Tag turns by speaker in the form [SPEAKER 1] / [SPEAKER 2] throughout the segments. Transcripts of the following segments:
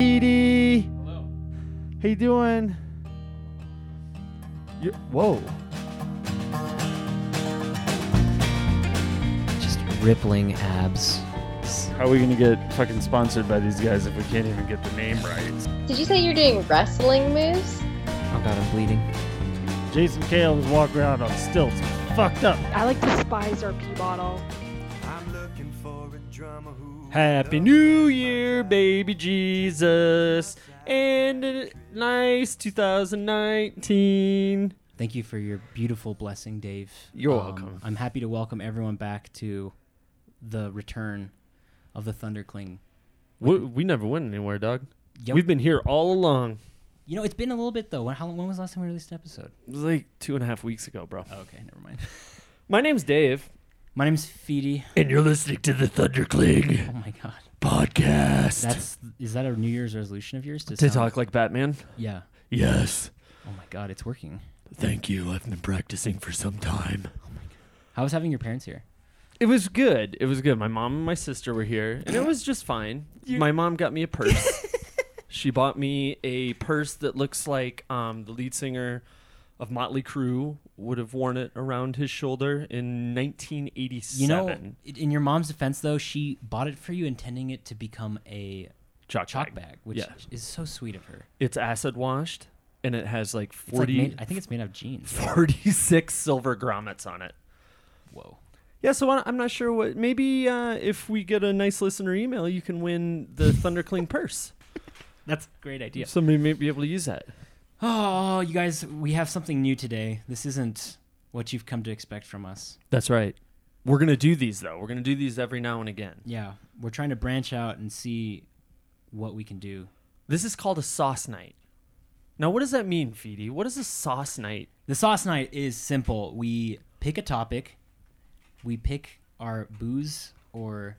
[SPEAKER 1] Edie. How you doing? You- whoa.
[SPEAKER 2] Just rippling abs.
[SPEAKER 3] How are we gonna get fucking sponsored by these guys if we can't even get the name right?
[SPEAKER 4] Did you say you're doing wrestling moves?
[SPEAKER 2] Oh god, I'm bleeding.
[SPEAKER 3] Jason Caleb's walk around on stilts. Fucked up.
[SPEAKER 5] I like despise our pee bottle.
[SPEAKER 6] I'm looking for a drummer who
[SPEAKER 3] Happy New Year, baby Jesus, and a nice 2019.
[SPEAKER 7] Thank you for your beautiful blessing, Dave. Um,
[SPEAKER 3] You're welcome.
[SPEAKER 7] I'm happy to welcome everyone back to the return of the Thundercling.
[SPEAKER 3] We, we never went anywhere, dog.
[SPEAKER 7] Yep.
[SPEAKER 3] We've been here all along.
[SPEAKER 7] You know, it's been a little bit though. When, how, when was the last time we released an episode?
[SPEAKER 3] It was like two and a half weeks ago, bro.
[SPEAKER 7] Oh, okay, never mind.
[SPEAKER 3] My name's Dave,
[SPEAKER 7] My name's Feedy.
[SPEAKER 3] and you're listening to the Thundercling
[SPEAKER 7] Oh my god,
[SPEAKER 3] podcast.
[SPEAKER 7] that's is that a New Year's resolution of yours to,
[SPEAKER 3] to
[SPEAKER 7] sound-
[SPEAKER 3] talk like Batman.
[SPEAKER 7] Yeah.
[SPEAKER 3] Yes.
[SPEAKER 7] Oh my god, it's working.
[SPEAKER 3] Thank you. I've been practicing for some time.
[SPEAKER 7] How was having your parents here?
[SPEAKER 3] It was good. It was good. My mom and my sister were here, and it was just fine. My mom got me a purse. she bought me a purse that looks like um, the lead singer of Motley Crue would have worn it around his shoulder in 1987.
[SPEAKER 7] You know, i- in your mom's defense though, she bought it for you intending it to become a
[SPEAKER 3] chalk,
[SPEAKER 7] chalk
[SPEAKER 3] bag.
[SPEAKER 7] bag, which
[SPEAKER 3] Yeah.
[SPEAKER 7] is so sweet of her.
[SPEAKER 3] It's acid washed, and it has like
[SPEAKER 7] It's like
[SPEAKER 3] 40,
[SPEAKER 7] made- I think it's made out of jeans.
[SPEAKER 3] 46 silver grommets on it.
[SPEAKER 7] Whoa.
[SPEAKER 3] Yeah, so I- I'm not sure what. Maybe uh, if we get a nice listener email, you can win the ThunderCling purse.
[SPEAKER 7] That's a great idea.
[SPEAKER 3] Somebody may be able to use that.
[SPEAKER 7] Oh, you guys, we have something new today. This isn't what you've come to expect from us.
[SPEAKER 3] That's right. We're gonna do these though. We're gonna do these every now and again.
[SPEAKER 7] Yeah, we're trying to branch out and see what we can do.
[SPEAKER 3] This is called a sauce night. Now, what does that mean, Feedy? What is a sauce night?
[SPEAKER 7] The sauce night is simple. We pick a topic, we pick our booze or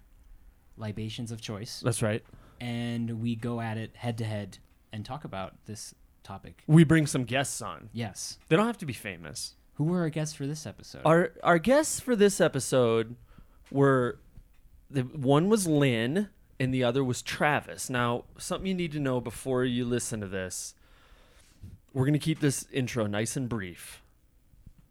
[SPEAKER 7] libations of choice,
[SPEAKER 3] That's right.
[SPEAKER 7] and we go at it head to head and talk about this topic.
[SPEAKER 3] We bring some guests on.
[SPEAKER 7] Yes.
[SPEAKER 3] They don't have to be famous.
[SPEAKER 7] Who were our guests for this episode?
[SPEAKER 3] Our our guests for this episode were the one was Lynn and the other was Travis. Now, something you need to know before you listen to this. We're gonna keep this intro nice and brief.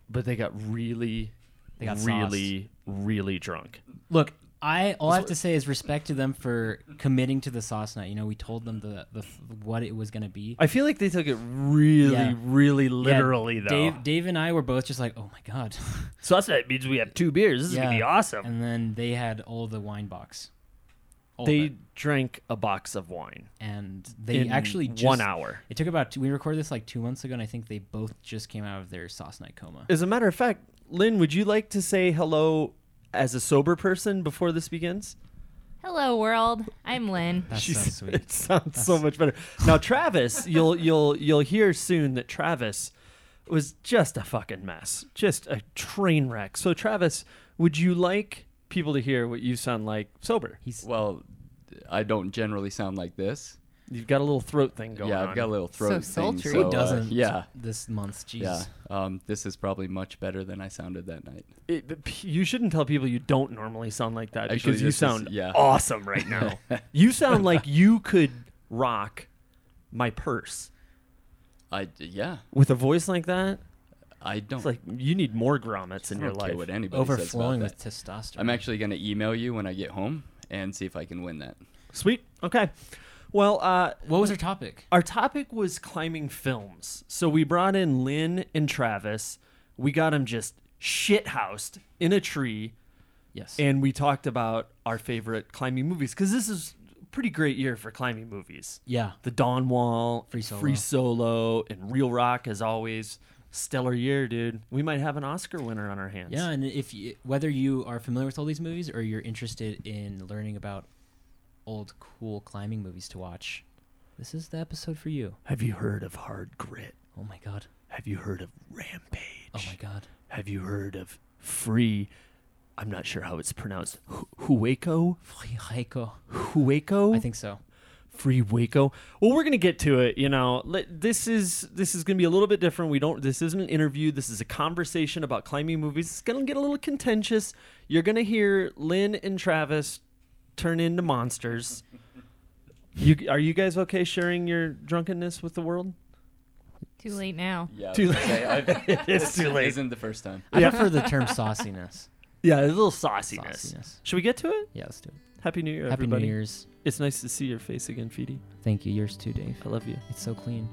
[SPEAKER 3] But they got really
[SPEAKER 7] They got
[SPEAKER 3] really, really drunk.
[SPEAKER 7] Look, I all I have to say is respect to them for committing to the sauce night. You know, we told them the, the what it was going to be.
[SPEAKER 3] I feel like they took it really,
[SPEAKER 7] Yeah.
[SPEAKER 3] really
[SPEAKER 7] Yeah,
[SPEAKER 3] literally though.
[SPEAKER 7] Dave, Dave and I were both just like, "Oh my god!"
[SPEAKER 3] so that's that means we have two beers. This is gonna be
[SPEAKER 7] Yeah.
[SPEAKER 3] awesome.
[SPEAKER 7] And then they had all the wine box. All of
[SPEAKER 3] they
[SPEAKER 7] it.
[SPEAKER 3] drank a box of wine
[SPEAKER 7] and they
[SPEAKER 3] in
[SPEAKER 7] actually just,
[SPEAKER 3] one hour.
[SPEAKER 7] It took about two, we recorded this like two months ago, and I think they both just came out of their sauce night coma.
[SPEAKER 3] As a matter of fact, Lynn, would you like to say hello as a sober person before this begins?
[SPEAKER 8] Hello, world. I'm Lynn.
[SPEAKER 7] That's so
[SPEAKER 3] She's-
[SPEAKER 7] sweet.
[SPEAKER 3] It sounds so much better. Now, Travis, you'll you'll you'll hear soon that Travis was just a fucking mess, just a train wreck. So, Travis, would you like people to hear what you sound like sober?
[SPEAKER 7] He's
[SPEAKER 9] Well, I don't generally sound like this.
[SPEAKER 3] You've got a little throat thing going
[SPEAKER 9] yeah,
[SPEAKER 3] on.
[SPEAKER 9] I've got a little throat thing.
[SPEAKER 8] sultry.
[SPEAKER 9] So
[SPEAKER 8] Who
[SPEAKER 9] uh,
[SPEAKER 7] doesn't
[SPEAKER 9] yeah,
[SPEAKER 7] this month. Jeez,
[SPEAKER 9] yeah. Um, this is probably much better than I sounded that night.
[SPEAKER 3] It- but p- you shouldn't tell people you don't normally sound like that
[SPEAKER 9] Actually,
[SPEAKER 3] because you
[SPEAKER 9] this is-
[SPEAKER 3] sound
[SPEAKER 9] yeah.
[SPEAKER 3] awesome right now. you sound like you could rock my purse
[SPEAKER 9] I yeah.
[SPEAKER 3] with a voice like that.
[SPEAKER 9] I don't.
[SPEAKER 7] Oh.
[SPEAKER 3] It's like you need more grommets in
[SPEAKER 9] I
[SPEAKER 3] your
[SPEAKER 9] don't care
[SPEAKER 3] life.
[SPEAKER 9] what anybody says about
[SPEAKER 7] overflowing
[SPEAKER 9] that.
[SPEAKER 7] with testosterone.
[SPEAKER 9] I'm actually gonna email you when I get home and see if I can win that.
[SPEAKER 3] Sweet. Okay. Well, uh,
[SPEAKER 7] what was our topic?
[SPEAKER 3] our topic was climbing films, so we brought in Lynn and Travis. We got them just shithoused in a tree.
[SPEAKER 7] Yes,
[SPEAKER 3] and we talked about our favorite climbing movies because this is a pretty great year for climbing movies.
[SPEAKER 7] yeah,
[SPEAKER 3] The Dawn Wall,
[SPEAKER 7] Free Solo.
[SPEAKER 3] Solo, and Real Rock, as always, stellar year, dude. We might have an Oscar winner on our hands.
[SPEAKER 7] Yeah, and if you, whether you are familiar with all these movies or you're interested in learning about old cool climbing movies to watch, this is the episode for you.
[SPEAKER 3] Have you heard of Hard Grit?
[SPEAKER 7] Oh my god.
[SPEAKER 3] Have you heard of Rampage?
[SPEAKER 7] Oh my god.
[SPEAKER 3] Have you heard of Free? I'm not sure how it's pronounced. Hu- Hueco?
[SPEAKER 7] Free Heiko.
[SPEAKER 3] Hueco?
[SPEAKER 7] I think so.
[SPEAKER 3] free Waco. Well, we're gonna get to it. You know, Let- this is this is gonna be a little bit different. We don't. This isn't an interview. This is a conversation about climbing movies. It's gonna get a little contentious. You're gonna hear Lynn and Travis turn into monsters.
[SPEAKER 10] You are you guys okay sharing your drunkenness with the world?
[SPEAKER 4] Too late now.
[SPEAKER 9] Yeah.
[SPEAKER 10] Too late.
[SPEAKER 9] late.
[SPEAKER 10] It's too late.
[SPEAKER 9] Isn't the first time.
[SPEAKER 7] I
[SPEAKER 10] Yeah.
[SPEAKER 7] prefer the term sauciness.
[SPEAKER 10] Yeah, a little sauciness.
[SPEAKER 7] Sauciness.
[SPEAKER 10] Should we get to it?
[SPEAKER 7] Yeah, let's do it.
[SPEAKER 10] Happy New Year,
[SPEAKER 7] Happy
[SPEAKER 10] everybody.
[SPEAKER 7] New Year's.
[SPEAKER 10] It's nice to see your face again, Feedy.
[SPEAKER 7] Thank you. Yours too, Dave.
[SPEAKER 10] I love you.
[SPEAKER 7] It's so clean.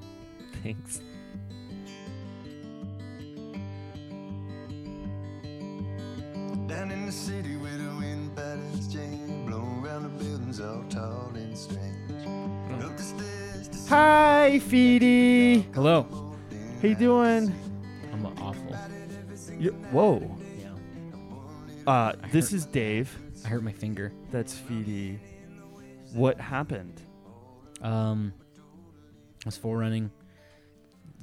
[SPEAKER 10] Thanks.
[SPEAKER 6] Down in the city with the wind patterns change, blowing around the buildings all tall and strange. Up the stairs to
[SPEAKER 3] Hi, Feedy.
[SPEAKER 7] Hello.
[SPEAKER 3] How you doing?
[SPEAKER 7] I'm awful.
[SPEAKER 3] You- whoa.
[SPEAKER 7] Yeah.
[SPEAKER 10] Uh, this is Dave.
[SPEAKER 7] I hurt my finger.
[SPEAKER 3] That's Feedy.
[SPEAKER 10] What happened?
[SPEAKER 7] Um, I was full running,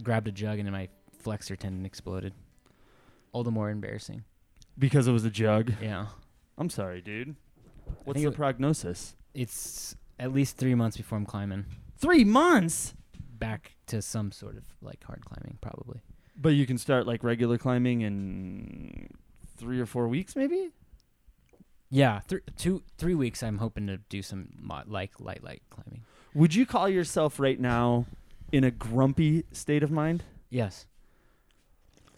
[SPEAKER 7] grabbed a jug, and then my flexor tendon exploded. All the more embarrassing.
[SPEAKER 3] Because it was a jug.
[SPEAKER 7] Yeah.
[SPEAKER 3] I'm sorry, dude. What's
[SPEAKER 7] think
[SPEAKER 3] the
[SPEAKER 7] it-
[SPEAKER 3] prognosis?
[SPEAKER 7] It's at least three months before I'm climbing
[SPEAKER 3] Three months.
[SPEAKER 7] back to some sort of like hard climbing, probably.
[SPEAKER 3] But you can start like regular climbing in three or four weeks, maybe.
[SPEAKER 7] Yeah, thr two, three weeks. I'm hoping to do some mo- like light, light climbing.
[SPEAKER 3] Would you call yourself right now in a grumpy state of mind?
[SPEAKER 7] Yes.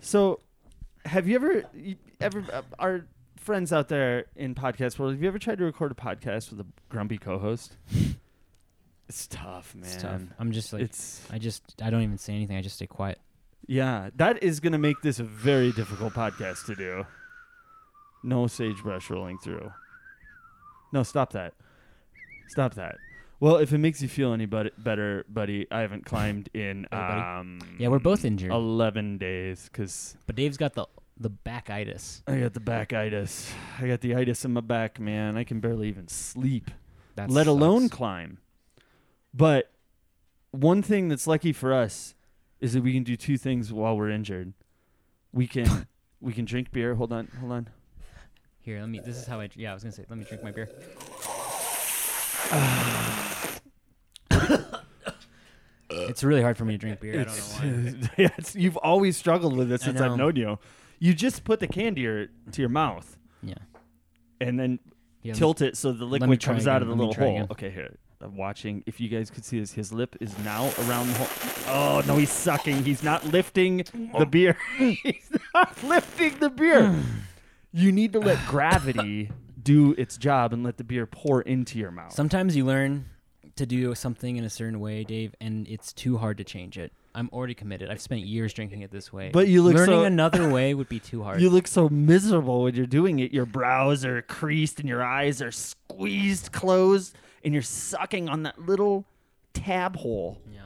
[SPEAKER 3] So, have you ever, you- ever, uh, our friends out there in podcast world, have you ever tried to record a podcast with a grumpy co-host? It's tough, man.
[SPEAKER 7] It's tough. I'm just like,
[SPEAKER 3] it's
[SPEAKER 7] I just, I don't even say anything. I just stay quiet.
[SPEAKER 3] yeah. That is going to make this a very difficult podcast to do. No sagebrush rolling through. No, stop that. Stop that. Well, if it makes you feel any but- better, buddy, I haven't climbed in
[SPEAKER 7] Hey, buddy.
[SPEAKER 3] um
[SPEAKER 7] Yeah, we're both injured.
[SPEAKER 3] 11 days cuz
[SPEAKER 7] But Dave's got the the back itis.
[SPEAKER 3] I got the back itis. I got the itis in my back, man. I can barely even sleep,
[SPEAKER 7] That
[SPEAKER 3] let alone
[SPEAKER 7] sucks.
[SPEAKER 3] climb. But one thing that's lucky for us is that we can do two things while we're injured. We can we can drink beer. Hold on, hold on.
[SPEAKER 7] Here, let me. This is how I. Yeah, I was gonna say. Let me drink my beer. it's really hard for me to drink beer. I don't know why.
[SPEAKER 3] yeah, it's, you've always struggled with this
[SPEAKER 7] I
[SPEAKER 3] since
[SPEAKER 7] know.
[SPEAKER 3] I've known you. You just put the can to your to your mouth
[SPEAKER 7] Yeah.
[SPEAKER 3] and then
[SPEAKER 7] yeah
[SPEAKER 3] tilt it so the
[SPEAKER 7] me
[SPEAKER 3] liquid
[SPEAKER 7] try
[SPEAKER 3] comes
[SPEAKER 7] again.
[SPEAKER 3] out of the
[SPEAKER 7] Let me
[SPEAKER 3] little
[SPEAKER 7] try
[SPEAKER 3] hole.
[SPEAKER 7] again.
[SPEAKER 3] Okay, here. I'm watching. If you guys could see this, his lip is now around the hole. Oh, no, he's sucking. He's not lifting the
[SPEAKER 7] Oh.
[SPEAKER 3] beer. he's not lifting the beer. you need to let gravity do its job and let the beer pour into your mouth.
[SPEAKER 7] Sometimes you learn to do something in a certain way, Dave, and it's too hard to change it. I'm already committed. I've spent years drinking it this way.
[SPEAKER 3] But you look
[SPEAKER 7] learning
[SPEAKER 3] so-
[SPEAKER 7] another way would be too hard.
[SPEAKER 3] you look so miserable when you're doing it. Your brows are creased and your eyes are squeezed closed, and you're sucking on that little tab hole.
[SPEAKER 7] yeah.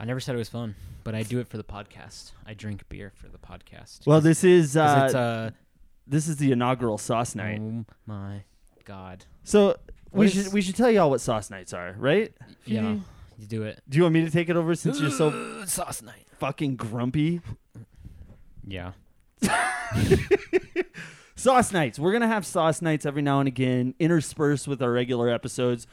[SPEAKER 7] I never said it was fun, but I do it for the podcast. I drink beer for the podcast.
[SPEAKER 3] Well, this is
[SPEAKER 7] 'Cause
[SPEAKER 3] uh,
[SPEAKER 7] it's uh,
[SPEAKER 3] this is the inaugural sauce night.
[SPEAKER 7] Oh my god.
[SPEAKER 3] So we
[SPEAKER 7] What
[SPEAKER 3] should
[SPEAKER 7] is-
[SPEAKER 3] we should tell y'all what sauce nights are, right?
[SPEAKER 7] Yeah. You do it.
[SPEAKER 3] Do you want me to take it over since you're so
[SPEAKER 7] sauce night.
[SPEAKER 3] fucking grumpy?
[SPEAKER 7] Yeah.
[SPEAKER 3] Sauce nights. We're gonna have sauce nights every now and again, interspersed with our regular episodes.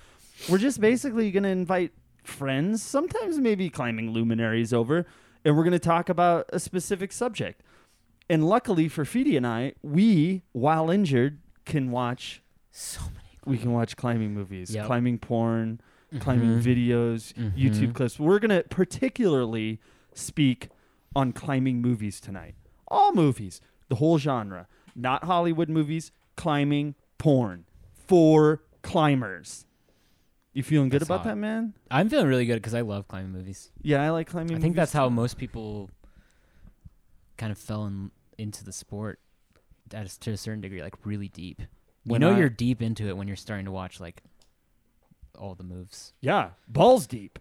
[SPEAKER 3] We're just basically gonna invite friends, sometimes maybe climbing luminaries over, and we're gonna talk about a specific subject. And luckily for Feedy and I, we, while injured, can watch
[SPEAKER 7] So many.
[SPEAKER 3] we can watch climbing movies,
[SPEAKER 7] Yep. Mm-hmm.
[SPEAKER 3] climbing porn, climbing videos, YouTube clips. We're going to particularly speak on climbing movies tonight. All movies, the whole genre, not Hollywood movies, climbing porn for climbers. You feeling good
[SPEAKER 7] That's
[SPEAKER 3] about
[SPEAKER 7] hot.
[SPEAKER 3] that, man?
[SPEAKER 7] I'm feeling really good because I love climbing movies.
[SPEAKER 3] Yeah, I like climbing
[SPEAKER 7] I
[SPEAKER 3] movies.
[SPEAKER 7] think that's how
[SPEAKER 3] too.
[SPEAKER 7] most people kind of fell in, into the sport at a, to a certain degree, like really deep.
[SPEAKER 3] When
[SPEAKER 7] you know
[SPEAKER 3] I-
[SPEAKER 7] you're deep into it when you're starting to watch like all the moves.
[SPEAKER 3] Yeah, balls deep.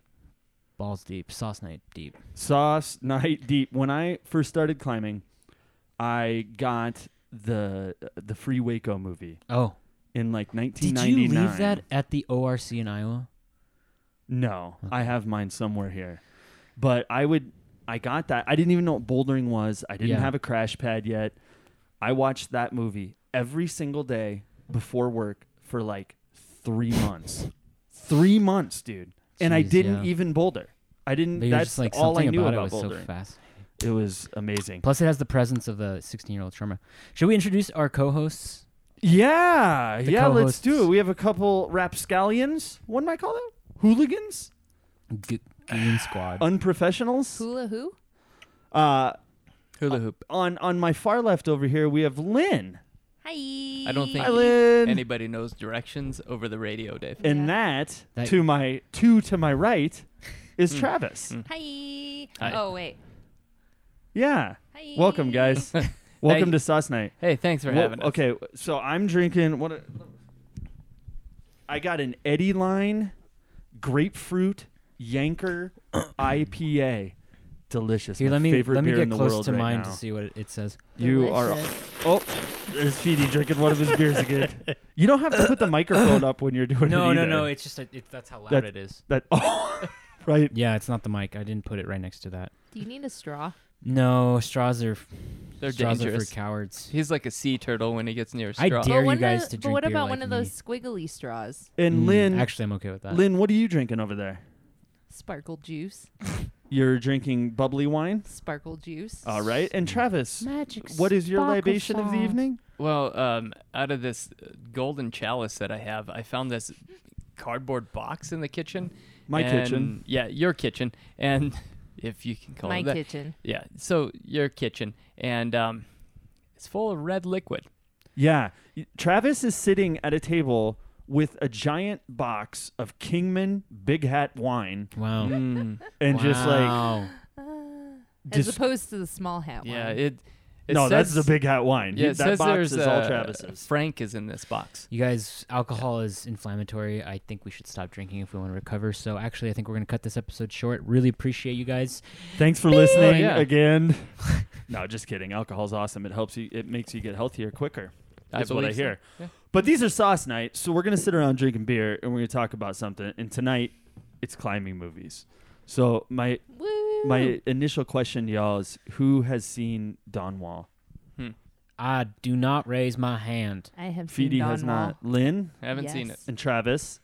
[SPEAKER 7] Balls deep, sauce night deep.
[SPEAKER 3] Sauce night deep. When I first started climbing, I got the the free Waco movie
[SPEAKER 7] Oh.
[SPEAKER 3] in like
[SPEAKER 7] Did
[SPEAKER 3] 1999.
[SPEAKER 7] you leave that at the ORC in Iowa?
[SPEAKER 3] No, I have mine somewhere here. But I would, I got that. I didn't even know what bouldering was. I didn't
[SPEAKER 7] Yeah.
[SPEAKER 3] have a crash pad yet. I watched that movie every single day before work for like three months. Three months, dude. and I
[SPEAKER 7] Jeez,
[SPEAKER 3] didn't
[SPEAKER 7] yeah.
[SPEAKER 3] even boulder. I didn't.
[SPEAKER 7] But you're
[SPEAKER 3] that's
[SPEAKER 7] just like
[SPEAKER 3] all I
[SPEAKER 7] something
[SPEAKER 3] knew
[SPEAKER 7] about,
[SPEAKER 3] about,
[SPEAKER 7] it was so
[SPEAKER 3] bouldering.
[SPEAKER 7] fast.
[SPEAKER 3] it was amazing.
[SPEAKER 7] Plus, it has the presence of the 16 year old Sherma. Should we introduce our co hosts?
[SPEAKER 3] Yeah,
[SPEAKER 7] The
[SPEAKER 3] yeah. Let's do it.
[SPEAKER 7] co-hosts.
[SPEAKER 3] We have a couple rapscallions. What did I call them? hooligans,
[SPEAKER 7] G- Goon Squad.
[SPEAKER 3] unprofessionals.
[SPEAKER 4] Hula who?
[SPEAKER 3] Uh,
[SPEAKER 9] Hula hoop.
[SPEAKER 3] on on my far left over here, we have Lynn.
[SPEAKER 4] Hi.
[SPEAKER 9] I don't think
[SPEAKER 3] Hi, Lynn.
[SPEAKER 9] anybody knows directions over the radio, Dave.
[SPEAKER 3] and
[SPEAKER 4] Yeah.
[SPEAKER 3] that,
[SPEAKER 7] That- Hmm.
[SPEAKER 3] to my two to my right is Travis.
[SPEAKER 4] Hi.
[SPEAKER 9] Hi.
[SPEAKER 4] Oh wait.
[SPEAKER 3] Yeah.
[SPEAKER 4] Hi.
[SPEAKER 3] Welcome, guys. Welcome
[SPEAKER 9] Hey.
[SPEAKER 3] to Sauce Night.
[SPEAKER 9] Hey, thanks for
[SPEAKER 3] Wha-
[SPEAKER 9] having us.
[SPEAKER 3] Okay, so I'm drinking what? A, I got an Eddie Line grapefruit Yanker IPA. Delicious.
[SPEAKER 7] Here,
[SPEAKER 3] my
[SPEAKER 7] let me
[SPEAKER 3] favorite
[SPEAKER 7] let me
[SPEAKER 3] beer in
[SPEAKER 7] get
[SPEAKER 3] the
[SPEAKER 7] close
[SPEAKER 3] world
[SPEAKER 7] to
[SPEAKER 3] right
[SPEAKER 7] mine
[SPEAKER 3] now.
[SPEAKER 7] to see what it, it says.
[SPEAKER 3] You are.
[SPEAKER 4] Delicious.
[SPEAKER 3] Oh, there's Feedy drinking one of his beers again. You don't have to put the microphone up when you're doing
[SPEAKER 7] No,
[SPEAKER 3] it.
[SPEAKER 7] no,
[SPEAKER 3] either.
[SPEAKER 7] no. It's just a, it, that's how loud
[SPEAKER 3] That-
[SPEAKER 7] it is.
[SPEAKER 3] that. Oh, right.
[SPEAKER 7] Yeah, it's not the mic. I didn't put it right next to that.
[SPEAKER 4] Do you need a straw?
[SPEAKER 7] No, straws are f-
[SPEAKER 9] They're
[SPEAKER 7] straws are
[SPEAKER 9] dangerous.
[SPEAKER 7] for cowards.
[SPEAKER 9] He's like a sea turtle when he gets near a
[SPEAKER 7] I dare-
[SPEAKER 9] straw.
[SPEAKER 4] But
[SPEAKER 7] you
[SPEAKER 4] one of
[SPEAKER 7] guys
[SPEAKER 4] the-
[SPEAKER 7] to
[SPEAKER 4] But
[SPEAKER 7] drink
[SPEAKER 4] what
[SPEAKER 7] beer
[SPEAKER 4] about
[SPEAKER 7] like
[SPEAKER 4] one of those squiggly straws?
[SPEAKER 3] And
[SPEAKER 7] Mm,
[SPEAKER 3] Lynn,
[SPEAKER 7] actually, I'm okay with that.
[SPEAKER 3] Lynn, what are you drinking over there?
[SPEAKER 4] Sparkle juice.
[SPEAKER 3] You're drinking bubbly wine.
[SPEAKER 4] Sparkle juice.
[SPEAKER 3] All right. And Travis,
[SPEAKER 4] Magic.
[SPEAKER 3] what is your
[SPEAKER 4] sparkle
[SPEAKER 3] libation of the
[SPEAKER 4] sauce.
[SPEAKER 3] evening?
[SPEAKER 9] Well, um, out of this uh, golden chalice that I have, I found this cardboard box in the kitchen.
[SPEAKER 3] My
[SPEAKER 9] and-
[SPEAKER 3] kitchen.
[SPEAKER 9] Yeah, your kitchen. And if you can call
[SPEAKER 4] My
[SPEAKER 9] it that.
[SPEAKER 4] kitchen.
[SPEAKER 9] Yeah, so your kitchen. And um, it's full of red liquid.
[SPEAKER 3] Yeah. Y- Travis is sitting at a table with a giant box of Kingman Big Hat wine
[SPEAKER 7] Wow.
[SPEAKER 3] and just like
[SPEAKER 7] Hmm, Wow.
[SPEAKER 4] As
[SPEAKER 3] dis-
[SPEAKER 4] opposed to the small hat one.
[SPEAKER 9] Yeah, it. it
[SPEAKER 3] No, that's the
[SPEAKER 9] says-
[SPEAKER 3] Big Hat wine.
[SPEAKER 9] Yeah,
[SPEAKER 3] You-
[SPEAKER 9] it
[SPEAKER 3] that
[SPEAKER 9] says
[SPEAKER 3] box
[SPEAKER 9] there's,
[SPEAKER 3] is all
[SPEAKER 9] uh,
[SPEAKER 3] Travis's.
[SPEAKER 9] Frank is in this box.
[SPEAKER 7] You guys, alcohol is inflammatory. I think we should stop drinking if we want to recover. So, actually, I think we're going to cut this episode short. Really appreciate you guys.
[SPEAKER 3] Thanks for listening
[SPEAKER 9] yeah.
[SPEAKER 3] again. no, just kidding. Alcohol's awesome. It helps you it makes you get healthier quicker.
[SPEAKER 9] I
[SPEAKER 3] That's what I
[SPEAKER 9] believe so.
[SPEAKER 3] hear.
[SPEAKER 9] Yeah.
[SPEAKER 3] But these are sauce night, so we're gonna sit around drinking beer and we're gonna talk about something. And tonight it's climbing movies. So my
[SPEAKER 4] Woo.
[SPEAKER 3] my initial question to y'all is who has seen Don Wall?
[SPEAKER 7] I do not raise my hand.
[SPEAKER 4] I have seen
[SPEAKER 3] Feedy
[SPEAKER 4] Don
[SPEAKER 3] has
[SPEAKER 4] Wall.
[SPEAKER 3] not. Lynn
[SPEAKER 9] I haven't seen it.
[SPEAKER 4] Yes.
[SPEAKER 3] and Travis.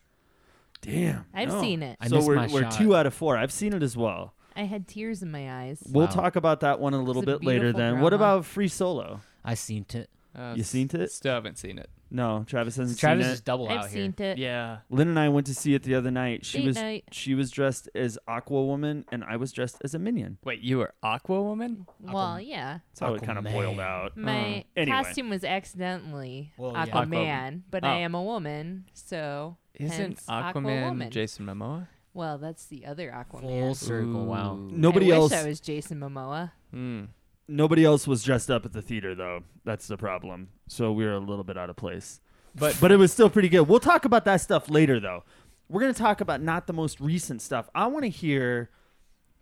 [SPEAKER 3] Damn.
[SPEAKER 4] I've
[SPEAKER 3] no.
[SPEAKER 4] seen it.
[SPEAKER 7] I
[SPEAKER 3] so
[SPEAKER 7] missed
[SPEAKER 3] we're,
[SPEAKER 7] my
[SPEAKER 3] we're
[SPEAKER 7] shot.
[SPEAKER 3] two out of four. I've seen it as well.
[SPEAKER 4] I had tears in my eyes.
[SPEAKER 3] We'll
[SPEAKER 7] Wow.
[SPEAKER 3] talk about that one a little
[SPEAKER 4] It's a
[SPEAKER 3] bit later
[SPEAKER 4] beautiful
[SPEAKER 3] then. What
[SPEAKER 4] drama.
[SPEAKER 3] about Free Solo?
[SPEAKER 7] I seen it.
[SPEAKER 9] Uh,
[SPEAKER 3] You seen it?
[SPEAKER 9] Still haven't seen it.
[SPEAKER 3] No, Travis hasn't
[SPEAKER 7] Travis
[SPEAKER 3] seen
[SPEAKER 7] is
[SPEAKER 3] it.
[SPEAKER 7] double
[SPEAKER 4] I've
[SPEAKER 7] out
[SPEAKER 4] seen
[SPEAKER 7] here.
[SPEAKER 4] it.
[SPEAKER 9] Yeah.
[SPEAKER 3] Lynn and I went to see it the other night. She
[SPEAKER 4] Date
[SPEAKER 3] was
[SPEAKER 4] night.
[SPEAKER 3] she was dressed as Aqua Woman and I was dressed as a minion.
[SPEAKER 9] Wait, you were Aqua Woman?
[SPEAKER 4] Well, yeah.
[SPEAKER 3] That's how it kind of
[SPEAKER 7] Aquaman.
[SPEAKER 3] boiled out.
[SPEAKER 9] Um,
[SPEAKER 4] My
[SPEAKER 3] Anyway.
[SPEAKER 4] costume was accidentally
[SPEAKER 7] Well, yeah.
[SPEAKER 4] Aquaman, but I
[SPEAKER 9] Oh.
[SPEAKER 4] am a woman, so
[SPEAKER 9] Isn't
[SPEAKER 4] hence
[SPEAKER 9] Aquaman
[SPEAKER 4] Aquawoman.
[SPEAKER 9] Jason Momoa?
[SPEAKER 4] well, that's the other
[SPEAKER 7] Full
[SPEAKER 4] Aquaman.
[SPEAKER 7] circle. Wow.
[SPEAKER 9] Ooh.
[SPEAKER 3] Nobody
[SPEAKER 4] I
[SPEAKER 3] else
[SPEAKER 4] Wish I was Jason Momoa.
[SPEAKER 9] Mm.
[SPEAKER 3] nobody else was dressed up at the theater though. That's the problem. So we were a little bit out of place.
[SPEAKER 9] But
[SPEAKER 3] But it was still pretty good. We'll talk about that stuff later though. We're going to talk about not the most recent stuff. I want to hear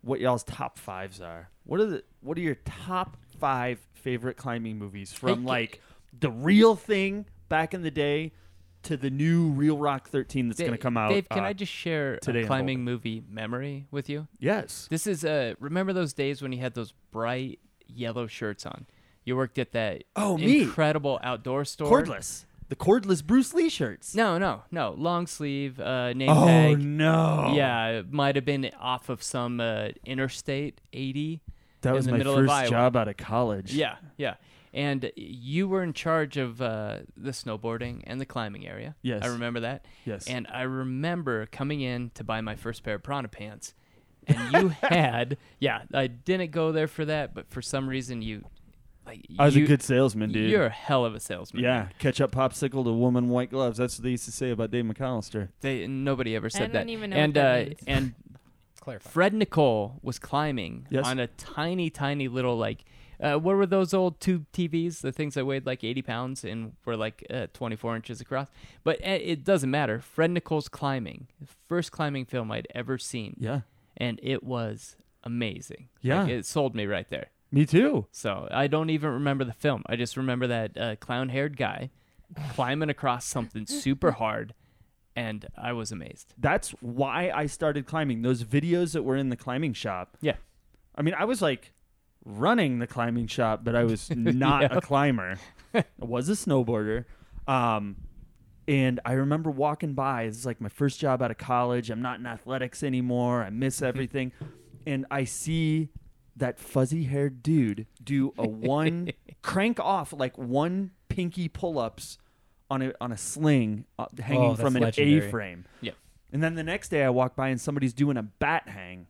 [SPEAKER 3] what y'all's top 5s are. What are the what are your top 5 favorite climbing movies from
[SPEAKER 9] Hey,
[SPEAKER 3] like the real thing back in the day to the new Real Rock 13 that's
[SPEAKER 9] Da-
[SPEAKER 3] going to come out.
[SPEAKER 9] Dave, can
[SPEAKER 3] uh,
[SPEAKER 9] I just share
[SPEAKER 3] today
[SPEAKER 9] a
[SPEAKER 3] in
[SPEAKER 9] climbing movie memory with you?
[SPEAKER 3] Yes.
[SPEAKER 9] This is uh remember those days when you had those bright yellow shirts on? You worked at that
[SPEAKER 3] Oh, me.
[SPEAKER 9] incredible outdoor store.
[SPEAKER 3] Cordless. The cordless Bruce Lee shirts.
[SPEAKER 9] No, no, no. Long sleeve, uh name
[SPEAKER 3] Oh
[SPEAKER 9] tag.
[SPEAKER 3] no.
[SPEAKER 9] Yeah, it might have been off of some uh, interstate 80.
[SPEAKER 3] That
[SPEAKER 9] in
[SPEAKER 3] was
[SPEAKER 9] the
[SPEAKER 3] my
[SPEAKER 9] middle of Iowa.
[SPEAKER 3] first job out of college.
[SPEAKER 9] Yeah, yeah. And you were in charge of uh, the snowboarding and the climbing area.
[SPEAKER 3] Yes.
[SPEAKER 9] I remember that.
[SPEAKER 3] Yes.
[SPEAKER 9] And I remember coming in to buy my first pair of Prana pants. And you had, yeah, I didn't go there for that, but for some reason you, like,
[SPEAKER 3] I was
[SPEAKER 9] you,
[SPEAKER 3] a good salesman, dude.
[SPEAKER 9] You're a hell of a salesman.
[SPEAKER 3] Yeah, ketchup popsicle to woman white gloves. That's what they used to say about Dave McAllister.
[SPEAKER 9] They, nobody ever said
[SPEAKER 4] don't
[SPEAKER 9] that.
[SPEAKER 4] even know what
[SPEAKER 9] and
[SPEAKER 4] that
[SPEAKER 9] uh,
[SPEAKER 4] means.
[SPEAKER 9] and
[SPEAKER 7] Clarify.
[SPEAKER 9] Fred Nicole was climbing
[SPEAKER 3] Yes.
[SPEAKER 9] on a tiny, tiny little like. Uh, what were those old tube TVs? The things that weighed like 80 pounds and were like uh, 24 inches across. But uh, it doesn't matter. Fred Nicole's climbing, first climbing film I'd ever seen,
[SPEAKER 3] Yeah,
[SPEAKER 9] and it was amazing.
[SPEAKER 3] Yeah.
[SPEAKER 9] Like, it sold me right there.
[SPEAKER 3] me too.
[SPEAKER 9] So I don't even remember the film. I just remember that uh, clown-haired guy climbing across something super hard, and I was amazed.
[SPEAKER 3] That's why I started climbing. Those videos that were in the climbing shop.
[SPEAKER 9] Yeah.
[SPEAKER 3] I mean, I was like running the climbing shop, but I was not
[SPEAKER 9] Yeah.
[SPEAKER 3] a climber. I was a snowboarder. Um, and I remember walking by. This is like my first job out of college. I'm not in athletics anymore. I miss everything. and I see that fuzzy haired dude do a one crank off like one pinky pull ups on a on a sling uh, hanging
[SPEAKER 7] Oh, that's
[SPEAKER 3] from an
[SPEAKER 7] legendary.
[SPEAKER 3] A frame.
[SPEAKER 9] Yeah.
[SPEAKER 3] And then the next day I walk by and somebody's doing a bat hang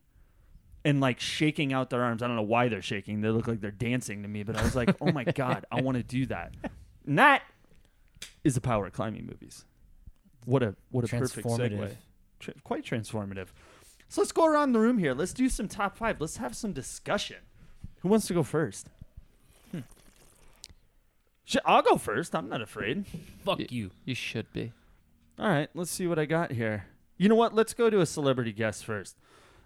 [SPEAKER 3] and like shaking out their arms. I don't know why they're shaking. They look like they're dancing to me, but I was like, oh my God, I want to do that. And that is the power of climbing movies. What a what a perfect segue.
[SPEAKER 7] Transformative.
[SPEAKER 3] Tra- quite transformative. So let's go around the room here. Let's do some top five. Let's have some discussion. Who wants to go first? Hmm. Shit, I'll go first. I'm not afraid.
[SPEAKER 7] Fuck
[SPEAKER 9] Y-
[SPEAKER 7] you.
[SPEAKER 9] You should be.
[SPEAKER 3] All right, let's see what I got here. You know what? Let's go to a celebrity guest first.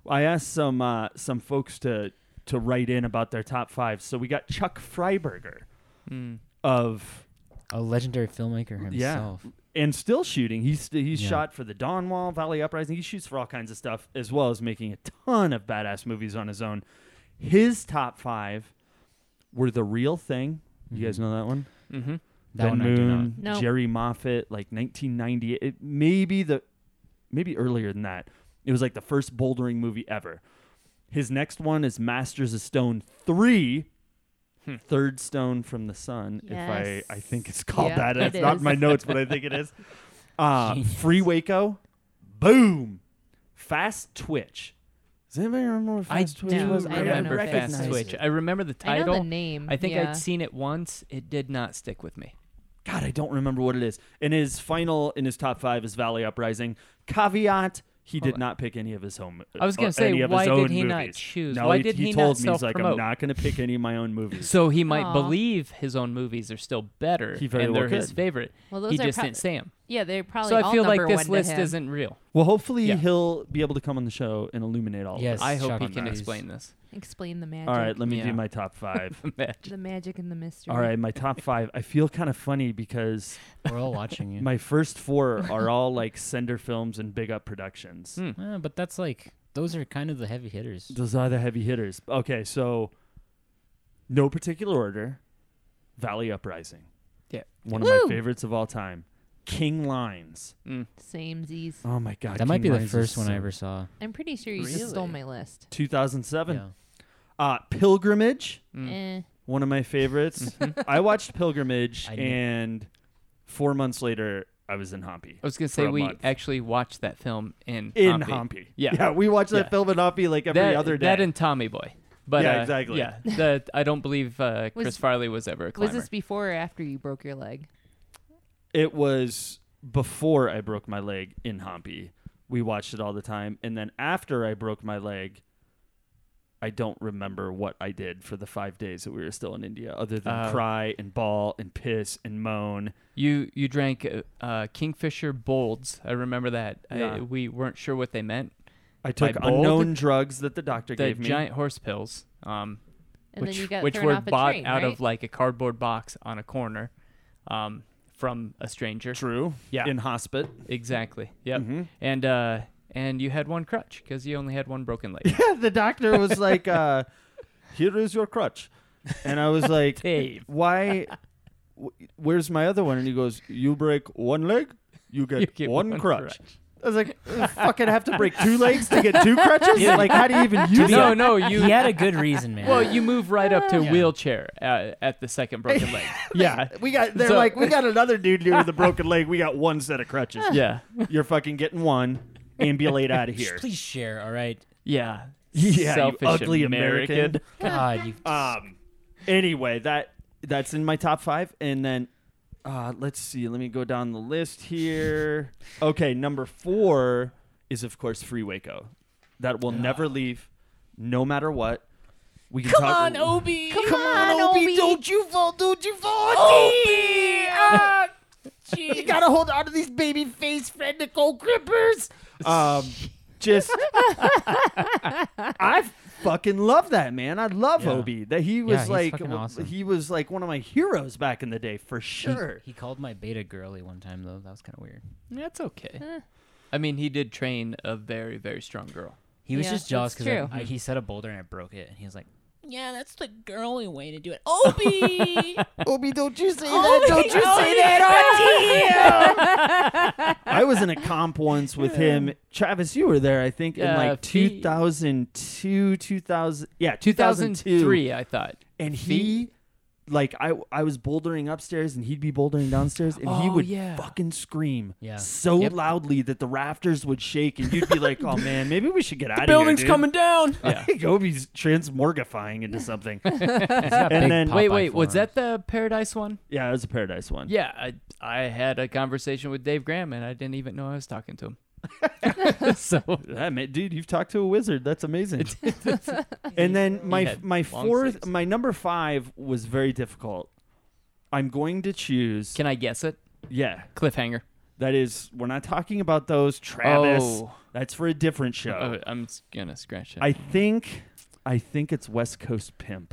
[SPEAKER 3] I asked some uh, some folks to to write in about their top five. So we got Chuck Freiberger
[SPEAKER 9] Mm.
[SPEAKER 3] of
[SPEAKER 7] A legendary filmmaker
[SPEAKER 3] Yeah.
[SPEAKER 7] himself.
[SPEAKER 3] and still shooting. He's st- he's
[SPEAKER 7] Yeah.
[SPEAKER 3] shot for the Dawn Wall, Valley Uprising. He shoots for all kinds of stuff as well as making a ton of badass movies on his own. His top five were The Real Thing. You guys know that one?
[SPEAKER 9] Mm-hmm.
[SPEAKER 7] That
[SPEAKER 3] Ben
[SPEAKER 7] one I do not.
[SPEAKER 3] Moon,
[SPEAKER 4] Nope.
[SPEAKER 3] Jerry Moffat, like 1998. It, maybe the maybe earlier than that. It was like the first bouldering movie ever. His next one is Masters of Stone 3.
[SPEAKER 7] Hmm.
[SPEAKER 3] Third Stone from the Sun,
[SPEAKER 4] Yes.
[SPEAKER 3] if I I think it's called
[SPEAKER 4] Yeah,
[SPEAKER 3] that.
[SPEAKER 4] it
[SPEAKER 3] It's not
[SPEAKER 4] is.
[SPEAKER 3] in my notes, but I think it is. Uh,
[SPEAKER 7] Genius.
[SPEAKER 3] Free Waco, boom. Fast Twitch. Does anybody remember what
[SPEAKER 7] I
[SPEAKER 3] Fast Twitch
[SPEAKER 4] do
[SPEAKER 3] was?
[SPEAKER 4] I
[SPEAKER 9] I
[SPEAKER 4] don't
[SPEAKER 9] remember
[SPEAKER 4] know.
[SPEAKER 9] Fast
[SPEAKER 4] Recognize
[SPEAKER 9] Twitch. I remember the
[SPEAKER 4] I
[SPEAKER 9] title.
[SPEAKER 4] know the name.
[SPEAKER 9] I think
[SPEAKER 4] yeah.
[SPEAKER 9] I'd seen it once. It did not stick with me.
[SPEAKER 3] God, I don't remember what it is. And his final in his top five is Valley Uprising. Caveat: He did
[SPEAKER 9] Hold on.
[SPEAKER 3] not pick any of his home.
[SPEAKER 9] I was gonna
[SPEAKER 3] uh,
[SPEAKER 9] say,
[SPEAKER 3] any of
[SPEAKER 9] why
[SPEAKER 3] his
[SPEAKER 9] did
[SPEAKER 3] own
[SPEAKER 9] he not
[SPEAKER 3] movies.
[SPEAKER 9] choose?
[SPEAKER 3] No,
[SPEAKER 9] Why
[SPEAKER 3] he,
[SPEAKER 9] did
[SPEAKER 3] he
[SPEAKER 9] he
[SPEAKER 3] told
[SPEAKER 9] not
[SPEAKER 3] me he's like, I'm
[SPEAKER 9] self-promote?
[SPEAKER 3] not gonna pick any of my own movies.
[SPEAKER 9] So he might
[SPEAKER 4] Aw.
[SPEAKER 9] believe his own movies are still better
[SPEAKER 3] He very
[SPEAKER 9] and
[SPEAKER 3] well
[SPEAKER 9] they're his
[SPEAKER 3] could.
[SPEAKER 9] favorite.
[SPEAKER 4] Well, those
[SPEAKER 9] he
[SPEAKER 4] are
[SPEAKER 9] just
[SPEAKER 4] prob-
[SPEAKER 9] didn't say them.
[SPEAKER 4] Yeah, they're probably.
[SPEAKER 9] So I
[SPEAKER 4] all
[SPEAKER 9] feel like
[SPEAKER 4] number
[SPEAKER 9] this
[SPEAKER 4] one to
[SPEAKER 9] list
[SPEAKER 4] him.
[SPEAKER 9] isn't real.
[SPEAKER 3] well, hopefully
[SPEAKER 9] Yeah.
[SPEAKER 3] he'll be able to come on the show and illuminate all.
[SPEAKER 7] Yes.
[SPEAKER 9] I hope
[SPEAKER 7] Shock
[SPEAKER 9] he
[SPEAKER 7] on
[SPEAKER 9] can
[SPEAKER 7] these.
[SPEAKER 9] explain this.
[SPEAKER 4] Explain the
[SPEAKER 3] Of
[SPEAKER 4] magic.
[SPEAKER 3] them. All right, let me
[SPEAKER 9] Yeah.
[SPEAKER 3] do my top five.
[SPEAKER 9] Imagine.
[SPEAKER 4] The magic and the mystery.
[SPEAKER 3] all right, my top five. I feel kind of funny because
[SPEAKER 7] We're all watching you.
[SPEAKER 3] my first four are all like Sender Films and Big Up Productions.
[SPEAKER 9] Hmm.
[SPEAKER 7] Uh, but that's like those are kind of the heavy hitters.
[SPEAKER 3] Those are the heavy hitters. Okay, so no particular order. Valley Uprising.
[SPEAKER 9] Yeah.
[SPEAKER 3] One of
[SPEAKER 4] Woo!
[SPEAKER 3] my favorites of all time. King Lines.
[SPEAKER 4] Same Z's.
[SPEAKER 3] Oh my god.
[SPEAKER 7] that might
[SPEAKER 3] King
[SPEAKER 7] be the
[SPEAKER 3] Lines
[SPEAKER 7] first
[SPEAKER 3] is
[SPEAKER 7] one
[SPEAKER 3] so-
[SPEAKER 7] I ever saw.
[SPEAKER 4] I'm pretty sure you just stole my list.
[SPEAKER 3] 2007.
[SPEAKER 7] Yeah.
[SPEAKER 3] Uh Pilgrimage,
[SPEAKER 9] Mm.
[SPEAKER 4] Eh.
[SPEAKER 3] one of my favorites. I watched Pilgrimage
[SPEAKER 7] Mm-hmm. I knew-
[SPEAKER 3] and 4 months later I was in Hampi.
[SPEAKER 9] I was gonna say
[SPEAKER 3] a
[SPEAKER 9] we
[SPEAKER 3] month.
[SPEAKER 9] actually watched that film in
[SPEAKER 3] In
[SPEAKER 9] Hampi.
[SPEAKER 3] Hampi.
[SPEAKER 9] Yeah.
[SPEAKER 3] Yeah, we watched that
[SPEAKER 9] Yeah.
[SPEAKER 3] film in Hampi like every
[SPEAKER 9] that,
[SPEAKER 3] other day.
[SPEAKER 9] That and Tommy Boy. But
[SPEAKER 3] Yeah,
[SPEAKER 9] uh,
[SPEAKER 3] exactly.
[SPEAKER 9] Yeah, that I don't believe uh,
[SPEAKER 4] Was-
[SPEAKER 9] Chris Farley was ever a climber.
[SPEAKER 4] Was this before or after you broke your leg?
[SPEAKER 3] it was before I broke my leg in Hampi. We watched it all the time. And then after I broke my leg, I don't remember what I did for the five days that we were still in India, other than
[SPEAKER 9] Oh.
[SPEAKER 3] cry and bawl and piss and moan.
[SPEAKER 9] You you drank uh, uh, Kingfisher Bolds. I remember that. I-
[SPEAKER 3] Yeah.
[SPEAKER 9] we weren't sure what they meant.
[SPEAKER 3] I took
[SPEAKER 9] By bold?
[SPEAKER 3] unknown drugs that the doctor
[SPEAKER 9] The
[SPEAKER 3] gave me.
[SPEAKER 9] giant horse pills, um,
[SPEAKER 4] And
[SPEAKER 9] which
[SPEAKER 4] then you got
[SPEAKER 9] which
[SPEAKER 4] thrown
[SPEAKER 9] were
[SPEAKER 4] off a
[SPEAKER 9] bought
[SPEAKER 4] train,
[SPEAKER 9] out
[SPEAKER 4] right?
[SPEAKER 9] of like a cardboard box on a corner, um, from a stranger.
[SPEAKER 3] True.
[SPEAKER 9] Yeah.
[SPEAKER 3] In hospit.
[SPEAKER 9] Exactly. Yep.
[SPEAKER 3] Mhm.
[SPEAKER 9] And uh, and you had one crutch because you only had one broken leg.
[SPEAKER 3] the doctor was like, uh, "Here is your crutch," and I was like,
[SPEAKER 9] Dave.
[SPEAKER 3] "Why? wh- Where's my other one?" And he goes, "You break one leg, you get,
[SPEAKER 9] You get
[SPEAKER 3] one,
[SPEAKER 9] one
[SPEAKER 3] crutch." I was like, "Uh, "Fucking have to break two legs to get two crutches? Like, how do you even use
[SPEAKER 9] no,
[SPEAKER 3] it?"
[SPEAKER 9] no, you
[SPEAKER 7] He had a good reason, man.
[SPEAKER 9] Well, you move right up to
[SPEAKER 7] Yeah.
[SPEAKER 9] wheelchair uh, at the second broken leg. yeah.
[SPEAKER 3] We got. They're
[SPEAKER 9] So-
[SPEAKER 3] like, "We got another dude here with a broken leg. We got one set of crutches.
[SPEAKER 9] Yeah.
[SPEAKER 3] You're fucking getting one. Ambulate out of
[SPEAKER 7] Sh-
[SPEAKER 3] here."
[SPEAKER 7] Please share, all right?
[SPEAKER 9] Yeah.
[SPEAKER 3] Yeah,
[SPEAKER 9] Selfish
[SPEAKER 3] you ugly
[SPEAKER 9] American.
[SPEAKER 3] American.
[SPEAKER 7] God, you.
[SPEAKER 3] Um. Anyway, that that's in my top five, and then uh, let's see. Let me go down the list here. Okay, number four is of course Free Waco, that will never leave, no matter what. We can come talk, on, Obi. Come, on, Obi. Don't you fall. Don't you fall. Obi. Ah, you gotta hold on to these baby face Fred Nicole grippers. Um, just I fucking love that man. I love
[SPEAKER 7] Yeah.
[SPEAKER 3] Obi. That he
[SPEAKER 7] Yeah,
[SPEAKER 3] was
[SPEAKER 7] he's
[SPEAKER 3] like
[SPEAKER 7] fucking awesome.
[SPEAKER 3] he was like one of my heroes back in the day for
[SPEAKER 7] he-
[SPEAKER 3] sure.
[SPEAKER 7] He, called my beta girly one time though. That was kind of weird.
[SPEAKER 9] That's okay. I mean, he did train a very, very strong girl.
[SPEAKER 7] He was
[SPEAKER 4] Yeah,
[SPEAKER 7] just jealous
[SPEAKER 4] that's
[SPEAKER 7] because
[SPEAKER 4] true.
[SPEAKER 7] he set a boulder and I broke it, and he was like,
[SPEAKER 11] Yeah, that's the girly way to do it. Obi!
[SPEAKER 3] Obi, don't you say
[SPEAKER 11] Don't you say that
[SPEAKER 3] I was in a comp once with him. Travis, you were there, I think, in
[SPEAKER 9] Yeah,
[SPEAKER 3] like
[SPEAKER 9] Fee-
[SPEAKER 3] 2002, 2000, yeah, 2002.
[SPEAKER 9] 2003, I thought.
[SPEAKER 3] And he
[SPEAKER 9] Fee-
[SPEAKER 3] like I I was bouldering upstairs and he'd be bouldering downstairs and he
[SPEAKER 9] Oh,
[SPEAKER 3] would
[SPEAKER 9] yeah.
[SPEAKER 3] fucking scream
[SPEAKER 7] Yeah.
[SPEAKER 3] so
[SPEAKER 9] Yep.
[SPEAKER 3] loudly that the rafters would shake and you'd be like, "Oh man, maybe we should get out of here."
[SPEAKER 9] Building's
[SPEAKER 3] dude."
[SPEAKER 9] coming down.
[SPEAKER 3] I think Obi's transmorgifying into something.
[SPEAKER 7] He's got
[SPEAKER 3] And
[SPEAKER 7] big
[SPEAKER 3] then-
[SPEAKER 9] Wait,
[SPEAKER 7] Popeye
[SPEAKER 9] wait, was
[SPEAKER 7] forearms.
[SPEAKER 9] that the Paradise one?
[SPEAKER 3] yeah, it was a paradise one.
[SPEAKER 9] Yeah, I, I had a conversation with Dave Graham and I didn't even know I was talking to him. so
[SPEAKER 3] That ma- dude, you've talked to a wizard. That's amazing. and then my
[SPEAKER 9] had
[SPEAKER 3] my
[SPEAKER 9] long
[SPEAKER 3] fourth,
[SPEAKER 9] sleeves.
[SPEAKER 3] my number five was very difficult. I'm going to choose.
[SPEAKER 9] can I guess it?
[SPEAKER 3] yeah,
[SPEAKER 9] Cliffhanger.
[SPEAKER 3] that is. We're not talking about those Travis.
[SPEAKER 9] Oh.
[SPEAKER 3] That's for a different show.
[SPEAKER 9] Oh, I'm s- gonna scratch it.
[SPEAKER 3] I think, I think it's West Coast Pimp,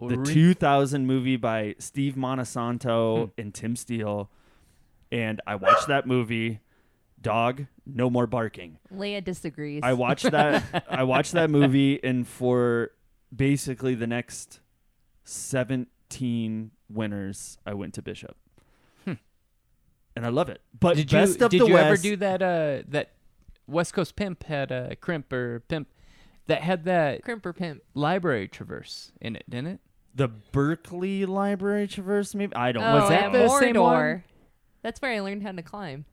[SPEAKER 3] the
[SPEAKER 9] Re-
[SPEAKER 3] 2000 movie by Steve Monsanto
[SPEAKER 9] Hmm.
[SPEAKER 3] and Tim Steele. And I watched that movie. Dog, no more barking.
[SPEAKER 4] Leia disagrees.
[SPEAKER 3] I watched that. I watched that movie, and for basically the next seventeen winters, I went to Bishop, and I love it. But
[SPEAKER 9] Hmm. did
[SPEAKER 3] best
[SPEAKER 9] you
[SPEAKER 3] of
[SPEAKER 9] did
[SPEAKER 3] the
[SPEAKER 9] you
[SPEAKER 3] West,
[SPEAKER 9] ever do that? Uh, that West Coast pimp had a crimp or pimp that had that
[SPEAKER 4] Crimp or pimp.
[SPEAKER 9] library traverse in it, didn't it?
[SPEAKER 3] the Berkeley Library Traverse? Maybe I don't.
[SPEAKER 4] Oh,
[SPEAKER 3] know.
[SPEAKER 9] Was that
[SPEAKER 4] at
[SPEAKER 9] the same one?
[SPEAKER 4] Mordor. That's where I learned how to climb.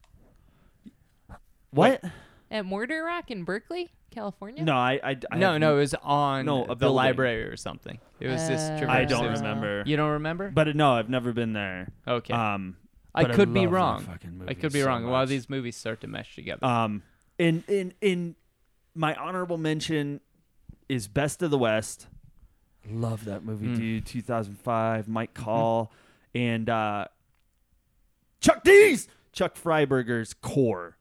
[SPEAKER 3] what?
[SPEAKER 4] At Mortar Rock in Berkeley, California?
[SPEAKER 3] No, I. I, I
[SPEAKER 9] no,
[SPEAKER 3] have-
[SPEAKER 9] no, it was on
[SPEAKER 3] No, a
[SPEAKER 9] the
[SPEAKER 3] building.
[SPEAKER 9] library or something. It was this
[SPEAKER 4] Uh,
[SPEAKER 9] traverse.
[SPEAKER 3] I
[SPEAKER 9] It
[SPEAKER 3] don't
[SPEAKER 9] was-
[SPEAKER 3] remember.
[SPEAKER 9] You don't remember?
[SPEAKER 3] But no, I've never been there.
[SPEAKER 9] okay,
[SPEAKER 3] Um,
[SPEAKER 9] I
[SPEAKER 3] but I
[SPEAKER 9] could be
[SPEAKER 3] love that
[SPEAKER 9] wrong.
[SPEAKER 3] fucking
[SPEAKER 9] I
[SPEAKER 3] movie
[SPEAKER 9] could be
[SPEAKER 3] so
[SPEAKER 9] wrong. A lot
[SPEAKER 3] much.
[SPEAKER 9] of these movies start to mesh together.
[SPEAKER 3] um, in in in my honorable mention is Best of the West. Love that movie,
[SPEAKER 9] Mm. Mm-hmm.
[SPEAKER 3] dude. 2005, Mike Call, and uh, Chuck D's, Chuck Freiberger's Core,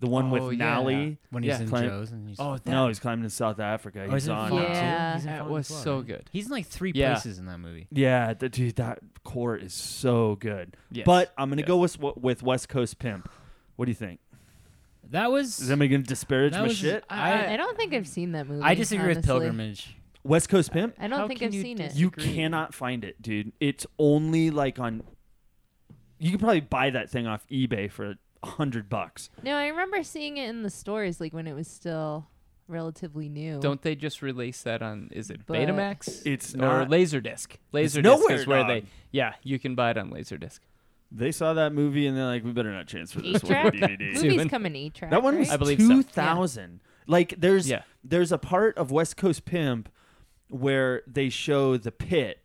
[SPEAKER 3] the one
[SPEAKER 9] Oh,
[SPEAKER 3] with
[SPEAKER 9] yeah.
[SPEAKER 3] Nally.
[SPEAKER 7] when he's
[SPEAKER 3] Yeah.
[SPEAKER 7] in
[SPEAKER 3] Climb-
[SPEAKER 7] Joe's and he's
[SPEAKER 9] oh, that,
[SPEAKER 3] No, he's climbing to South Africa.
[SPEAKER 7] Oh,
[SPEAKER 3] he's
[SPEAKER 7] he's in
[SPEAKER 3] on. uh,
[SPEAKER 7] Fallout
[SPEAKER 4] Yeah.
[SPEAKER 7] too? He's in
[SPEAKER 9] that
[SPEAKER 7] Fallout
[SPEAKER 9] was
[SPEAKER 7] as well,
[SPEAKER 9] so
[SPEAKER 7] right?
[SPEAKER 9] good.
[SPEAKER 7] He's in like three
[SPEAKER 9] Yeah.
[SPEAKER 7] places in that movie.
[SPEAKER 3] Yeah, the, dude, that Core is so good.
[SPEAKER 9] Yes.
[SPEAKER 3] But I'm gonna
[SPEAKER 9] Yes.
[SPEAKER 3] go with with West Coast Pimp. What do you think?
[SPEAKER 7] That was.
[SPEAKER 3] Is anybody gonna disparage
[SPEAKER 7] that
[SPEAKER 3] my
[SPEAKER 7] was-
[SPEAKER 3] shit?
[SPEAKER 4] Uh, I, I
[SPEAKER 7] I,
[SPEAKER 4] don't think I've seen that movie.
[SPEAKER 7] I disagree with
[SPEAKER 4] honestly.
[SPEAKER 7] Pilgrimage.
[SPEAKER 3] West Coast Pimp.
[SPEAKER 4] I don't
[SPEAKER 9] How
[SPEAKER 4] think
[SPEAKER 9] can
[SPEAKER 4] I've
[SPEAKER 9] you
[SPEAKER 4] seen it.
[SPEAKER 3] You
[SPEAKER 9] Agreed.
[SPEAKER 3] cannot find it, dude. It's only like on. You could probably buy that thing off eBay for a hundred bucks.
[SPEAKER 4] No, I remember seeing it in the stores, like when it was still relatively new.
[SPEAKER 9] Don't they just release that on? Is it
[SPEAKER 4] But-
[SPEAKER 9] Betamax?
[SPEAKER 3] It's
[SPEAKER 9] or
[SPEAKER 3] not-
[SPEAKER 9] Laserdisc. Laserdisc
[SPEAKER 3] nowhere,
[SPEAKER 9] is where
[SPEAKER 3] dog.
[SPEAKER 9] they. Yeah, you can buy it on Laserdisc.
[SPEAKER 3] They saw that movie and they're like, "We better not transfer this one to
[SPEAKER 4] Eight-track?
[SPEAKER 3] DVD."
[SPEAKER 4] Movies
[SPEAKER 9] Zoom.
[SPEAKER 4] come in eight track.
[SPEAKER 3] that one was
[SPEAKER 9] I believe so.
[SPEAKER 3] two thousand. Like, there's
[SPEAKER 9] Yeah.
[SPEAKER 3] there's a part of West Coast Pimp where they show the pit,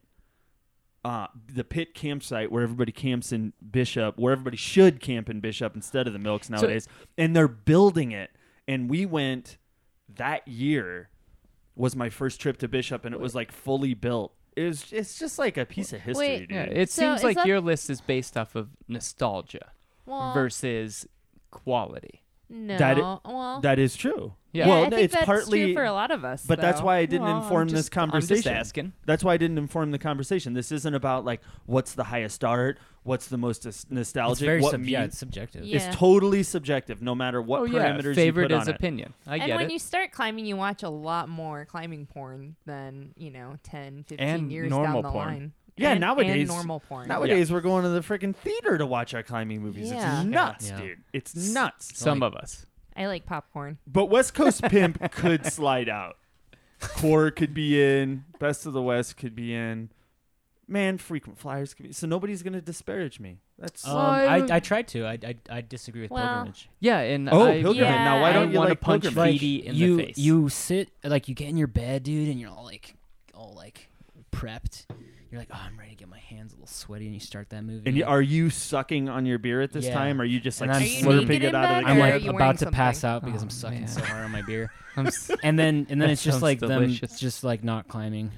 [SPEAKER 3] uh, the pit campsite where everybody camps in Bishop, where everybody should camp in Bishop instead of the Milks nowadays, and they're building it. And we went that year was my first trip to Bishop, and it was like fully built. It was, it's just like a piece of history,
[SPEAKER 4] Wait.
[SPEAKER 3] dude.
[SPEAKER 9] Yeah, it
[SPEAKER 4] So
[SPEAKER 9] seems
[SPEAKER 4] is
[SPEAKER 9] like
[SPEAKER 4] that-
[SPEAKER 9] your list is based off of nostalgia
[SPEAKER 4] well,
[SPEAKER 9] versus quality.
[SPEAKER 4] No.
[SPEAKER 3] That i-
[SPEAKER 4] well,
[SPEAKER 3] that is true.
[SPEAKER 9] Yeah.
[SPEAKER 4] yeah,
[SPEAKER 3] well,
[SPEAKER 4] I think
[SPEAKER 3] it's
[SPEAKER 4] that's
[SPEAKER 3] partly
[SPEAKER 4] true for a lot of us.
[SPEAKER 3] But that's
[SPEAKER 4] though.
[SPEAKER 3] why I didn't
[SPEAKER 9] Well, I'm
[SPEAKER 3] inform this
[SPEAKER 9] just- I'm just
[SPEAKER 3] conversation.
[SPEAKER 9] asking.
[SPEAKER 3] That's why I didn't inform the conversation. This isn't about like what's the highest art, what's the most s- nostalgic.
[SPEAKER 7] It's very
[SPEAKER 3] what
[SPEAKER 7] sub-
[SPEAKER 3] mean-
[SPEAKER 7] yeah, it's subjective.
[SPEAKER 4] Yeah.
[SPEAKER 3] It's totally subjective, no matter what
[SPEAKER 9] oh yeah,
[SPEAKER 3] parameters
[SPEAKER 9] favorite
[SPEAKER 3] you put
[SPEAKER 9] is
[SPEAKER 3] on it.
[SPEAKER 9] opinion. I
[SPEAKER 4] and
[SPEAKER 9] get
[SPEAKER 4] when
[SPEAKER 9] it.
[SPEAKER 4] you start climbing, you watch a lot more climbing porn than, you know, 10, 15
[SPEAKER 9] And
[SPEAKER 4] years
[SPEAKER 9] normal
[SPEAKER 4] down the
[SPEAKER 9] porn.
[SPEAKER 4] line.
[SPEAKER 3] Yeah,
[SPEAKER 4] and,
[SPEAKER 3] nowadays-
[SPEAKER 4] And normal porn.
[SPEAKER 3] Nowadays, we're going to the freaking theater to watch our climbing movies.
[SPEAKER 4] Yeah.
[SPEAKER 3] It's nuts,
[SPEAKER 7] Yeah.
[SPEAKER 3] dude. It's nuts.
[SPEAKER 9] Some of us.
[SPEAKER 4] I like popcorn.
[SPEAKER 3] But West Coast Pimp could slide out. Core could be in. Best of the West could be in. Man, frequent flyers could be. So nobody's gonna disparage me. That's
[SPEAKER 7] Um,
[SPEAKER 9] Well, I
[SPEAKER 7] I,
[SPEAKER 9] don't-
[SPEAKER 7] I tried to. I, I, I disagree with
[SPEAKER 4] Well,
[SPEAKER 7] pilgrimage.
[SPEAKER 9] Yeah, and
[SPEAKER 3] oh,
[SPEAKER 9] I,
[SPEAKER 3] Pilgrim.
[SPEAKER 4] Yeah.
[SPEAKER 3] Now why
[SPEAKER 4] I
[SPEAKER 3] don't you
[SPEAKER 9] wanna
[SPEAKER 3] like
[SPEAKER 9] punch
[SPEAKER 3] Pilgrim?
[SPEAKER 9] Like, Feedy in the
[SPEAKER 7] you
[SPEAKER 9] face.
[SPEAKER 7] you sit like you get in your bed, dude, and you're all like all like prepped. You're like, oh, I'm ready to get my hands a little sweaty, and you start that movie.
[SPEAKER 3] And you, are you sucking on your beer at this
[SPEAKER 7] Yeah.
[SPEAKER 3] time? Or are you just like
[SPEAKER 7] And I'm Are you
[SPEAKER 3] slurping
[SPEAKER 4] naked
[SPEAKER 3] it
[SPEAKER 4] in
[SPEAKER 3] out of
[SPEAKER 4] bed?
[SPEAKER 3] the
[SPEAKER 7] I'm
[SPEAKER 4] Or are
[SPEAKER 7] like
[SPEAKER 4] you
[SPEAKER 7] about
[SPEAKER 4] wearing
[SPEAKER 7] to pass
[SPEAKER 4] something?
[SPEAKER 7] out because
[SPEAKER 9] Oh,
[SPEAKER 7] I'm sucking
[SPEAKER 9] man.
[SPEAKER 7] so hard on my beer.
[SPEAKER 9] I'm s-
[SPEAKER 7] And then and then
[SPEAKER 9] That
[SPEAKER 7] it's just
[SPEAKER 9] sounds
[SPEAKER 7] like
[SPEAKER 9] delicious.
[SPEAKER 7] them just like not climbing.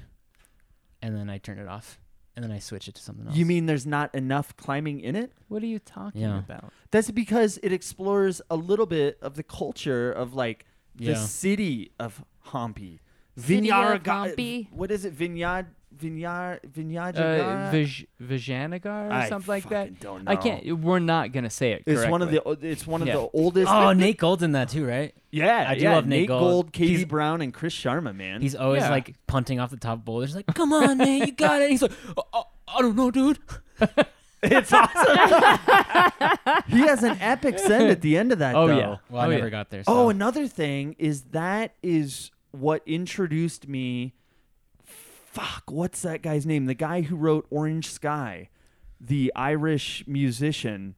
[SPEAKER 7] And then I turn it off. And then I switch it to something else.
[SPEAKER 3] You mean there's not enough climbing in it?
[SPEAKER 9] what are you talking
[SPEAKER 7] Yeah.
[SPEAKER 9] about?
[SPEAKER 3] That's because it explores a little bit of the culture of like the
[SPEAKER 7] Yeah.
[SPEAKER 3] city of Hampi.
[SPEAKER 4] City
[SPEAKER 3] Vinyar-
[SPEAKER 4] of Hampi?
[SPEAKER 3] What is it? Vineyard Vineyard Vineyard
[SPEAKER 9] Uh, Vij- Vijanagar or
[SPEAKER 3] I
[SPEAKER 9] something like that.
[SPEAKER 3] fucking don't
[SPEAKER 9] I
[SPEAKER 3] know.
[SPEAKER 9] can't. We're not gonna say it.
[SPEAKER 3] It's one of
[SPEAKER 9] correctly.
[SPEAKER 3] the o- it's one of
[SPEAKER 9] Yeah.
[SPEAKER 3] the oldest
[SPEAKER 7] Oh, Nate Gold's in that too, right?
[SPEAKER 3] Yeah,
[SPEAKER 7] I do
[SPEAKER 3] yeah,
[SPEAKER 7] love Nate Gold.
[SPEAKER 3] Katie
[SPEAKER 7] He's-
[SPEAKER 3] Brown and Chris Sharma, man.
[SPEAKER 7] He's always
[SPEAKER 9] Yeah.
[SPEAKER 7] like punting off the top boulders, like, "Come on, man, you got it." And he's like, "Oh, oh, "I don't know, dude."
[SPEAKER 3] it's awesome. he has an epic send at the end of that
[SPEAKER 9] Oh
[SPEAKER 3] though.
[SPEAKER 9] yeah.
[SPEAKER 7] Well, I
[SPEAKER 9] oh,
[SPEAKER 7] never
[SPEAKER 9] yeah.
[SPEAKER 7] got there.
[SPEAKER 3] Oh,
[SPEAKER 7] so-
[SPEAKER 3] another thing is that is what introduced me fuck, what's that guy's name? The guy who wrote Orange Sky, the Irish musician.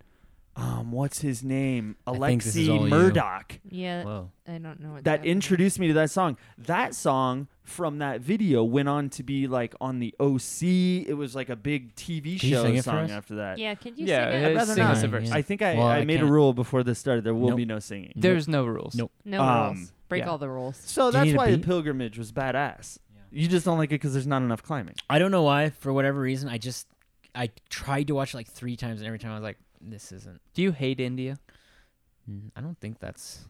[SPEAKER 3] Um, what's his name?
[SPEAKER 7] I think this is
[SPEAKER 3] Alexei
[SPEAKER 7] all you.
[SPEAKER 3] Murdoch
[SPEAKER 4] Yeah,
[SPEAKER 7] Whoa.
[SPEAKER 4] I don't know what
[SPEAKER 3] that
[SPEAKER 4] is.
[SPEAKER 3] introduced me to that song. That song from that video went on to be like on the OC. It was like a big TV
[SPEAKER 7] Can you
[SPEAKER 3] show
[SPEAKER 7] sing it for
[SPEAKER 3] song
[SPEAKER 7] us?
[SPEAKER 3] after that.
[SPEAKER 4] Yeah, could you
[SPEAKER 9] Yeah,
[SPEAKER 4] sing
[SPEAKER 9] it
[SPEAKER 4] it?
[SPEAKER 9] is-
[SPEAKER 3] Rather
[SPEAKER 9] sing
[SPEAKER 3] not.
[SPEAKER 9] us a verse.
[SPEAKER 3] I think I,
[SPEAKER 7] Well,
[SPEAKER 3] I
[SPEAKER 7] I
[SPEAKER 3] made a
[SPEAKER 7] can't.
[SPEAKER 3] rule before this started. There will
[SPEAKER 7] Nope.
[SPEAKER 3] be no singing.
[SPEAKER 9] There's no rules.
[SPEAKER 7] Nope.
[SPEAKER 4] No
[SPEAKER 3] Um,
[SPEAKER 4] rules. Break
[SPEAKER 3] yeah.
[SPEAKER 4] all the rules.
[SPEAKER 3] So
[SPEAKER 7] Do you
[SPEAKER 3] that's
[SPEAKER 7] need a
[SPEAKER 3] why the
[SPEAKER 7] beat?
[SPEAKER 3] pilgrimage was badass. You just don't like it because there's not enough climbing.
[SPEAKER 7] I don't know why. For whatever reason, I just I tried to watch it like three times, and every time I was like, "This isn't."
[SPEAKER 9] Do you hate India?
[SPEAKER 7] mm, I don't think that's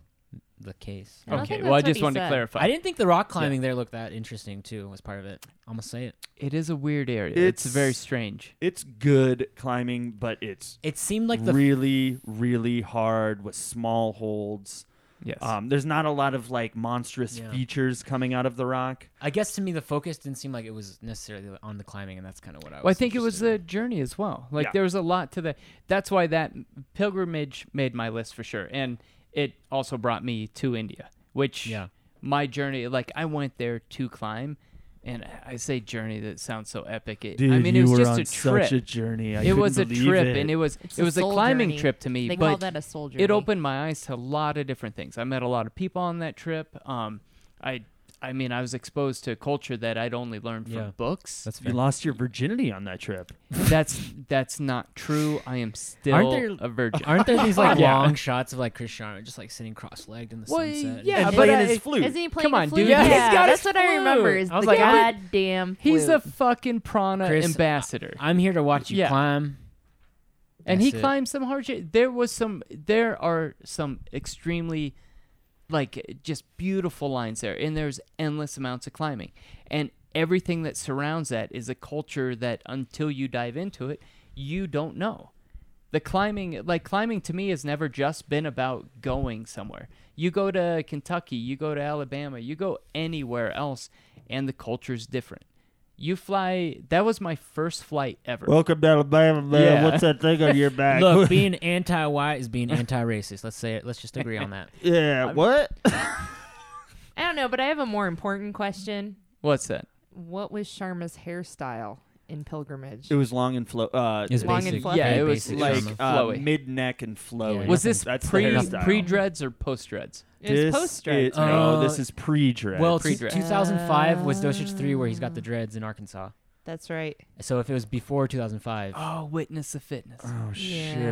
[SPEAKER 7] the case.
[SPEAKER 4] I don't
[SPEAKER 9] okay,
[SPEAKER 4] think
[SPEAKER 9] well, I
[SPEAKER 4] that's what
[SPEAKER 9] just
[SPEAKER 4] he
[SPEAKER 9] wanted to
[SPEAKER 4] said.
[SPEAKER 9] clarify.
[SPEAKER 7] I didn't think the rock climbing there looked that interesting too. Was part of it. I'm gonna say it.
[SPEAKER 9] It is a weird area. It's,
[SPEAKER 3] It's-
[SPEAKER 9] very strange.
[SPEAKER 3] It's good climbing, but it's
[SPEAKER 7] It seemed like the
[SPEAKER 3] really, really hard with small holds.
[SPEAKER 9] Yes.
[SPEAKER 3] Um, there's not a lot of like monstrous
[SPEAKER 7] Yeah.
[SPEAKER 3] features coming out of the rock.
[SPEAKER 7] I guess to me the focus didn't seem like it was necessarily on the climbing, and that's kind of what I was.
[SPEAKER 9] well, I think it was the
[SPEAKER 7] interested
[SPEAKER 9] journey as well. Like
[SPEAKER 3] Yeah.
[SPEAKER 9] there was a lot to the. That's why that pilgrimage made my list for sure, and it also brought me to India, which
[SPEAKER 7] in. yeah.
[SPEAKER 9] my journey. Like I went there to climb, and I- I say journey that sounds so epic. It, I mean, it was just a trip.
[SPEAKER 3] journey.
[SPEAKER 9] it was a trip, and it was
[SPEAKER 4] It's
[SPEAKER 9] it
[SPEAKER 4] a
[SPEAKER 9] was a
[SPEAKER 4] soul
[SPEAKER 9] climbing
[SPEAKER 4] journey.
[SPEAKER 9] trip to me.
[SPEAKER 4] They
[SPEAKER 9] but
[SPEAKER 4] call that a soldier.
[SPEAKER 9] it opened my eyes to a lot of different things. I met a lot of people on that trip. Um, I, I mean, I was exposed to a culture that I'd only learned from
[SPEAKER 7] Yeah.
[SPEAKER 9] books.
[SPEAKER 7] That's
[SPEAKER 3] you
[SPEAKER 7] fair.
[SPEAKER 3] lost your virginity on that trip.
[SPEAKER 9] That's that's not true. I am still
[SPEAKER 7] there-
[SPEAKER 9] a virgin.
[SPEAKER 7] Aren't there these like
[SPEAKER 9] Yeah.
[SPEAKER 7] long shots of like Chris Sharma just like sitting cross-legged in the
[SPEAKER 9] Well,
[SPEAKER 7] sunset?
[SPEAKER 9] yeah,
[SPEAKER 3] and
[SPEAKER 9] but
[SPEAKER 3] playing
[SPEAKER 9] I-
[SPEAKER 3] his flute.
[SPEAKER 4] Isn't he playing
[SPEAKER 9] Come
[SPEAKER 4] the
[SPEAKER 9] on,
[SPEAKER 4] flute?
[SPEAKER 9] dude.
[SPEAKER 4] Yeah,
[SPEAKER 9] He's got
[SPEAKER 4] that's
[SPEAKER 9] his
[SPEAKER 4] what I remember.
[SPEAKER 9] flute.
[SPEAKER 4] Is
[SPEAKER 9] I was
[SPEAKER 4] the
[SPEAKER 9] like, I-
[SPEAKER 4] goddamn.
[SPEAKER 9] He's a
[SPEAKER 4] flute.
[SPEAKER 9] fucking prana
[SPEAKER 7] Chris,
[SPEAKER 9] ambassador,
[SPEAKER 7] I'm here to watch you
[SPEAKER 9] Yeah.
[SPEAKER 7] climb.
[SPEAKER 9] and he
[SPEAKER 7] That's it.
[SPEAKER 9] climbed some hardship. There was some. There are some extremely, like, just beautiful lines there, and there's endless amounts of climbing, and everything that surrounds that is a culture that until you dive into it, you don't know. the climbing like climbing to me has never just been about going somewhere you go to kentucky you go to alabama you go anywhere else and the culture's different you fly that was my first flight ever
[SPEAKER 3] Welcome to Alabama, man.
[SPEAKER 9] Yeah.
[SPEAKER 3] What's that thing on your back?
[SPEAKER 7] Look, being anti-white is being anti-racist. Let's say it. Let's just agree on that.
[SPEAKER 3] yeah, what?
[SPEAKER 4] I don't know, but I have a more important question.
[SPEAKER 9] what's that
[SPEAKER 4] What was Sharma's hairstyle in pilgrimage?
[SPEAKER 3] It was long and flow. Uh,
[SPEAKER 7] It's
[SPEAKER 4] Long and
[SPEAKER 7] basic,
[SPEAKER 4] fluffy.
[SPEAKER 9] Yeah,
[SPEAKER 7] very
[SPEAKER 9] it was
[SPEAKER 7] basic
[SPEAKER 3] like
[SPEAKER 7] Sharma.
[SPEAKER 3] uh,
[SPEAKER 9] flowy.
[SPEAKER 3] mid neck and flowy.
[SPEAKER 7] Yeah.
[SPEAKER 9] was this
[SPEAKER 3] That's the
[SPEAKER 9] pre
[SPEAKER 3] hairstyle.
[SPEAKER 9] pre dreads or post dreads
[SPEAKER 4] It was post dread.
[SPEAKER 3] is- no,
[SPEAKER 7] Uh,
[SPEAKER 3] this is pre dread.
[SPEAKER 7] well, t-
[SPEAKER 9] Pre-dreads.
[SPEAKER 7] 2005 was Dosage three where he's got the dreads in Arkansas.
[SPEAKER 4] That's right.
[SPEAKER 7] So if it was before 2005,
[SPEAKER 9] oh witness of fitness
[SPEAKER 3] oh
[SPEAKER 4] Yeah.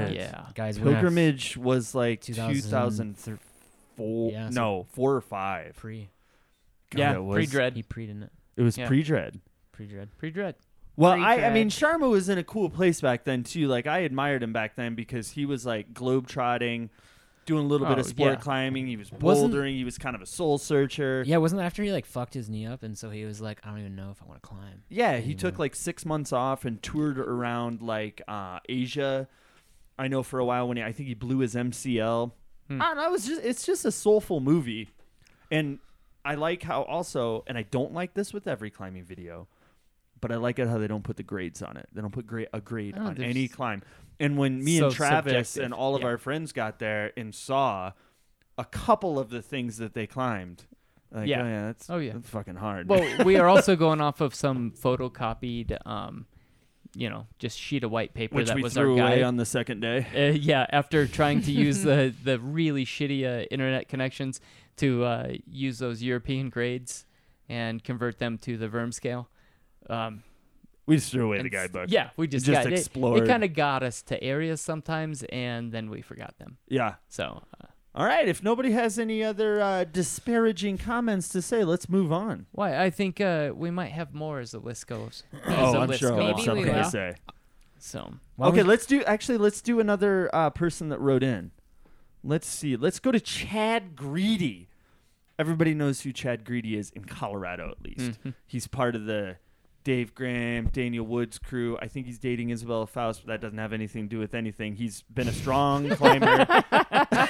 [SPEAKER 3] shit.
[SPEAKER 9] yeah
[SPEAKER 7] guys, we're gonna have
[SPEAKER 3] Pilgrimage was like
[SPEAKER 7] 2000
[SPEAKER 3] 2004.
[SPEAKER 7] Yeah, so-
[SPEAKER 3] no, four or five.
[SPEAKER 7] pre.
[SPEAKER 3] God,
[SPEAKER 9] yeah
[SPEAKER 3] it was-
[SPEAKER 9] pre dread
[SPEAKER 7] He pre didn't
[SPEAKER 3] It was
[SPEAKER 9] Yeah.
[SPEAKER 3] pre dread.
[SPEAKER 7] pre dread.
[SPEAKER 9] pre dread
[SPEAKER 3] Well,
[SPEAKER 4] Pre
[SPEAKER 3] I, I mean,
[SPEAKER 4] dread.
[SPEAKER 3] Sharma was in a cool place back then too. Like I admired him back then because he was like globetrotting, doing a little bit
[SPEAKER 9] Oh,
[SPEAKER 3] of sport
[SPEAKER 9] yeah.
[SPEAKER 3] climbing. He was bouldering.
[SPEAKER 7] Wasn't-
[SPEAKER 3] he was kind of a soul searcher.
[SPEAKER 7] Yeah, wasn't that after he like fucked his knee up, and so he was like, I don't even know if I want to climb.
[SPEAKER 3] Yeah, he took
[SPEAKER 7] Anyway.
[SPEAKER 3] like six months off and toured around like uh, Asia. I know for a while when he, I think he blew his MCL.
[SPEAKER 9] Hmm.
[SPEAKER 3] I don't know. It was just it's just a soulful movie, and I like how also, and I don't like this with every climbing video, but I like it how they don't put the grades on it. They don't put gra- a grade
[SPEAKER 9] Oh,
[SPEAKER 3] on
[SPEAKER 9] there's-
[SPEAKER 3] any climb. And when me
[SPEAKER 9] So
[SPEAKER 3] and Travis
[SPEAKER 9] subjective,
[SPEAKER 3] and all of
[SPEAKER 9] yeah.
[SPEAKER 3] our friends got there and saw a couple of the things that they climbed, like
[SPEAKER 9] Yeah.
[SPEAKER 3] oh yeah, that's
[SPEAKER 9] Oh, yeah.
[SPEAKER 3] that's fucking hard.
[SPEAKER 9] well we are also going off of some photocopied um you know just sheet of white paper
[SPEAKER 3] which
[SPEAKER 9] that
[SPEAKER 3] we
[SPEAKER 9] was
[SPEAKER 3] threw
[SPEAKER 9] our guide
[SPEAKER 3] away on the second day.
[SPEAKER 9] uh, yeah, after trying to use the the really shitty uh, internet connections to uh, use those European grades and convert them to the Verm scale. Um,
[SPEAKER 3] We just threw away the
[SPEAKER 9] and s-
[SPEAKER 3] guidebook.
[SPEAKER 9] Yeah, we just,
[SPEAKER 3] Just
[SPEAKER 9] got, It,
[SPEAKER 3] explored.
[SPEAKER 9] it kind of got us to areas sometimes, and then we forgot them.
[SPEAKER 3] Yeah.
[SPEAKER 9] So uh,
[SPEAKER 3] All right. If nobody has any other uh, disparaging comments to say, let's move on.
[SPEAKER 9] why I think uh, we might have more as the list goes. as
[SPEAKER 3] Oh,
[SPEAKER 9] the
[SPEAKER 3] I'm
[SPEAKER 9] list
[SPEAKER 3] sure
[SPEAKER 9] goes
[SPEAKER 3] I'll have
[SPEAKER 9] on.
[SPEAKER 4] we
[SPEAKER 3] something to
[SPEAKER 4] will.
[SPEAKER 3] say.
[SPEAKER 9] So
[SPEAKER 7] Why
[SPEAKER 3] okay,
[SPEAKER 7] would-
[SPEAKER 3] let's do. Actually, let's do another uh, person that wrote in. Let's see. Let's go to Chad Greedy. Everybody knows who Chad Greedy is in Colorado, at least.
[SPEAKER 7] Mm-hmm.
[SPEAKER 3] He's part of the Dave Graham, Daniel Woods crew. I think he's dating Isabella Faust, but that doesn't have anything to do with anything. He's been a strong climber.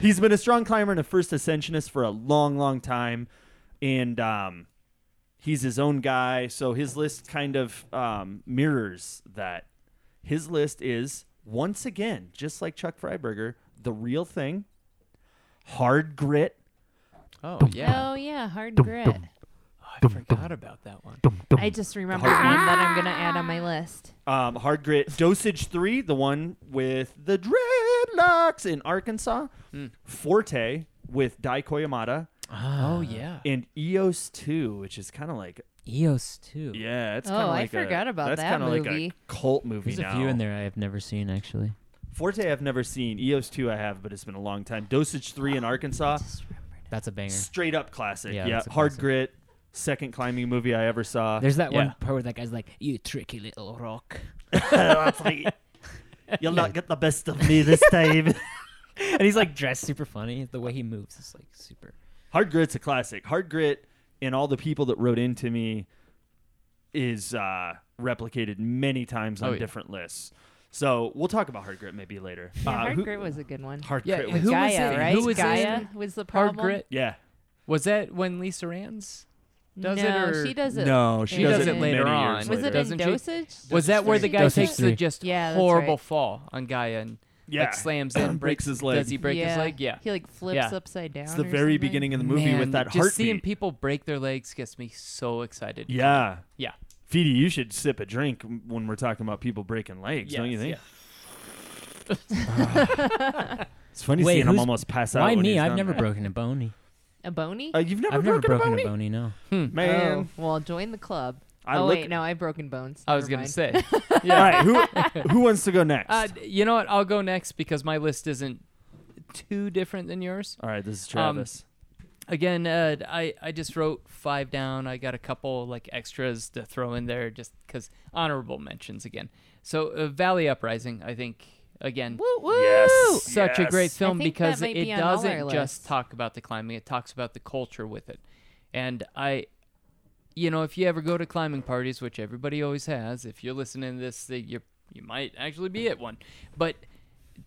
[SPEAKER 3] he's been a strong climber and a first ascensionist for a long, long time, and um, he's his own guy. So his list kind of um, mirrors that. His list is once again, just like Chuck Freiberger, the real thing, hard grit,
[SPEAKER 9] oh yeah,
[SPEAKER 4] Oh yeah, hard grit.
[SPEAKER 9] Oh, I I forgot about that one.
[SPEAKER 4] I just remember one that I'm gonna add on my list.
[SPEAKER 3] Um, hard grit dosage three, the one with the dreadlocks in Arkansas. Forte with Dai Koyamada Ah.
[SPEAKER 7] Oh, yeah.
[SPEAKER 3] and EOS two, which is kind of like
[SPEAKER 7] EOS too.
[SPEAKER 3] yeah, it's
[SPEAKER 4] Oh,
[SPEAKER 3] kind of
[SPEAKER 4] I
[SPEAKER 3] like
[SPEAKER 4] forgot
[SPEAKER 3] a,
[SPEAKER 4] about
[SPEAKER 3] that's
[SPEAKER 4] that
[SPEAKER 3] kinda like
[SPEAKER 4] movie.
[SPEAKER 3] a cult movie
[SPEAKER 7] There's
[SPEAKER 3] now.
[SPEAKER 7] a few in there I have never seen actually.
[SPEAKER 3] Forte I've never seen. EOS two I have, but it's been a long time. Dosage three in Arkansas,
[SPEAKER 7] That's a banger.
[SPEAKER 3] straight up classic.
[SPEAKER 7] Yeah,
[SPEAKER 3] Yeah,
[SPEAKER 7] that's a
[SPEAKER 3] hard
[SPEAKER 7] classic.
[SPEAKER 3] grit, second climbing movie I ever saw.
[SPEAKER 7] There's that
[SPEAKER 3] Yeah.
[SPEAKER 7] one part where that guy's like, "You tricky little rock,"
[SPEAKER 3] That's right. You'll not get the best of me this time.
[SPEAKER 7] and he's like dressed super funny. The way he moves is like super.
[SPEAKER 3] Hard Grit's a classic. Hard Grit and all the people that wrote into me is uh, replicated many times on
[SPEAKER 9] Oh, yeah.
[SPEAKER 3] different lists. So we'll talk about Hard Grit maybe later.
[SPEAKER 4] Yeah,
[SPEAKER 3] Uh,
[SPEAKER 4] hard
[SPEAKER 3] who-
[SPEAKER 4] grit was a good one.
[SPEAKER 3] Hard
[SPEAKER 9] Yeah,
[SPEAKER 3] Grit.
[SPEAKER 9] who
[SPEAKER 3] was-
[SPEAKER 9] was
[SPEAKER 4] Gaia,
[SPEAKER 9] it?
[SPEAKER 4] right?
[SPEAKER 9] Who was it?
[SPEAKER 4] Gaia was the
[SPEAKER 9] Hard
[SPEAKER 4] problem.
[SPEAKER 9] grit.
[SPEAKER 3] yeah.
[SPEAKER 9] Was that when Lisa Rans does it?
[SPEAKER 4] no,
[SPEAKER 9] Or
[SPEAKER 4] she does it.
[SPEAKER 3] No, she
[SPEAKER 4] She
[SPEAKER 3] does
[SPEAKER 4] does
[SPEAKER 3] it
[SPEAKER 4] it
[SPEAKER 3] many
[SPEAKER 9] later
[SPEAKER 3] years
[SPEAKER 9] on.
[SPEAKER 4] Was it
[SPEAKER 3] later.
[SPEAKER 4] in
[SPEAKER 9] Doesn't she?
[SPEAKER 4] dosage?
[SPEAKER 9] Was that where the guy
[SPEAKER 4] Dosage
[SPEAKER 9] takes the
[SPEAKER 7] three.
[SPEAKER 9] just
[SPEAKER 4] Yeah, that's
[SPEAKER 9] horrible
[SPEAKER 4] right.
[SPEAKER 9] fall on Gaia and
[SPEAKER 3] Yeah.
[SPEAKER 9] like slams in,
[SPEAKER 3] Breaks
[SPEAKER 9] breaks
[SPEAKER 3] his leg.
[SPEAKER 9] Does he break his leg? Yeah.
[SPEAKER 4] He like flips
[SPEAKER 9] Yeah.
[SPEAKER 4] upside down.
[SPEAKER 3] It's the
[SPEAKER 4] or
[SPEAKER 3] very
[SPEAKER 4] something.
[SPEAKER 3] beginning of the movie with
[SPEAKER 9] Man,
[SPEAKER 3] that
[SPEAKER 9] just seeing
[SPEAKER 3] heartbeat.
[SPEAKER 9] people break their legs gets me so excited.
[SPEAKER 3] yeah.
[SPEAKER 9] Yeah.
[SPEAKER 3] Feedy, you should sip a drink when we're talking about people breaking legs, don't you think? It's funny
[SPEAKER 7] Wait,
[SPEAKER 3] seeing him
[SPEAKER 7] who's-
[SPEAKER 3] almost pass out.
[SPEAKER 7] Why
[SPEAKER 3] when
[SPEAKER 7] me?
[SPEAKER 3] he's
[SPEAKER 7] I've
[SPEAKER 3] done
[SPEAKER 7] never
[SPEAKER 3] that.
[SPEAKER 7] broken a bony.
[SPEAKER 4] A bony?
[SPEAKER 3] Uh, you've never
[SPEAKER 7] I've never
[SPEAKER 3] broken,
[SPEAKER 7] broken
[SPEAKER 3] a
[SPEAKER 7] a
[SPEAKER 3] bone,
[SPEAKER 7] bony. No.
[SPEAKER 3] man.
[SPEAKER 4] Oh, well, join the club.
[SPEAKER 3] I
[SPEAKER 4] oh
[SPEAKER 3] look-
[SPEAKER 4] wait, no, I've broken bones.
[SPEAKER 9] I was
[SPEAKER 4] Never
[SPEAKER 9] gonna
[SPEAKER 4] mind.
[SPEAKER 9] say.
[SPEAKER 3] All right, who who wants to go next?
[SPEAKER 9] Uh, d- you know what? I'll go next because my list isn't too different than yours.
[SPEAKER 3] All right, this is
[SPEAKER 9] um,
[SPEAKER 3] Travis.
[SPEAKER 9] Again, uh, d- I I just wrote five down. I got a couple like extras to throw in there just because honorable mentions again. So uh, Valley Uprising, I think again.
[SPEAKER 4] Woo woo.
[SPEAKER 3] Yes. Oh,
[SPEAKER 9] Such a great
[SPEAKER 3] Yes.
[SPEAKER 9] film
[SPEAKER 4] think that
[SPEAKER 9] because
[SPEAKER 4] might
[SPEAKER 9] it
[SPEAKER 4] be on all our
[SPEAKER 9] doesn't just
[SPEAKER 4] lists.
[SPEAKER 9] talk about the climbing; it talks about the culture with it. And I, you know, if you ever go to climbing parties, which everybody always has, if you're listening to this, that you you might actually be at one. But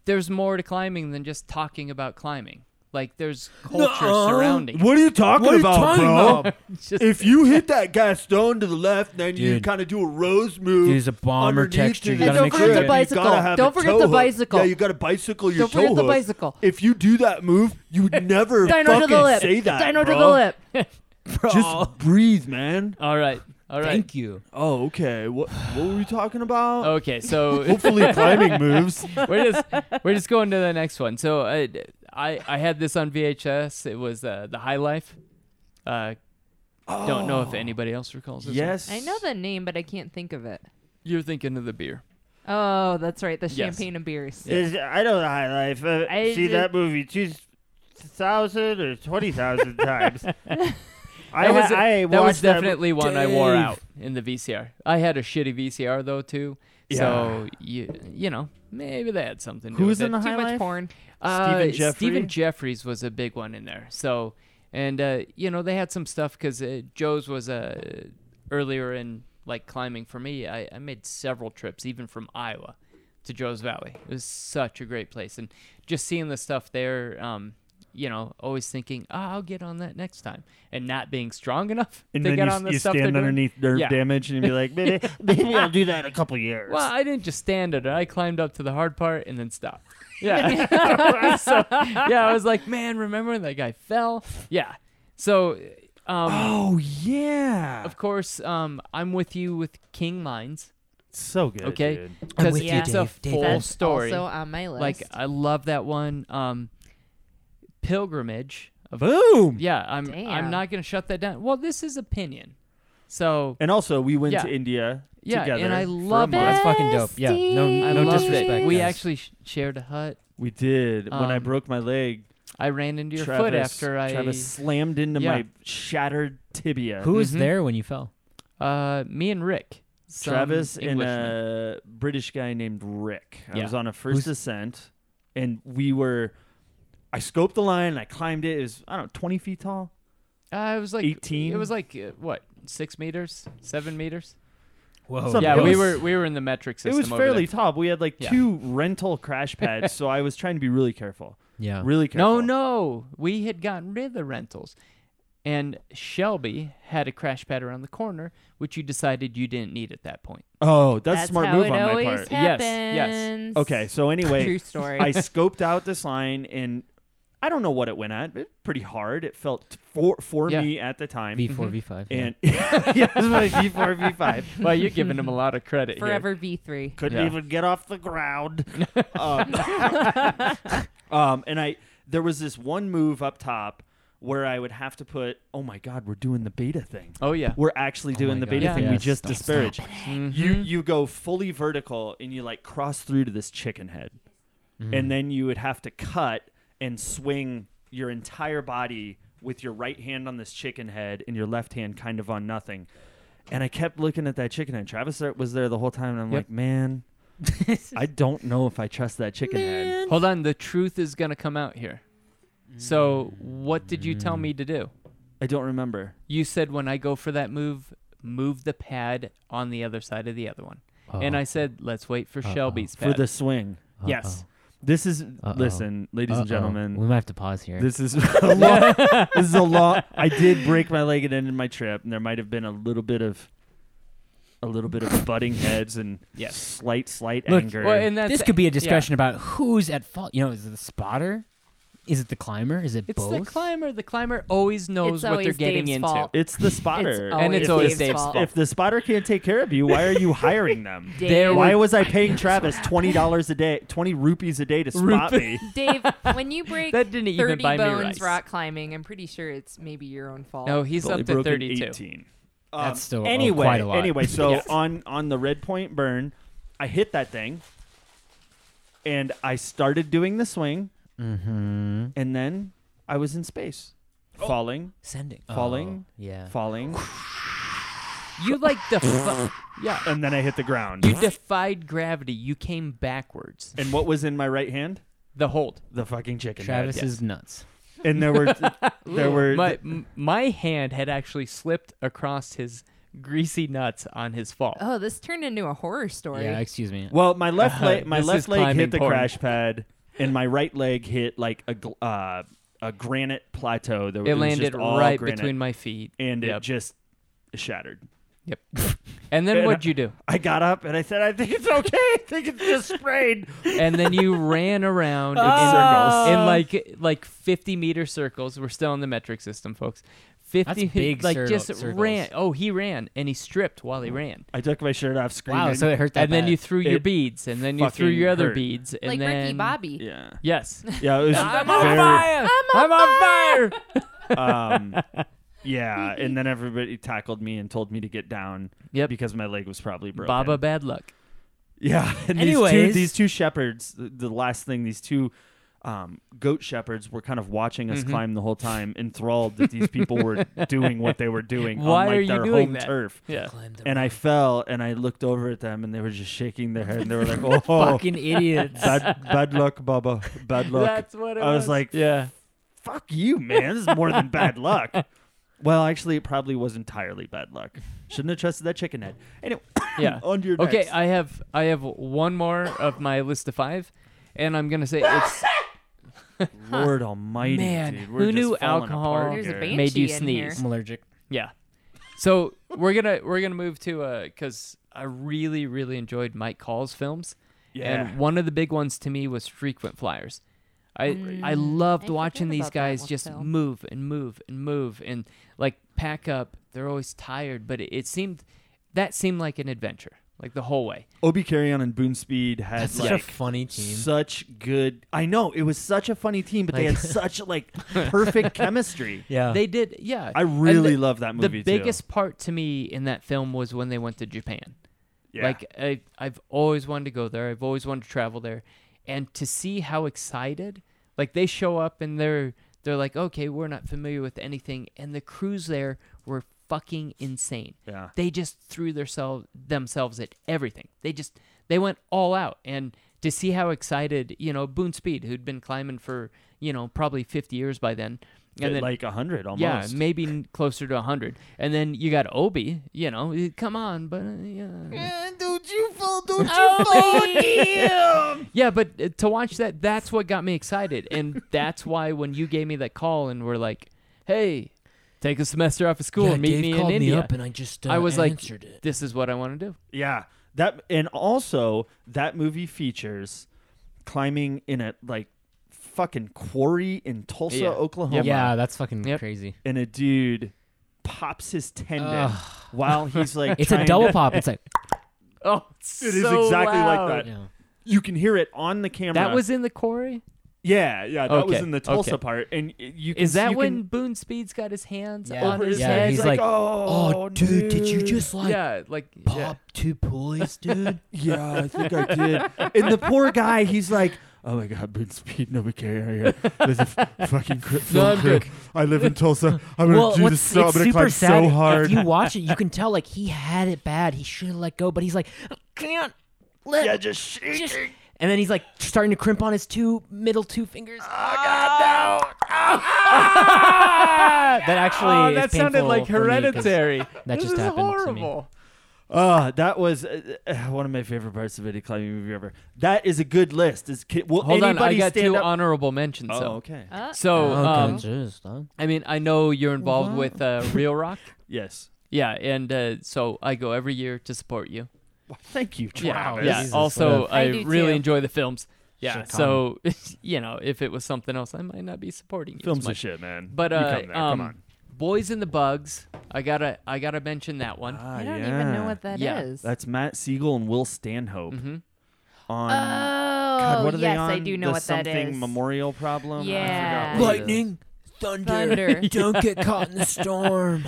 [SPEAKER 9] there's more to climbing than just talking about climbing. Like there's culture surrounding. it.
[SPEAKER 3] What are you talking about, bro?
[SPEAKER 9] Just-
[SPEAKER 3] Um, if you hit that Gaston to the left, then you
[SPEAKER 7] Dude.
[SPEAKER 3] kind of do a rose move.
[SPEAKER 7] Dude, it's a bomber
[SPEAKER 3] underneath
[SPEAKER 7] texture.
[SPEAKER 3] it.
[SPEAKER 7] You
[SPEAKER 3] And
[SPEAKER 7] gotta make sure
[SPEAKER 3] you
[SPEAKER 7] you-
[SPEAKER 4] bicycle.
[SPEAKER 3] gotta have
[SPEAKER 4] Don't
[SPEAKER 3] a
[SPEAKER 4] forget
[SPEAKER 3] toe
[SPEAKER 4] the
[SPEAKER 3] hook.
[SPEAKER 4] bicycle.
[SPEAKER 3] Yeah, you got to bicycle your
[SPEAKER 4] Don't forget
[SPEAKER 3] toe
[SPEAKER 4] the
[SPEAKER 3] hook.
[SPEAKER 4] bicycle.
[SPEAKER 3] If you do that move, you would never
[SPEAKER 4] Dino to
[SPEAKER 3] fucking
[SPEAKER 4] the lip.
[SPEAKER 3] say that.
[SPEAKER 4] Dino
[SPEAKER 3] bro.
[SPEAKER 4] to the lip.
[SPEAKER 3] Just breathe, man.
[SPEAKER 9] all right, all right.
[SPEAKER 7] Thank you.
[SPEAKER 3] Oh, okay. What what were we talking about?
[SPEAKER 9] Okay, so
[SPEAKER 3] Hopefully, climbing moves.
[SPEAKER 9] we're just we're just going to the next one. So I I, I had this on VHS. It was uh, the High Life. Uh, Don't know if anybody else recalls this. one.
[SPEAKER 3] Oh. Yes,
[SPEAKER 4] I know the name, but I can't think of it.
[SPEAKER 9] you're thinking of the beer.
[SPEAKER 4] Oh, that's right. The
[SPEAKER 9] Yes.
[SPEAKER 4] champagne and beers.
[SPEAKER 3] Is- I know the High Life. Uh,
[SPEAKER 4] I
[SPEAKER 3] see
[SPEAKER 4] ju-
[SPEAKER 3] that movie two thousand or twenty thousand times. I,
[SPEAKER 9] That was-
[SPEAKER 3] I
[SPEAKER 9] that was
[SPEAKER 3] watched that mo-
[SPEAKER 9] definitely one I wore
[SPEAKER 3] Dave.
[SPEAKER 9] out in the VCR. I had a shitty VCR though too. So you you know maybe that had something. to do
[SPEAKER 3] Who
[SPEAKER 9] with
[SPEAKER 3] was in
[SPEAKER 9] it.
[SPEAKER 3] the High
[SPEAKER 4] Too much
[SPEAKER 3] Life?
[SPEAKER 4] porn.
[SPEAKER 3] Stephen
[SPEAKER 9] Uh,
[SPEAKER 3] Jeffrey?
[SPEAKER 9] Stephen Jeffries was a big one in there. So, and uh, you know they had some stuff because uh, Joe's was uh, earlier in like climbing for me. I, I made several trips even from Iowa to Joe's Valley. It was such a great place, and just seeing the stuff there. Um, you know, always thinking, oh, I'll get on that next time, and not being strong enough
[SPEAKER 3] And
[SPEAKER 9] to
[SPEAKER 3] then
[SPEAKER 9] get
[SPEAKER 3] you,
[SPEAKER 9] on the
[SPEAKER 3] you
[SPEAKER 9] stuff they're
[SPEAKER 3] stand
[SPEAKER 9] doing.
[SPEAKER 3] underneath nerve
[SPEAKER 9] Yeah.
[SPEAKER 3] damage and be like, maybe, maybe I'll do that in a couple years.
[SPEAKER 9] Well, I didn't just stand at it. I climbed up to the hard part and then stopped. Yeah. so, yeah, I was like, man, remember when that guy fell? Yeah. So, um,
[SPEAKER 3] oh yeah,
[SPEAKER 9] of course, um, I'm with you with King Mines.
[SPEAKER 3] so good.
[SPEAKER 9] Okay.
[SPEAKER 3] dude.
[SPEAKER 7] I'm
[SPEAKER 9] Because
[SPEAKER 7] with
[SPEAKER 9] it's
[SPEAKER 4] you,
[SPEAKER 9] a
[SPEAKER 7] Dave. Dave,
[SPEAKER 9] full
[SPEAKER 7] that's
[SPEAKER 9] story.
[SPEAKER 4] Also on my list.
[SPEAKER 9] Like, uh, I love that one. Um, pilgrimage. Of,
[SPEAKER 3] boom.
[SPEAKER 9] yeah, I'm, I'm
[SPEAKER 4] Damn.
[SPEAKER 9] not going to shut that down. Well, this is opinion. So,
[SPEAKER 3] And also, we went
[SPEAKER 9] Yeah.
[SPEAKER 3] to India
[SPEAKER 9] yeah,
[SPEAKER 3] together.
[SPEAKER 9] and I
[SPEAKER 3] for a
[SPEAKER 9] love
[SPEAKER 3] month.
[SPEAKER 9] it.
[SPEAKER 7] That's fucking dope. Yeah. No,
[SPEAKER 9] I
[SPEAKER 7] no
[SPEAKER 9] loved
[SPEAKER 7] disrespect.
[SPEAKER 9] it. We
[SPEAKER 7] guys.
[SPEAKER 9] actually sh- shared a hut.
[SPEAKER 3] We did when I
[SPEAKER 9] Um,
[SPEAKER 3] broke my leg.
[SPEAKER 9] I ran into your
[SPEAKER 3] Travis,
[SPEAKER 9] foot after I
[SPEAKER 3] Travis slammed into
[SPEAKER 9] Yeah.
[SPEAKER 3] my shattered tibia.
[SPEAKER 7] Who was
[SPEAKER 9] Mhm.
[SPEAKER 7] there when you fell?
[SPEAKER 9] Uh, me and Rick. some
[SPEAKER 3] Travis and
[SPEAKER 9] Englishman.
[SPEAKER 3] a British guy named Rick. I
[SPEAKER 9] Yeah.
[SPEAKER 3] was on a first
[SPEAKER 7] Who's-
[SPEAKER 3] ascent, and we were. I scoped the line. I climbed it. It was I don't know, twenty feet tall.
[SPEAKER 9] Uh, it was like
[SPEAKER 3] 18?
[SPEAKER 9] It was like uh, what six meters, seven meters.
[SPEAKER 7] Whoa.
[SPEAKER 3] Some-
[SPEAKER 9] yeah,
[SPEAKER 3] it
[SPEAKER 9] we
[SPEAKER 3] was-
[SPEAKER 9] were we were in the metric
[SPEAKER 3] It
[SPEAKER 9] system.
[SPEAKER 3] was
[SPEAKER 9] over there.
[SPEAKER 3] fairly tall. But we had like
[SPEAKER 9] Yeah.
[SPEAKER 3] two rental crash pads, so I was trying to be really careful.
[SPEAKER 7] Yeah.
[SPEAKER 3] Really
[SPEAKER 9] No,
[SPEAKER 3] careful.
[SPEAKER 9] no, we had gotten rid of the rentals, and Shelby had a crash pad around the corner, which you decided you didn't need at that point.
[SPEAKER 3] Oh, that's, a
[SPEAKER 4] That's
[SPEAKER 3] smart
[SPEAKER 4] how
[SPEAKER 3] move
[SPEAKER 4] it
[SPEAKER 3] on my
[SPEAKER 4] always
[SPEAKER 3] part.
[SPEAKER 9] Yes, yes.
[SPEAKER 4] Happens.
[SPEAKER 3] Okay, so anyway,
[SPEAKER 4] True story.
[SPEAKER 3] I scoped out this line and I don't know what it went at, but pretty hard. It felt for for
[SPEAKER 9] Yeah.
[SPEAKER 3] me at the time.
[SPEAKER 7] V four V five. yeah.
[SPEAKER 3] and yeah, it was my V4 V5.
[SPEAKER 9] Well, you're giving him a lot of credit here.
[SPEAKER 4] Forever V3.
[SPEAKER 3] Couldn't
[SPEAKER 9] Yeah.
[SPEAKER 3] even get off the ground. um, um, and I there was this one move up top where I would have to put. Oh my God, we're doing the beta thing.
[SPEAKER 9] Oh yeah.
[SPEAKER 3] We're actually doing the
[SPEAKER 7] my God,
[SPEAKER 3] beta
[SPEAKER 9] Yeah.
[SPEAKER 3] thing we
[SPEAKER 7] yes.
[SPEAKER 3] just
[SPEAKER 7] Don't stop
[SPEAKER 3] disparaged. You
[SPEAKER 9] Mhm.
[SPEAKER 3] you go fully vertical and you like cross through to this chicken head, and then you would have to cut and swing your entire body with your right hand on this chicken head and your left hand kind of on nothing. And I kept looking at that chicken head. Travis there- was there the whole time, and I'm
[SPEAKER 9] Yep.
[SPEAKER 3] like, man, I don't know if I trust that chicken head.
[SPEAKER 9] Hold on, the truth is gonna come out here. So what did you tell me to do?
[SPEAKER 3] I don't remember.
[SPEAKER 9] You said when I go for that move, move the pad on the other side of the other one. And
[SPEAKER 7] Oh.
[SPEAKER 12] Uh-oh.
[SPEAKER 9] I said, let's wait for
[SPEAKER 12] Uh-oh.
[SPEAKER 9] Shelby's
[SPEAKER 3] For
[SPEAKER 9] pad.
[SPEAKER 3] the swing. Yes. This is,
[SPEAKER 12] Uh-oh.
[SPEAKER 3] listen, ladies and
[SPEAKER 12] Uh-oh.
[SPEAKER 3] gentlemen,
[SPEAKER 12] we might have to pause here.
[SPEAKER 3] This is a long, this is a long. I did break my leg and ended my trip, and there might have been a little bit of, a little bit of butting heads and
[SPEAKER 9] Yes.
[SPEAKER 3] slight, slight
[SPEAKER 7] Look,
[SPEAKER 3] anger.
[SPEAKER 9] well, and that's
[SPEAKER 7] this could be a discussion about who's at fault. You know, is it the spotter? Is it the climber? Is it
[SPEAKER 9] It's
[SPEAKER 7] both?
[SPEAKER 9] the climber. The climber always knows what
[SPEAKER 4] always
[SPEAKER 9] they're getting
[SPEAKER 4] Dave's
[SPEAKER 9] into.
[SPEAKER 4] fault.
[SPEAKER 3] it's the spotter,
[SPEAKER 4] always
[SPEAKER 9] And it's
[SPEAKER 3] if,
[SPEAKER 9] always
[SPEAKER 3] if-
[SPEAKER 9] Dave's fault.
[SPEAKER 3] If the spotter can't take care of you, why are you hiring them?
[SPEAKER 4] Dave,
[SPEAKER 9] There
[SPEAKER 3] Why was I paying Travis twenty dollars a day, twenty rupees a day to spot me?
[SPEAKER 4] Dave, when you break
[SPEAKER 9] That didn't even
[SPEAKER 4] 30
[SPEAKER 9] buy me
[SPEAKER 4] bones
[SPEAKER 9] rice.
[SPEAKER 4] rock climbing, I'm pretty sure it's maybe your own fault.
[SPEAKER 9] No, he's
[SPEAKER 3] It's only
[SPEAKER 9] up to
[SPEAKER 3] broken
[SPEAKER 9] 32.
[SPEAKER 3] 18.
[SPEAKER 7] That's still, oh,
[SPEAKER 3] Um, anyway.
[SPEAKER 7] quite a lot.
[SPEAKER 3] Anyway, so on on the red point burn, I hit that thing, and I started doing the swing,
[SPEAKER 7] Mm-hmm.
[SPEAKER 3] and then I was in space,
[SPEAKER 9] Oh.
[SPEAKER 3] falling,
[SPEAKER 7] Sending.
[SPEAKER 3] Falling.
[SPEAKER 7] Oh, yeah.
[SPEAKER 3] falling,
[SPEAKER 9] You like defi- yeah.
[SPEAKER 3] and then I hit the ground.
[SPEAKER 9] You defied gravity. You came backwards.
[SPEAKER 3] and what was in my right hand?
[SPEAKER 9] The hold.
[SPEAKER 3] The fucking chicken. head.
[SPEAKER 7] Travis is nuts.
[SPEAKER 3] And there were there were
[SPEAKER 9] My m- my hand had actually slipped across his greasy nuts on his fall.
[SPEAKER 4] Oh, this turned into a horror story.
[SPEAKER 7] Yeah, excuse me.
[SPEAKER 3] well, my left leg my
[SPEAKER 9] Uh-huh. This
[SPEAKER 3] left
[SPEAKER 9] is
[SPEAKER 3] leg
[SPEAKER 9] climbing
[SPEAKER 3] hit the
[SPEAKER 9] porn.
[SPEAKER 3] crash pad, and my right leg hit like a gl- uh, a granite plateau. That
[SPEAKER 9] it
[SPEAKER 3] was
[SPEAKER 9] landed
[SPEAKER 3] just all
[SPEAKER 9] right
[SPEAKER 3] granite,
[SPEAKER 9] between my feet.
[SPEAKER 3] and
[SPEAKER 9] yep.
[SPEAKER 3] it just shattered.
[SPEAKER 9] Yep. and then
[SPEAKER 3] And
[SPEAKER 9] what'd you do?
[SPEAKER 3] I got up and I said, I think it's okay. I think it's just sprayed.
[SPEAKER 9] And then you ran around in,
[SPEAKER 3] circles.
[SPEAKER 7] Oh.
[SPEAKER 9] in like like 50 meter circles. We're still in the metric system, folks. 50
[SPEAKER 7] That's big
[SPEAKER 9] like
[SPEAKER 7] cir-
[SPEAKER 9] just
[SPEAKER 7] circles.
[SPEAKER 9] ran. Oh, he ran and he stripped while he ran.
[SPEAKER 3] I took my shirt off screaming.
[SPEAKER 7] Wow, so it hurt that
[SPEAKER 9] and then you
[SPEAKER 7] bad.
[SPEAKER 9] threw your
[SPEAKER 3] It
[SPEAKER 9] beads and then you threw
[SPEAKER 3] fucking
[SPEAKER 9] your other
[SPEAKER 3] hurt.
[SPEAKER 9] beads and
[SPEAKER 4] like
[SPEAKER 9] then
[SPEAKER 4] Ricky Bobby.
[SPEAKER 3] yeah.
[SPEAKER 9] Yes.
[SPEAKER 3] Yeah, it was
[SPEAKER 9] I'm on
[SPEAKER 3] very,
[SPEAKER 9] fire. I'm on fire.
[SPEAKER 3] um yeah, and then everybody tackled me and told me to get down
[SPEAKER 9] Yep.
[SPEAKER 3] because my leg was probably broken.
[SPEAKER 9] Baba bad luck.
[SPEAKER 3] Yeah. And these two
[SPEAKER 7] Anyways.
[SPEAKER 3] these two shepherds, the, the last thing, these two um, goat shepherds were kind of watching us climb the whole time, enthralled that these people were doing what they were doing
[SPEAKER 9] Why
[SPEAKER 3] on like
[SPEAKER 9] are you
[SPEAKER 3] their
[SPEAKER 9] doing
[SPEAKER 3] home
[SPEAKER 9] that?
[SPEAKER 3] turf.
[SPEAKER 9] Yeah.
[SPEAKER 3] And I fell and I looked over at them and they were just shaking their head and they were like, Oh,
[SPEAKER 7] Fucking idiots.
[SPEAKER 3] bad, bad luck, Baba. Bad luck.
[SPEAKER 9] That's what it
[SPEAKER 3] I was like,
[SPEAKER 9] yeah.
[SPEAKER 3] Fuck you, man. This is more than bad luck. Well, actually, it probably was entirely bad luck. Shouldn't have trusted that chicken head. Anyway,
[SPEAKER 9] Yeah.
[SPEAKER 3] on your
[SPEAKER 9] Okay,
[SPEAKER 3] next.
[SPEAKER 9] I have I have one more of my list of five, and I'm gonna say it's
[SPEAKER 3] Lord Almighty,
[SPEAKER 9] Man,
[SPEAKER 3] dude,
[SPEAKER 9] who
[SPEAKER 3] we're just
[SPEAKER 9] knew
[SPEAKER 3] falling
[SPEAKER 9] alcohol-
[SPEAKER 3] apart
[SPEAKER 4] There's a
[SPEAKER 3] here.
[SPEAKER 4] band-
[SPEAKER 9] made you
[SPEAKER 4] Banshee in here.
[SPEAKER 9] sneeze.
[SPEAKER 7] I'm allergic.
[SPEAKER 9] Yeah. So we're gonna we're gonna move to uh because I really really enjoyed Mike Call's films,
[SPEAKER 3] Yeah.
[SPEAKER 9] and one of the big ones to me was Frequent Flyers. I I loved
[SPEAKER 4] Mm, I
[SPEAKER 9] watching
[SPEAKER 4] forgot
[SPEAKER 9] these
[SPEAKER 4] about that
[SPEAKER 9] guys
[SPEAKER 4] one
[SPEAKER 9] just
[SPEAKER 4] film.
[SPEAKER 9] move and move and move and like pack up. They're always tired, but it, it seemed that seemed like an adventure, like the whole way.
[SPEAKER 3] Obi Carrion and Boone Speed had
[SPEAKER 7] That's
[SPEAKER 3] like
[SPEAKER 7] such a funny team.
[SPEAKER 3] such good. I know it was such a funny team, but they had
[SPEAKER 7] Like-
[SPEAKER 3] such like perfect chemistry.
[SPEAKER 7] Yeah.
[SPEAKER 9] They did, yeah.
[SPEAKER 3] Uh. I
[SPEAKER 9] And
[SPEAKER 3] really
[SPEAKER 9] the-
[SPEAKER 3] love that movie
[SPEAKER 9] The biggest part to me in that film was when they went to Japan.
[SPEAKER 3] too. Yeah.
[SPEAKER 9] Like I, I've always wanted to go there. I've always wanted to travel there, and to see how excited, like they show up and they're they're like, okay, we're not familiar with anything, and the crews there were fucking insane.
[SPEAKER 3] Yeah.
[SPEAKER 9] They just threw themselves themselves at everything. They just they went all out, and to see how excited, you know, Boone Speed, who'd been climbing for you know probably fifty years by then, and then
[SPEAKER 3] like a hundred almost.
[SPEAKER 9] yeah, maybe n- closer to 100. And then you got Obi, you know, eh, come on, but uh, yeah.
[SPEAKER 6] Don't you fall, don't
[SPEAKER 9] Yeah, but uh, to watch that, that's what got me excited. And that's why when you gave me that call and were like, hey, take a semester off of school and meet
[SPEAKER 7] Dave
[SPEAKER 9] me in
[SPEAKER 7] called me
[SPEAKER 9] India,
[SPEAKER 7] up and I just uh,
[SPEAKER 9] I was like,
[SPEAKER 7] answered it.
[SPEAKER 9] this is what I want to do.
[SPEAKER 3] Yeah. That and also that movie features climbing in a like fucking quarry in Tulsa,
[SPEAKER 9] Yeah.
[SPEAKER 3] Oklahoma.
[SPEAKER 7] Oh, Yeah, that's fucking
[SPEAKER 9] Yep.
[SPEAKER 7] crazy.
[SPEAKER 3] And a dude pops his tendon
[SPEAKER 7] Ugh.
[SPEAKER 3] while he's like
[SPEAKER 7] It's a
[SPEAKER 3] trying
[SPEAKER 7] double
[SPEAKER 3] to-
[SPEAKER 7] pop. It's like
[SPEAKER 9] Oh,
[SPEAKER 3] It is exactly like that.
[SPEAKER 7] yeah.
[SPEAKER 3] You can hear it on the camera.
[SPEAKER 9] That was in the quarry.
[SPEAKER 3] yeah, yeah. That was
[SPEAKER 9] Okay,
[SPEAKER 3] in the Tulsa
[SPEAKER 9] okay.
[SPEAKER 3] part, and y- you can,
[SPEAKER 9] Is that
[SPEAKER 3] you
[SPEAKER 9] when
[SPEAKER 3] can-
[SPEAKER 9] Boone Speed's got his hands
[SPEAKER 7] Yeah.
[SPEAKER 9] on his
[SPEAKER 7] Yeah,
[SPEAKER 9] head? oh,
[SPEAKER 7] he's like,
[SPEAKER 3] oh, dude."
[SPEAKER 7] like
[SPEAKER 9] yeah, like yeah.
[SPEAKER 7] two pulleys, dude?
[SPEAKER 3] Yeah, I think I did. and the poor guy, he's like, oh my god, Boone Speed, no big area. There's a f- fucking cri-
[SPEAKER 9] No, I'm
[SPEAKER 3] film crew.
[SPEAKER 9] good.
[SPEAKER 3] I live in Tulsa. I'm gonna do this. So I'm gonna climb so hard.
[SPEAKER 7] If you watch it, you can tell like he had it bad. He should have let go, but he's like, I can't let.
[SPEAKER 3] yeah, just shaking.
[SPEAKER 7] just-" And then he's like starting to crimp on his two middle two fingers.
[SPEAKER 3] Ah,
[SPEAKER 9] ah!
[SPEAKER 7] That actually
[SPEAKER 9] Oh,
[SPEAKER 7] is
[SPEAKER 9] that sounded
[SPEAKER 7] painful
[SPEAKER 9] like
[SPEAKER 7] for me 'cause
[SPEAKER 9] hereditary.
[SPEAKER 7] That
[SPEAKER 9] this
[SPEAKER 7] just
[SPEAKER 9] is
[SPEAKER 7] happened to me.
[SPEAKER 9] horrible.
[SPEAKER 3] Ah, that was uh, uh, one of my favorite parts of any climbing movie ever. That is a good list. Is ki- will
[SPEAKER 9] Hold on,
[SPEAKER 3] anybody
[SPEAKER 9] I got
[SPEAKER 3] stand
[SPEAKER 9] two
[SPEAKER 3] up?
[SPEAKER 9] honorable mentions.
[SPEAKER 3] oh,
[SPEAKER 9] though.
[SPEAKER 3] okay.
[SPEAKER 4] Uh,
[SPEAKER 7] Oh,
[SPEAKER 9] So, um,
[SPEAKER 7] jeez, dog.
[SPEAKER 9] I mean, I know you're involved with uh, Real Rock.
[SPEAKER 3] Yes.
[SPEAKER 9] Yeah, and uh, so I go every year to support you.
[SPEAKER 3] Well, thank you,
[SPEAKER 9] Yeah,
[SPEAKER 3] Travis.
[SPEAKER 9] yeah.
[SPEAKER 7] Jesus,
[SPEAKER 9] Also,
[SPEAKER 7] what
[SPEAKER 9] I,
[SPEAKER 4] I do
[SPEAKER 9] really
[SPEAKER 4] too.
[SPEAKER 9] enjoy the films. Yeah,
[SPEAKER 7] Shit,
[SPEAKER 9] so you know, if it was something else, I might not be supporting you. as
[SPEAKER 3] Films
[SPEAKER 9] much.
[SPEAKER 3] of shit, man.
[SPEAKER 9] But
[SPEAKER 3] You
[SPEAKER 9] uh,
[SPEAKER 3] come there,
[SPEAKER 9] um,
[SPEAKER 3] come on.
[SPEAKER 9] Boys and the Bugs. I gotta, I gotta mention that one.
[SPEAKER 3] Ah,
[SPEAKER 4] I don't even know what that is.
[SPEAKER 9] Yeah.
[SPEAKER 3] That's Matt Siegel and Will Stanhope
[SPEAKER 9] hmm
[SPEAKER 3] on.
[SPEAKER 4] oh,
[SPEAKER 3] God, what are they
[SPEAKER 4] yes, I
[SPEAKER 3] on?
[SPEAKER 4] do know
[SPEAKER 3] The
[SPEAKER 4] what that
[SPEAKER 3] something
[SPEAKER 4] is.
[SPEAKER 3] Memorial problem. I forgot
[SPEAKER 4] Yeah.
[SPEAKER 3] what it is.
[SPEAKER 7] Lightning, thunder,
[SPEAKER 4] Thunder.
[SPEAKER 7] don't get caught in the storm.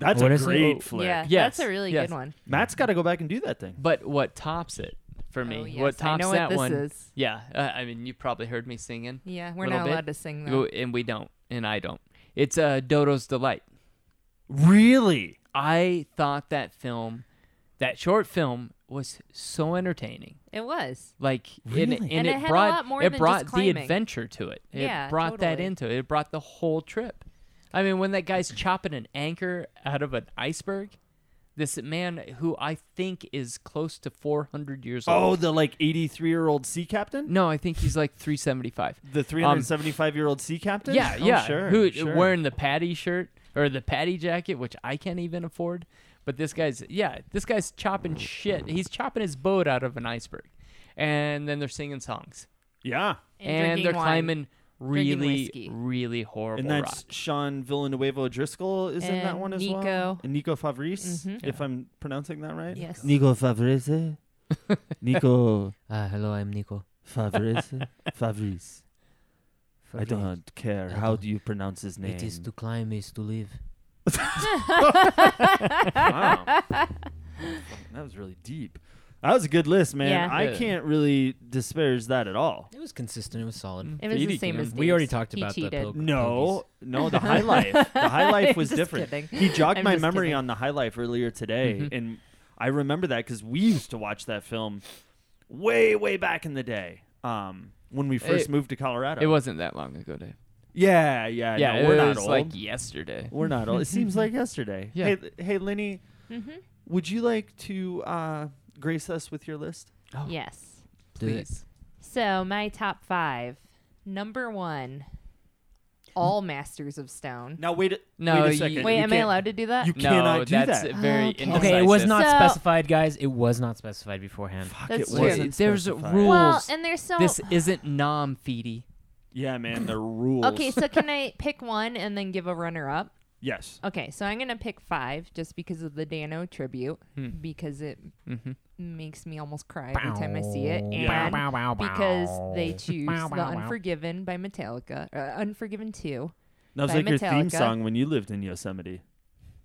[SPEAKER 3] That's
[SPEAKER 7] What
[SPEAKER 3] a
[SPEAKER 7] is it?
[SPEAKER 3] great flick.
[SPEAKER 4] Yeah,
[SPEAKER 9] Yes,
[SPEAKER 4] that's a really
[SPEAKER 9] yes.
[SPEAKER 4] good one.
[SPEAKER 3] Matt's got to go back and do that thing.
[SPEAKER 9] But what tops it for me?
[SPEAKER 4] Oh, yes,
[SPEAKER 9] what
[SPEAKER 4] I
[SPEAKER 9] tops
[SPEAKER 4] know what
[SPEAKER 9] that
[SPEAKER 4] this
[SPEAKER 9] one?
[SPEAKER 4] is.
[SPEAKER 9] Yeah, uh, I mean, you probably heard me singing,
[SPEAKER 4] Yeah, we're
[SPEAKER 9] Little
[SPEAKER 4] not
[SPEAKER 9] bit.
[SPEAKER 4] allowed to sing
[SPEAKER 9] Go-
[SPEAKER 4] though.
[SPEAKER 9] and we don't, and I don't. It's uh, Dodo's Delight.
[SPEAKER 3] Really?
[SPEAKER 9] I thought that film, that short film, was so entertaining.
[SPEAKER 4] It was.
[SPEAKER 9] Like
[SPEAKER 3] Really?
[SPEAKER 9] and, and,
[SPEAKER 4] And
[SPEAKER 9] it,
[SPEAKER 4] it had a
[SPEAKER 9] brought
[SPEAKER 4] lot more
[SPEAKER 9] it
[SPEAKER 4] than
[SPEAKER 9] brought
[SPEAKER 4] just
[SPEAKER 9] the
[SPEAKER 4] climbing.
[SPEAKER 9] adventure to it. It
[SPEAKER 4] Yeah,
[SPEAKER 9] brought that
[SPEAKER 4] totally.
[SPEAKER 9] into it. It brought the whole trip. I mean, when that guy's chopping an anchor out of an iceberg, this man who I think is close to 400 years
[SPEAKER 3] Oh, Mm.
[SPEAKER 9] old.
[SPEAKER 3] the like 83 year old sea captain?
[SPEAKER 9] no, I think he's like 375.
[SPEAKER 3] The 375 year old sea captain?
[SPEAKER 9] Yeah,
[SPEAKER 3] Oh,
[SPEAKER 9] yeah.
[SPEAKER 3] Sure.
[SPEAKER 9] Who
[SPEAKER 3] sure.
[SPEAKER 9] wearing the patty shirt or the patty jacket, which I can't even afford. But this guy's yeah, this guy's chopping shit. He's chopping his boat out of an iceberg, and then they're singing songs
[SPEAKER 3] Yeah.
[SPEAKER 9] and,
[SPEAKER 4] drinking
[SPEAKER 9] they're
[SPEAKER 4] wine.
[SPEAKER 9] climbing
[SPEAKER 4] Drinking
[SPEAKER 9] really,
[SPEAKER 4] whiskey.
[SPEAKER 9] really horrible
[SPEAKER 3] And that's
[SPEAKER 9] rock.
[SPEAKER 3] Sean Villanueva Driscoll is in that
[SPEAKER 4] And
[SPEAKER 3] one as well.
[SPEAKER 4] Nico.
[SPEAKER 3] And Nico Fabrice,
[SPEAKER 4] Mhm.
[SPEAKER 3] if I'm pronouncing that right.
[SPEAKER 4] Yes.
[SPEAKER 3] Nico Fabrice. Nico
[SPEAKER 12] Uh, hello, I'm Nico.
[SPEAKER 3] Fabrice. Fabrice. I don't care.
[SPEAKER 12] I
[SPEAKER 3] How
[SPEAKER 12] don't-
[SPEAKER 3] do you pronounce his name?
[SPEAKER 12] It is to climb, is to live.
[SPEAKER 3] wow. That was really deep. That was a good list, man.
[SPEAKER 4] Yeah.
[SPEAKER 3] I
[SPEAKER 9] Yeah.
[SPEAKER 3] can't really disparage that at all.
[SPEAKER 7] It was consistent. It was solid.
[SPEAKER 4] It was the
[SPEAKER 9] Petey
[SPEAKER 4] same
[SPEAKER 9] can.
[SPEAKER 4] as
[SPEAKER 7] Mm. We already
[SPEAKER 4] Steve's.
[SPEAKER 7] talked
[SPEAKER 4] He
[SPEAKER 7] about the
[SPEAKER 4] cheated.
[SPEAKER 7] pil-
[SPEAKER 3] No, no, the high life. The high life was
[SPEAKER 4] Just
[SPEAKER 3] different.
[SPEAKER 4] kidding.
[SPEAKER 3] He jogged
[SPEAKER 4] I'm
[SPEAKER 3] my
[SPEAKER 4] just
[SPEAKER 3] memory
[SPEAKER 4] kidding.
[SPEAKER 3] on the high life earlier today,
[SPEAKER 9] Mhm.
[SPEAKER 3] and I remember that because we used to watch that film way, way back in the day um, when we first
[SPEAKER 9] It-
[SPEAKER 3] moved to Colorado.
[SPEAKER 9] It wasn't that long ago, Dave.
[SPEAKER 3] yeah, yeah,
[SPEAKER 9] yeah,
[SPEAKER 3] no,
[SPEAKER 9] it
[SPEAKER 3] uh, we're not
[SPEAKER 9] was
[SPEAKER 3] old.
[SPEAKER 9] like yesterday.
[SPEAKER 3] we're not old. It seems like yesterday.
[SPEAKER 9] Yeah.
[SPEAKER 3] Hey, hey, Lenny,
[SPEAKER 4] Mm-hmm.
[SPEAKER 3] would you like to uh, grace us with your list?
[SPEAKER 4] Yes.
[SPEAKER 12] Do it.
[SPEAKER 9] Please.
[SPEAKER 4] So my top five. Number one, all Masters of Stone.
[SPEAKER 3] Now wait. A,
[SPEAKER 9] No,
[SPEAKER 3] wait a
[SPEAKER 9] you-
[SPEAKER 3] second.
[SPEAKER 4] Wait,
[SPEAKER 3] You
[SPEAKER 4] am I
[SPEAKER 3] can't-
[SPEAKER 4] allowed to do that?
[SPEAKER 3] You
[SPEAKER 9] No,
[SPEAKER 3] cannot do
[SPEAKER 9] that's
[SPEAKER 3] that.
[SPEAKER 9] very
[SPEAKER 4] Okay.
[SPEAKER 9] indecisive.
[SPEAKER 7] Okay, it was not
[SPEAKER 4] So-
[SPEAKER 7] specified, guys. It was not specified beforehand.
[SPEAKER 3] Fuck,
[SPEAKER 4] That's
[SPEAKER 3] it
[SPEAKER 4] true.
[SPEAKER 3] wasn't
[SPEAKER 9] There's
[SPEAKER 3] specified.
[SPEAKER 9] rules.
[SPEAKER 4] well, and there's so
[SPEAKER 9] This isn't nom, Feedy.
[SPEAKER 3] Yeah, man, the rules.
[SPEAKER 4] Okay, so can I pick one and then give a runner up?
[SPEAKER 3] yes.
[SPEAKER 4] Okay, so I'm gonna pick five just because of the Dano tribute because it
[SPEAKER 9] Mhm.
[SPEAKER 4] makes me almost cry every time I see it, and
[SPEAKER 7] Bow, bow, bow.
[SPEAKER 4] because they choose
[SPEAKER 7] Bow,
[SPEAKER 4] the
[SPEAKER 7] bow, bow.
[SPEAKER 4] Unforgiven by Metallica, uh, Unforgiven Two.
[SPEAKER 3] That was
[SPEAKER 4] by
[SPEAKER 3] like your theme
[SPEAKER 4] Metallica.
[SPEAKER 3] song when you lived in Yosemite.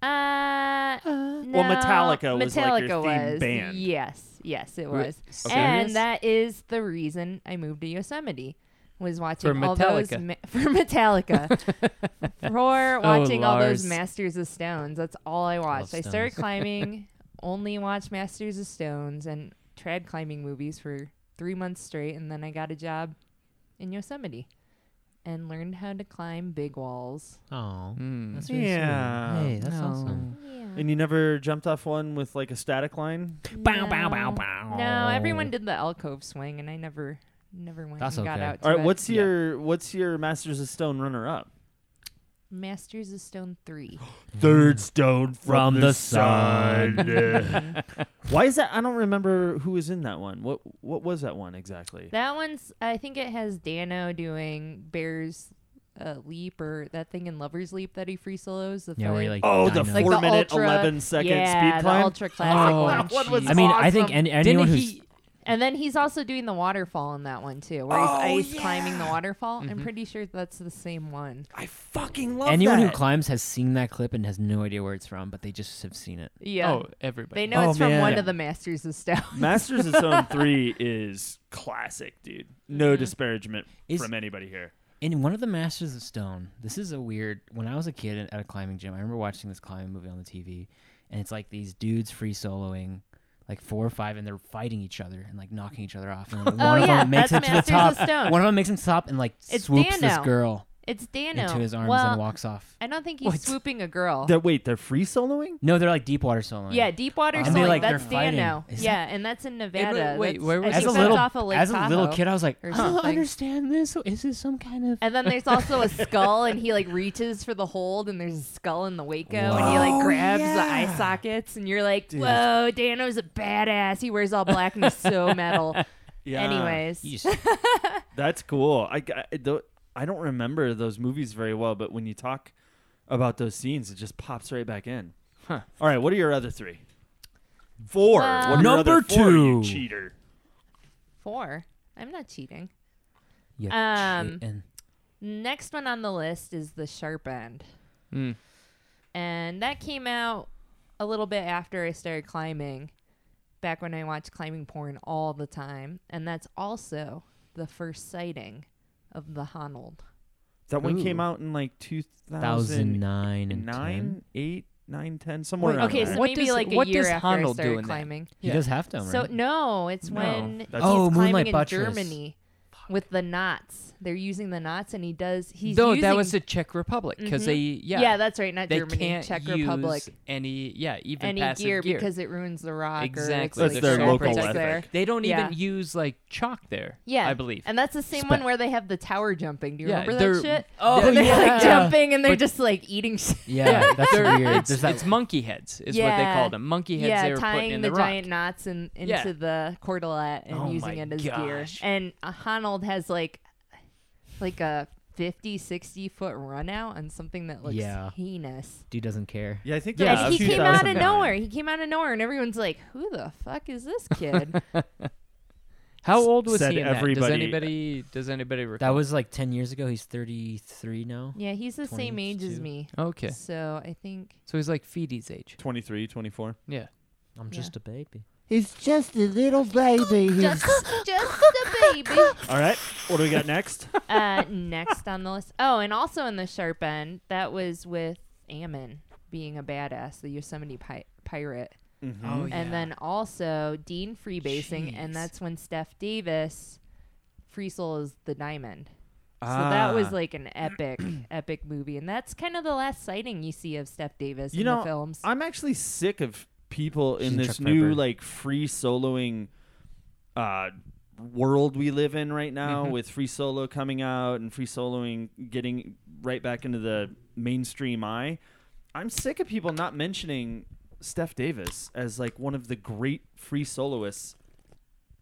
[SPEAKER 4] Uh, no,
[SPEAKER 3] Metallica was like your
[SPEAKER 4] Metallica
[SPEAKER 3] theme
[SPEAKER 4] was.
[SPEAKER 3] band.
[SPEAKER 4] Yes, yes, it
[SPEAKER 9] Wait,
[SPEAKER 4] was,
[SPEAKER 9] serious?
[SPEAKER 4] and that is the reason I moved to Yosemite. Was watching
[SPEAKER 9] For
[SPEAKER 4] all those
[SPEAKER 9] Metallica.
[SPEAKER 4] ma- for Metallica.
[SPEAKER 3] Oh,
[SPEAKER 4] for watching all
[SPEAKER 9] Lars.
[SPEAKER 4] those Masters of Stones. That's all I watched. I started
[SPEAKER 7] Stones.
[SPEAKER 4] climbing, only watched Masters of Stones and trad climbing movies for three months straight, and then I got a job in Yosemite and learned how to climb big walls.
[SPEAKER 7] Oh,
[SPEAKER 9] Mm.
[SPEAKER 7] that's really sweet.
[SPEAKER 3] Yeah.
[SPEAKER 7] Hey, that's awesome.
[SPEAKER 3] Mm.
[SPEAKER 4] Yeah.
[SPEAKER 3] And you never jumped off one with like a static line?
[SPEAKER 7] Bow, bow, bow, bow.
[SPEAKER 4] No, everyone did the alcove swing, and I never, never went
[SPEAKER 7] That's
[SPEAKER 4] and got
[SPEAKER 7] okay.
[SPEAKER 4] out. To
[SPEAKER 3] All right,
[SPEAKER 4] it.
[SPEAKER 3] what's
[SPEAKER 7] Yeah.
[SPEAKER 3] your what's your Masters of Stone runner up?
[SPEAKER 4] Masters of Stone 3.
[SPEAKER 3] Third stone
[SPEAKER 7] from the sun.
[SPEAKER 3] Why is that? I don't remember who was in that one. What what was that one exactly?
[SPEAKER 4] that one's, I think it has Dano doing Bear's uh, Leap or that thing in Lover's Leap that he free solos. The
[SPEAKER 7] Yeah, where
[SPEAKER 4] fight.
[SPEAKER 7] you like.
[SPEAKER 3] Oh,
[SPEAKER 7] dino.
[SPEAKER 3] the
[SPEAKER 4] Like
[SPEAKER 3] four
[SPEAKER 4] the
[SPEAKER 3] minute,
[SPEAKER 4] ultra-
[SPEAKER 3] 11 second
[SPEAKER 4] yeah,
[SPEAKER 3] speed
[SPEAKER 4] the
[SPEAKER 3] climb.
[SPEAKER 4] ultra classic
[SPEAKER 7] Oh,
[SPEAKER 4] one.
[SPEAKER 3] That one was
[SPEAKER 7] I mean, I think
[SPEAKER 3] awesome.
[SPEAKER 7] any, anyone
[SPEAKER 9] Didn't
[SPEAKER 7] who's
[SPEAKER 9] he?
[SPEAKER 4] And then he's also doing the waterfall in that one too, where he's ice
[SPEAKER 3] Oh,
[SPEAKER 4] climbing the waterfall.
[SPEAKER 7] Mm-hmm.
[SPEAKER 4] I'm pretty sure that's the same one.
[SPEAKER 7] Oh.
[SPEAKER 3] I fucking love
[SPEAKER 7] anyone
[SPEAKER 3] that.
[SPEAKER 7] who climbs has seen that clip and has no idea where it's from, but they just have seen it.
[SPEAKER 4] Yeah.
[SPEAKER 9] Oh, everybody.
[SPEAKER 4] they know
[SPEAKER 3] Oh,
[SPEAKER 4] it's from one
[SPEAKER 3] man.
[SPEAKER 4] of the Masters of Stone.
[SPEAKER 3] Masters of Stone 3 is classic, dude. No disparagement
[SPEAKER 7] Is-
[SPEAKER 3] from anybody here.
[SPEAKER 7] In one of the Masters of Stone, this is a weird. When I was a kid at a climbing gym, I remember watching this climbing movie on the TV, and it's like these dudes free soloing, like four or five, and they're fighting each other and like knocking each other off. And like, one of
[SPEAKER 4] Oh, yeah,
[SPEAKER 7] them makes it
[SPEAKER 4] that's
[SPEAKER 7] to the
[SPEAKER 4] Masters
[SPEAKER 7] top.
[SPEAKER 4] of Stone.
[SPEAKER 7] One of them makes him stop and like
[SPEAKER 4] It's
[SPEAKER 7] swoops this
[SPEAKER 4] Dano.
[SPEAKER 7] girl
[SPEAKER 4] It's Dano.
[SPEAKER 7] into his arms
[SPEAKER 4] well,
[SPEAKER 7] and walks off.
[SPEAKER 4] I don't think he's
[SPEAKER 3] What?
[SPEAKER 4] swooping a girl.
[SPEAKER 3] That wait, they're free soloing?
[SPEAKER 7] No, they're like deep water soloing.
[SPEAKER 4] yeah, deep water
[SPEAKER 7] And
[SPEAKER 4] sailing.
[SPEAKER 7] they're like-
[SPEAKER 4] that's
[SPEAKER 7] they're fighting.
[SPEAKER 4] Dano.
[SPEAKER 7] Is
[SPEAKER 4] yeah, and that's in Nevada.
[SPEAKER 9] wait,
[SPEAKER 4] That's-
[SPEAKER 9] where
[SPEAKER 4] I
[SPEAKER 9] was
[SPEAKER 4] think
[SPEAKER 7] As a
[SPEAKER 4] that's
[SPEAKER 7] little
[SPEAKER 4] off of Lake
[SPEAKER 7] as a little
[SPEAKER 4] Tahoe.
[SPEAKER 7] kid, I was like,
[SPEAKER 4] or
[SPEAKER 7] I don't
[SPEAKER 4] something.
[SPEAKER 7] understand this. Is this some kind of?
[SPEAKER 4] And then there's also a skull, and he like reaches for the hold, and there's a skull in the Waco, and he like grabs the eye sockets, and you're like, "Whoa, Dano's a badass. He wears all black and he's so metal." Anyways,
[SPEAKER 7] You just-
[SPEAKER 3] That's cool. I, I, tho- I don't remember those movies very well, but when you talk about those scenes, it just pops right back in.
[SPEAKER 9] Huh.
[SPEAKER 3] All right, what are your other three? Four.
[SPEAKER 4] Well-
[SPEAKER 3] what are your
[SPEAKER 7] Number
[SPEAKER 3] other four, you
[SPEAKER 7] two.
[SPEAKER 3] cheater.
[SPEAKER 4] four. I'm not cheating.
[SPEAKER 7] You
[SPEAKER 4] Um,
[SPEAKER 7] cheatin'.
[SPEAKER 4] Next one on the list is the Sharp End,
[SPEAKER 3] Hmm.
[SPEAKER 9] Mm.
[SPEAKER 4] and that came out a little bit after I started climbing. Back when I watched climbing porn all the time, and that's also the first sighting of the Honold.
[SPEAKER 3] That one
[SPEAKER 9] Ooh.
[SPEAKER 3] came out in like 2009,
[SPEAKER 7] 2009 and 10.
[SPEAKER 3] 8, 9, 10, somewhere
[SPEAKER 9] Wait,
[SPEAKER 3] around
[SPEAKER 4] Okay,
[SPEAKER 3] there.
[SPEAKER 4] so
[SPEAKER 9] What
[SPEAKER 4] maybe
[SPEAKER 9] does-
[SPEAKER 4] like a
[SPEAKER 9] what
[SPEAKER 4] year
[SPEAKER 9] does
[SPEAKER 4] after I
[SPEAKER 9] Honnold do
[SPEAKER 4] started
[SPEAKER 9] in that?
[SPEAKER 4] climbing.
[SPEAKER 7] He does have to, right?
[SPEAKER 4] So no, it's
[SPEAKER 3] Oh, No,
[SPEAKER 4] when
[SPEAKER 3] that's-
[SPEAKER 7] Oh,
[SPEAKER 4] he's climbing
[SPEAKER 7] Moonlight
[SPEAKER 4] in
[SPEAKER 7] Buttress.
[SPEAKER 4] Germany with the knots. They're using the knots, and he does. He's
[SPEAKER 9] no, that
[SPEAKER 4] using-
[SPEAKER 9] was the Czech Republic because
[SPEAKER 4] Mhm.
[SPEAKER 9] they yeah
[SPEAKER 4] yeah, that's right. Not
[SPEAKER 9] they
[SPEAKER 4] Germany,
[SPEAKER 9] can't
[SPEAKER 4] Czech
[SPEAKER 9] use
[SPEAKER 4] Republic.
[SPEAKER 9] any yeah even
[SPEAKER 4] Any
[SPEAKER 9] passive
[SPEAKER 4] gear, because it ruins the rock. or it's,
[SPEAKER 9] Exactly.
[SPEAKER 4] like,
[SPEAKER 9] That's their
[SPEAKER 4] sharp
[SPEAKER 9] local
[SPEAKER 4] or
[SPEAKER 3] ethic.
[SPEAKER 4] there.
[SPEAKER 9] they don't
[SPEAKER 4] Yeah.
[SPEAKER 9] even use like chalk there.
[SPEAKER 4] Yeah,
[SPEAKER 9] I believe.
[SPEAKER 4] And that's the same
[SPEAKER 7] Spe-
[SPEAKER 4] one where they have the tower jumping. Do you
[SPEAKER 9] Yeah,
[SPEAKER 4] remember
[SPEAKER 9] they're-
[SPEAKER 4] that shit?
[SPEAKER 9] Oh,
[SPEAKER 4] Where they're
[SPEAKER 9] yeah.
[SPEAKER 4] like jumping and they're
[SPEAKER 9] But-
[SPEAKER 4] just like eating. Shit.
[SPEAKER 7] yeah, that's
[SPEAKER 9] They're-
[SPEAKER 7] weird.
[SPEAKER 9] It's,
[SPEAKER 7] There's that
[SPEAKER 9] it's monkey heads is what they
[SPEAKER 4] Yeah.
[SPEAKER 9] called them. Monkey heads they
[SPEAKER 4] yeah,
[SPEAKER 9] were putting
[SPEAKER 4] tying
[SPEAKER 9] in
[SPEAKER 4] the,
[SPEAKER 9] the, rock.
[SPEAKER 4] giant knots in, into
[SPEAKER 9] Yeah.
[SPEAKER 4] the cordelet and
[SPEAKER 9] Oh
[SPEAKER 4] using
[SPEAKER 9] my
[SPEAKER 4] it as gear.
[SPEAKER 9] gosh.
[SPEAKER 4] And uh, Honold has like like a 50, 60 foot run out on something that looks
[SPEAKER 7] Yeah.
[SPEAKER 4] heinous.
[SPEAKER 7] dude doesn't care.
[SPEAKER 3] Yeah, I think that
[SPEAKER 9] Yeah,
[SPEAKER 3] was
[SPEAKER 4] and he came out of
[SPEAKER 3] 2009.
[SPEAKER 4] nowhere. He came out of nowhere, and everyone's like, "Who the fuck is this kid?"
[SPEAKER 9] How old was
[SPEAKER 3] Said
[SPEAKER 9] he in that? Does
[SPEAKER 3] everybody- uh,
[SPEAKER 9] anybody does anybody recall?
[SPEAKER 7] That was like 10 years ago. He's 33 now.
[SPEAKER 4] yeah, he's the same age as
[SPEAKER 7] 22.
[SPEAKER 4] me,
[SPEAKER 9] okay.
[SPEAKER 4] so I think.
[SPEAKER 9] So he's like Feedy's age.
[SPEAKER 3] 23, 24.
[SPEAKER 9] Yeah.
[SPEAKER 7] I'm
[SPEAKER 4] Yeah.
[SPEAKER 7] just a baby.
[SPEAKER 12] He's just a little baby.
[SPEAKER 4] Just, just a baby.
[SPEAKER 3] All right, what do we got next?
[SPEAKER 4] Uh, next on the list. Oh, and also in the sharp end, that was with Ammon being a badass, the Yosemite pi- pirate.
[SPEAKER 3] Mm-hmm.
[SPEAKER 9] Oh yeah.
[SPEAKER 4] And then also Dean freebasing,
[SPEAKER 9] Jeez.
[SPEAKER 4] and that's when Steph Davis free solos the diamond. So that
[SPEAKER 9] Ah.
[SPEAKER 4] was like an epic, epic movie, and that's kind of the last sighting you see of Steph Davis
[SPEAKER 3] You
[SPEAKER 4] in
[SPEAKER 3] know,
[SPEAKER 4] the films.
[SPEAKER 3] I'm actually sick of people
[SPEAKER 7] She's
[SPEAKER 3] in
[SPEAKER 7] in
[SPEAKER 3] this
[SPEAKER 7] Chuck
[SPEAKER 3] new
[SPEAKER 7] Piper.
[SPEAKER 3] like free soloing uh, world we live in right now with free solo coming out and free soloing getting right back into the mainstream eye. I'm sick of people not mentioning Steph Davis as like one of the great free soloists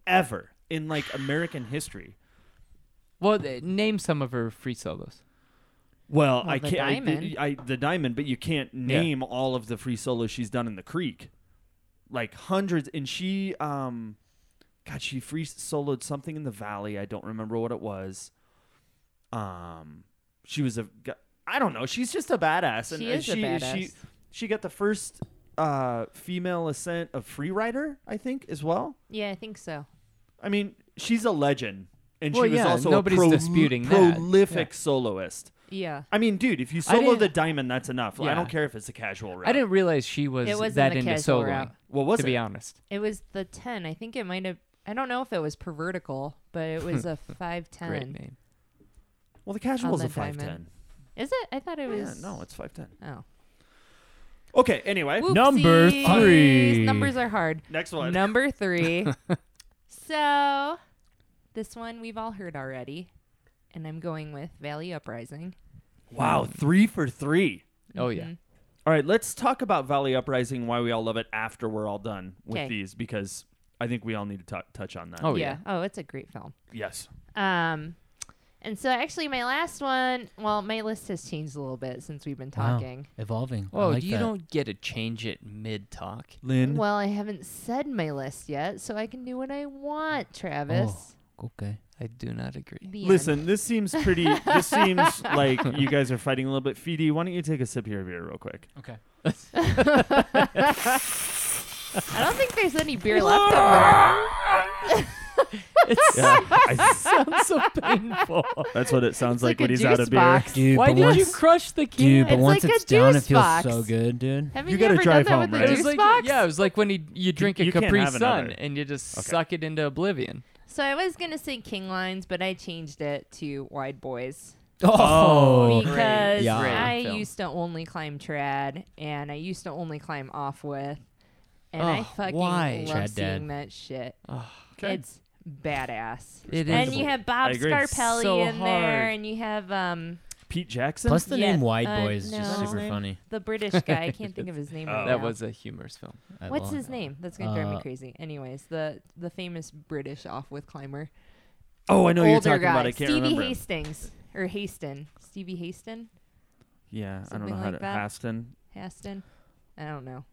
[SPEAKER 3] ever in like American history.
[SPEAKER 9] well, th- name some of her free solos.
[SPEAKER 3] Well,
[SPEAKER 4] Well,
[SPEAKER 3] I
[SPEAKER 4] the
[SPEAKER 3] can't. I-
[SPEAKER 4] diamond.
[SPEAKER 3] I, the diamond, but you can't name all of the free solos she's done in the creek, like hundreds. And she, um, God, she free soloed something in the valley. I don't remember what it was. Um, she was a. g- I don't know. She's just a badass, and
[SPEAKER 4] She
[SPEAKER 3] and
[SPEAKER 4] is a
[SPEAKER 3] she she
[SPEAKER 4] badass.
[SPEAKER 3] she got the first uh female ascent of free rider, I think, as well.
[SPEAKER 4] yeah, I think so.
[SPEAKER 3] I mean, she's a legend, and
[SPEAKER 9] Well,
[SPEAKER 3] she was
[SPEAKER 9] yeah,
[SPEAKER 3] also
[SPEAKER 9] nobody's
[SPEAKER 3] a pro-
[SPEAKER 9] disputing that.
[SPEAKER 3] prolific soloist.
[SPEAKER 4] Yeah,
[SPEAKER 3] I mean, dude, if you
[SPEAKER 9] I
[SPEAKER 3] solo the
[SPEAKER 9] didn't-
[SPEAKER 3] diamond, that's enough. Like, I
[SPEAKER 9] Yeah.
[SPEAKER 3] don't care if it's a casual route.
[SPEAKER 9] I didn't realize she was
[SPEAKER 4] it was
[SPEAKER 9] that
[SPEAKER 4] in the
[SPEAKER 9] into
[SPEAKER 4] casual
[SPEAKER 9] soloing.
[SPEAKER 4] route.
[SPEAKER 3] What was
[SPEAKER 9] to be
[SPEAKER 3] it?
[SPEAKER 9] honest.
[SPEAKER 4] It was the ten. I think it might have. I don't know if it was per vertical, but it was a five
[SPEAKER 9] Great
[SPEAKER 4] ten.
[SPEAKER 9] name.
[SPEAKER 3] Well, the casual's
[SPEAKER 4] on
[SPEAKER 3] a
[SPEAKER 4] the
[SPEAKER 3] five ten.
[SPEAKER 4] diamond. Is it? I thought it
[SPEAKER 3] Yeah,
[SPEAKER 4] was.
[SPEAKER 3] no, it's five ten.
[SPEAKER 4] oh.
[SPEAKER 3] Okay. Anyway,
[SPEAKER 7] Number
[SPEAKER 4] Whoopsies.
[SPEAKER 7] three.
[SPEAKER 4] Numbers are hard.
[SPEAKER 3] next one.
[SPEAKER 4] Number three. so, this one we've all heard already, and I'm going with Valley Uprising.
[SPEAKER 3] Wow, three for three.
[SPEAKER 9] Oh
[SPEAKER 4] Mm-hmm.
[SPEAKER 9] yeah.
[SPEAKER 3] All right, let's talk about Valley Uprising, why we all love it after we're all done with
[SPEAKER 4] 'Kay.
[SPEAKER 3] these, because I think we all need to t- touch on that.
[SPEAKER 9] Oh yeah.
[SPEAKER 4] yeah. Oh, it's a great film.
[SPEAKER 3] Yes.
[SPEAKER 4] Um, and so actually, my last one. Well, my list has changed a little bit since we've been talking.
[SPEAKER 7] Evolving. I
[SPEAKER 9] Whoa,
[SPEAKER 7] like
[SPEAKER 9] you
[SPEAKER 7] that.
[SPEAKER 9] don't get to change it mid talk.
[SPEAKER 3] Lynn.
[SPEAKER 4] Well, I haven't said my list yet, so I can do what I want, Travis.
[SPEAKER 7] Okay.
[SPEAKER 9] I do not agree.
[SPEAKER 4] The end.
[SPEAKER 3] Listen, this seems pretty. This seems like you guys are fighting a little bit. Feedy, why don't you take a sip of your beer real quick?
[SPEAKER 7] Okay.
[SPEAKER 4] I don't think there's any beer left over.
[SPEAKER 9] It's
[SPEAKER 3] I-
[SPEAKER 9] so painful.
[SPEAKER 3] that's what it sounds
[SPEAKER 4] It's
[SPEAKER 3] like,
[SPEAKER 4] like
[SPEAKER 3] when
[SPEAKER 4] a
[SPEAKER 3] he's out of
[SPEAKER 4] juice
[SPEAKER 3] beer.
[SPEAKER 4] box.
[SPEAKER 7] Dude,
[SPEAKER 9] Why
[SPEAKER 7] but
[SPEAKER 9] did
[SPEAKER 7] once,
[SPEAKER 9] you crush the can?
[SPEAKER 7] dude, but
[SPEAKER 4] It's
[SPEAKER 7] once
[SPEAKER 4] like a
[SPEAKER 7] it's down, it
[SPEAKER 4] juice
[SPEAKER 7] feels
[SPEAKER 4] box.
[SPEAKER 7] so good, dude.
[SPEAKER 4] Haven't
[SPEAKER 3] You
[SPEAKER 4] you,
[SPEAKER 3] gotta
[SPEAKER 4] ever
[SPEAKER 3] drive
[SPEAKER 4] done that
[SPEAKER 3] home,
[SPEAKER 4] with
[SPEAKER 3] right?
[SPEAKER 9] It
[SPEAKER 4] a
[SPEAKER 9] was
[SPEAKER 4] juice
[SPEAKER 9] like,
[SPEAKER 4] box?
[SPEAKER 9] Yeah, it was like when you you drink a
[SPEAKER 3] you can't
[SPEAKER 9] Capri
[SPEAKER 3] have
[SPEAKER 9] Sun
[SPEAKER 3] another.
[SPEAKER 9] and you just
[SPEAKER 3] Okay.
[SPEAKER 9] suck it into oblivion.
[SPEAKER 4] So I was gonna say King Lines, but I changed it to Wide Boys
[SPEAKER 7] Oh,
[SPEAKER 4] because
[SPEAKER 7] Yeah.
[SPEAKER 9] great
[SPEAKER 4] I
[SPEAKER 9] film.
[SPEAKER 4] used to only climb trad, and I used to only climb off with, and I
[SPEAKER 9] Oh,
[SPEAKER 4] fucking
[SPEAKER 9] why?
[SPEAKER 4] love
[SPEAKER 7] Trad
[SPEAKER 4] seeing
[SPEAKER 7] dad.
[SPEAKER 4] that shit.
[SPEAKER 3] Okay.
[SPEAKER 4] It's badass.
[SPEAKER 9] It
[SPEAKER 4] And
[SPEAKER 9] is.
[SPEAKER 4] you have Bob
[SPEAKER 3] I agree.
[SPEAKER 4] Scarpelli
[SPEAKER 9] So
[SPEAKER 4] in there,
[SPEAKER 9] hard.
[SPEAKER 4] and you have um
[SPEAKER 3] Pete Jackson.
[SPEAKER 7] Plus the
[SPEAKER 4] Yeah,
[SPEAKER 7] name Wide
[SPEAKER 4] uh,
[SPEAKER 7] Boy is just
[SPEAKER 4] no.
[SPEAKER 7] super funny.
[SPEAKER 4] the British guy. I can't think of his name.
[SPEAKER 3] Oh,
[SPEAKER 4] right
[SPEAKER 9] That
[SPEAKER 4] now.
[SPEAKER 9] was a humorous film.
[SPEAKER 7] I
[SPEAKER 4] What's
[SPEAKER 7] love
[SPEAKER 4] his
[SPEAKER 7] it.
[SPEAKER 4] name? That's gonna drive me
[SPEAKER 7] Uh,
[SPEAKER 4] crazy. Anyways, the the famous British off with climber.
[SPEAKER 3] oh, I know
[SPEAKER 4] Older
[SPEAKER 3] who you're talking
[SPEAKER 4] guy.
[SPEAKER 3] about. I can't
[SPEAKER 4] Stevie
[SPEAKER 3] remember. him.
[SPEAKER 4] Hastings or Haston. Stevie Haston.
[SPEAKER 3] Yeah, I don't
[SPEAKER 4] Something
[SPEAKER 3] know how
[SPEAKER 4] like
[SPEAKER 3] to.
[SPEAKER 4] that.
[SPEAKER 3] Haston.
[SPEAKER 4] Haston. I don't know.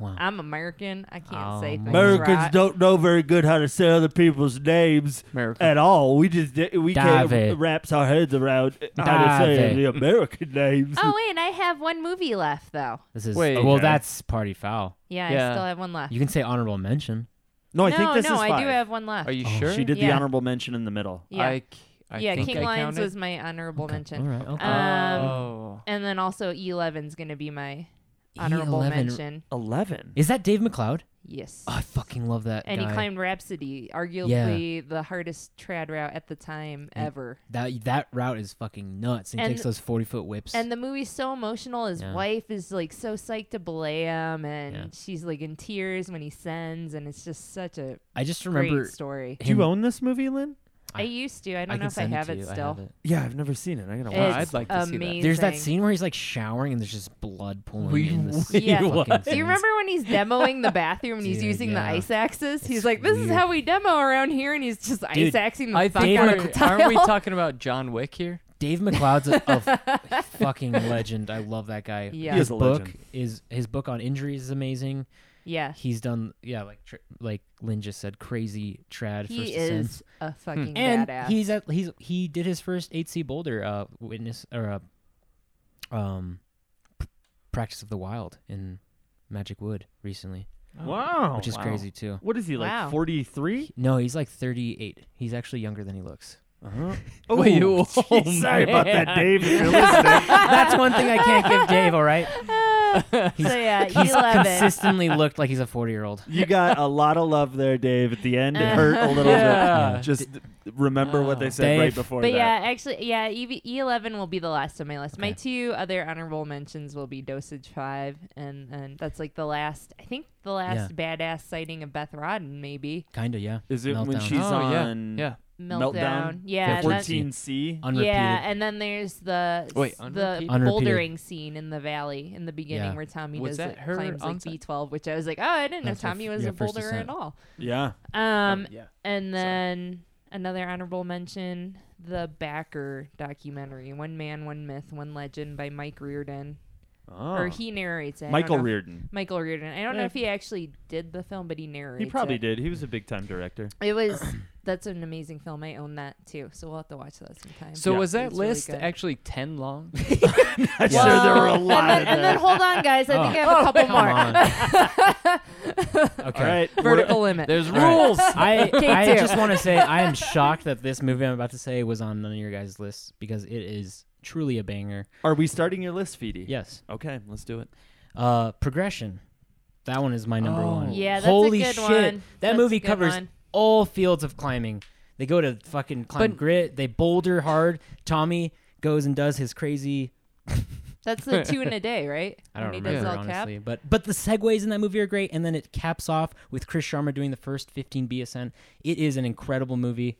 [SPEAKER 7] Wow.
[SPEAKER 4] I'm American. I can't
[SPEAKER 7] Oh,
[SPEAKER 4] say things
[SPEAKER 3] Americans
[SPEAKER 4] right.
[SPEAKER 3] don't know very good how to say other people's names
[SPEAKER 9] American.
[SPEAKER 3] at all. We just eh, we
[SPEAKER 7] David.
[SPEAKER 3] can't wrap our heads around how to say
[SPEAKER 7] David.
[SPEAKER 3] the American names.
[SPEAKER 4] Oh wait, and I have one movie left though.
[SPEAKER 7] This is
[SPEAKER 9] Wait.
[SPEAKER 7] well,
[SPEAKER 3] Okay.
[SPEAKER 7] that's party foul.
[SPEAKER 4] Yeah, I
[SPEAKER 9] Yeah.
[SPEAKER 4] still have one left.
[SPEAKER 7] You can say honorable mention.
[SPEAKER 3] No, I
[SPEAKER 4] no,
[SPEAKER 3] think this
[SPEAKER 4] no,
[SPEAKER 3] is five.
[SPEAKER 4] I do have one left.
[SPEAKER 9] Are you sure?
[SPEAKER 3] She did the
[SPEAKER 4] Yeah.
[SPEAKER 3] honorable mention in the middle.
[SPEAKER 4] yeah,
[SPEAKER 9] I, c- I
[SPEAKER 4] yeah.
[SPEAKER 9] think
[SPEAKER 4] King
[SPEAKER 9] I
[SPEAKER 4] Lions
[SPEAKER 9] counted.
[SPEAKER 4] was my honorable mention.
[SPEAKER 7] All right. Okay.
[SPEAKER 4] Um,
[SPEAKER 9] oh.
[SPEAKER 4] And then also E11's going to be my honorable
[SPEAKER 3] E
[SPEAKER 7] E11.
[SPEAKER 4] mention.
[SPEAKER 3] Eleven.
[SPEAKER 7] E Is that Dave McLeod?
[SPEAKER 4] Yes.
[SPEAKER 7] Oh,
[SPEAKER 3] Ah,
[SPEAKER 7] I fucking love that
[SPEAKER 4] and
[SPEAKER 7] guy.
[SPEAKER 4] he climbed Rhapsody, arguably the hardest trad route at the time
[SPEAKER 3] Mm.
[SPEAKER 4] ever.
[SPEAKER 7] that that route is fucking nuts. He
[SPEAKER 4] And-
[SPEAKER 7] takes those forty foot whips.
[SPEAKER 4] And the movie's so emotional. His
[SPEAKER 7] Yeah.
[SPEAKER 4] wife is like so psyched to belay him, and
[SPEAKER 7] Yeah.
[SPEAKER 4] she's like in tears when he sends, and it's just such a
[SPEAKER 7] I just remember.
[SPEAKER 4] great story.
[SPEAKER 3] Do
[SPEAKER 7] him-
[SPEAKER 3] you own this movie, Lynn?
[SPEAKER 4] I, used to. I don't
[SPEAKER 7] can
[SPEAKER 4] know if I
[SPEAKER 7] send it
[SPEAKER 4] have
[SPEAKER 7] to
[SPEAKER 4] it
[SPEAKER 7] you. I
[SPEAKER 4] still.
[SPEAKER 7] have it.
[SPEAKER 3] Yeah, I've never seen it. I gotta
[SPEAKER 9] Wow, It's-
[SPEAKER 3] watch.
[SPEAKER 9] I'd like to see that.
[SPEAKER 4] amazing.
[SPEAKER 7] There's that scene where he's like showering and there's just blood pulling
[SPEAKER 9] We-
[SPEAKER 7] in this
[SPEAKER 4] we- Yeah.
[SPEAKER 7] fucking
[SPEAKER 4] Do
[SPEAKER 7] things.
[SPEAKER 4] you remember when he's demoing the bathroom and he's
[SPEAKER 7] Dude,
[SPEAKER 4] using
[SPEAKER 7] yeah.
[SPEAKER 4] the ice axes?
[SPEAKER 7] It's
[SPEAKER 4] he's like, "This is
[SPEAKER 7] weird.
[SPEAKER 4] how we demo around here," and he's just ice
[SPEAKER 7] Dude,
[SPEAKER 4] axing the
[SPEAKER 9] I
[SPEAKER 4] fuck
[SPEAKER 9] think
[SPEAKER 4] out
[SPEAKER 9] we're,
[SPEAKER 4] of the tile.
[SPEAKER 9] aren't we talking about John Wick here?
[SPEAKER 7] Dave McLeod's a, a f- fucking legend. I love that guy.
[SPEAKER 4] Yeah. He
[SPEAKER 7] His
[SPEAKER 3] is a
[SPEAKER 7] book
[SPEAKER 3] legend.
[SPEAKER 7] is his book on injuries is amazing.
[SPEAKER 4] yeah,
[SPEAKER 7] He's done yeah, like tr- like Lynn just said, crazy trad. first
[SPEAKER 4] he
[SPEAKER 7] ascents.
[SPEAKER 4] is a
[SPEAKER 9] Hmm.
[SPEAKER 4] fucking
[SPEAKER 7] and
[SPEAKER 4] badass.
[SPEAKER 7] he's at he's he did his first 8C Boulder uh witness or uh, um p- practice of the wild in Magic Wood recently,
[SPEAKER 3] Oh, Wow,
[SPEAKER 7] which is
[SPEAKER 3] wow.
[SPEAKER 7] crazy too.
[SPEAKER 3] What is he like?
[SPEAKER 4] Wow.
[SPEAKER 3] Forty three?
[SPEAKER 7] No, he's like 38. He's actually younger than he looks.
[SPEAKER 3] Uh-huh.
[SPEAKER 9] Wait,
[SPEAKER 3] Oh,
[SPEAKER 9] oh,
[SPEAKER 3] geez, sorry about that,
[SPEAKER 9] man.
[SPEAKER 3] Dave. if you're listening.
[SPEAKER 7] That's one thing I can't give Dave. All right,
[SPEAKER 4] so yeah,
[SPEAKER 7] he's
[SPEAKER 4] eleven.
[SPEAKER 7] consistently looked like he's a 40 year old.
[SPEAKER 3] You got a lot of love there, Dave. At the end, it hurt a little
[SPEAKER 9] Yeah.
[SPEAKER 3] bit. Just remember what they said
[SPEAKER 7] Dave.
[SPEAKER 3] right before
[SPEAKER 4] But
[SPEAKER 3] that.
[SPEAKER 4] yeah, actually, yeah, E eleven will be the last on my list. My two other honorable mentions will be Dosage Five, and and that's like the last. I think the last badass sighting of Beth Rodden, maybe
[SPEAKER 7] Kinda, yeah.
[SPEAKER 3] Is it when
[SPEAKER 7] Meltdown.
[SPEAKER 3] she's
[SPEAKER 9] oh,
[SPEAKER 3] on
[SPEAKER 9] yeah.
[SPEAKER 4] meltdown.
[SPEAKER 3] Meltdown?
[SPEAKER 4] Yeah,
[SPEAKER 7] Yeah,
[SPEAKER 4] that's-
[SPEAKER 3] 14C?
[SPEAKER 7] Unrepeated.
[SPEAKER 4] Yeah, and then there's the
[SPEAKER 9] Wait,
[SPEAKER 4] the
[SPEAKER 9] unrepeated?
[SPEAKER 7] Unrepeated.
[SPEAKER 4] bouldering scene in the valley in the beginning
[SPEAKER 7] Yeah.
[SPEAKER 4] where Tommy does
[SPEAKER 9] Was that
[SPEAKER 4] it,
[SPEAKER 9] her
[SPEAKER 4] climbs like
[SPEAKER 9] onset?
[SPEAKER 4] B twelve, which I was like, oh, I didn't
[SPEAKER 7] That's her
[SPEAKER 4] know Tommy
[SPEAKER 7] f-
[SPEAKER 4] was
[SPEAKER 7] yeah,
[SPEAKER 4] a
[SPEAKER 7] first
[SPEAKER 4] boulderer
[SPEAKER 7] ascent.
[SPEAKER 4] at all.
[SPEAKER 3] Yeah.
[SPEAKER 4] Um,
[SPEAKER 9] yeah.
[SPEAKER 4] and then another honorable mention: the Backer documentary, "One Man, One Myth, One Legend" by Mike Reardon,
[SPEAKER 3] Oh.
[SPEAKER 4] or he narrates it. I don't
[SPEAKER 3] Michael
[SPEAKER 4] know.
[SPEAKER 3] Reardon.
[SPEAKER 4] Michael Reardon. I don't
[SPEAKER 3] Yeah.
[SPEAKER 4] know if he actually did the film, but he narrates.
[SPEAKER 3] He probably
[SPEAKER 4] it.
[SPEAKER 3] did. He was a big time director.
[SPEAKER 4] It was. That's an amazing film. I own that too, so we'll have to watch that sometime.
[SPEAKER 9] So
[SPEAKER 3] Yeah.
[SPEAKER 9] was that
[SPEAKER 4] It's really
[SPEAKER 9] list
[SPEAKER 4] good.
[SPEAKER 9] actually ten long?
[SPEAKER 3] I'm sure there were a lot of Oh.
[SPEAKER 4] and, then, and then hold on, guys. I think I have a couple more.
[SPEAKER 7] Okay.
[SPEAKER 3] All right.
[SPEAKER 4] Vertical limit.
[SPEAKER 9] There's
[SPEAKER 7] All right.
[SPEAKER 9] rules.
[SPEAKER 7] I,
[SPEAKER 4] Take
[SPEAKER 7] I
[SPEAKER 4] two.
[SPEAKER 7] just want to say I am shocked that this movie I'm about to say was on none of your guys' lists because it is truly a banger.
[SPEAKER 3] Are we starting your list, Feedy?
[SPEAKER 7] Yes.
[SPEAKER 3] Okay, let's do it.
[SPEAKER 7] Uh, progression. That one is my number
[SPEAKER 9] Oh.
[SPEAKER 7] one.
[SPEAKER 4] Yeah, that's a
[SPEAKER 7] Holy
[SPEAKER 4] good
[SPEAKER 7] shit.
[SPEAKER 4] one.
[SPEAKER 7] That
[SPEAKER 4] That's a
[SPEAKER 7] movie
[SPEAKER 4] good
[SPEAKER 7] covers
[SPEAKER 4] one.
[SPEAKER 7] all fields of climbing. They go to fucking climb
[SPEAKER 9] But-
[SPEAKER 7] grit. They boulder hard. Tommy goes and does his crazy.
[SPEAKER 4] That's the two in a day, right?
[SPEAKER 7] I don't
[SPEAKER 4] when he
[SPEAKER 7] remember
[SPEAKER 4] does all cap.
[SPEAKER 7] honestly, but but the segues in that movie are great, and then it caps off with Chris Sharma doing the first 15 BSN. It is an incredible movie,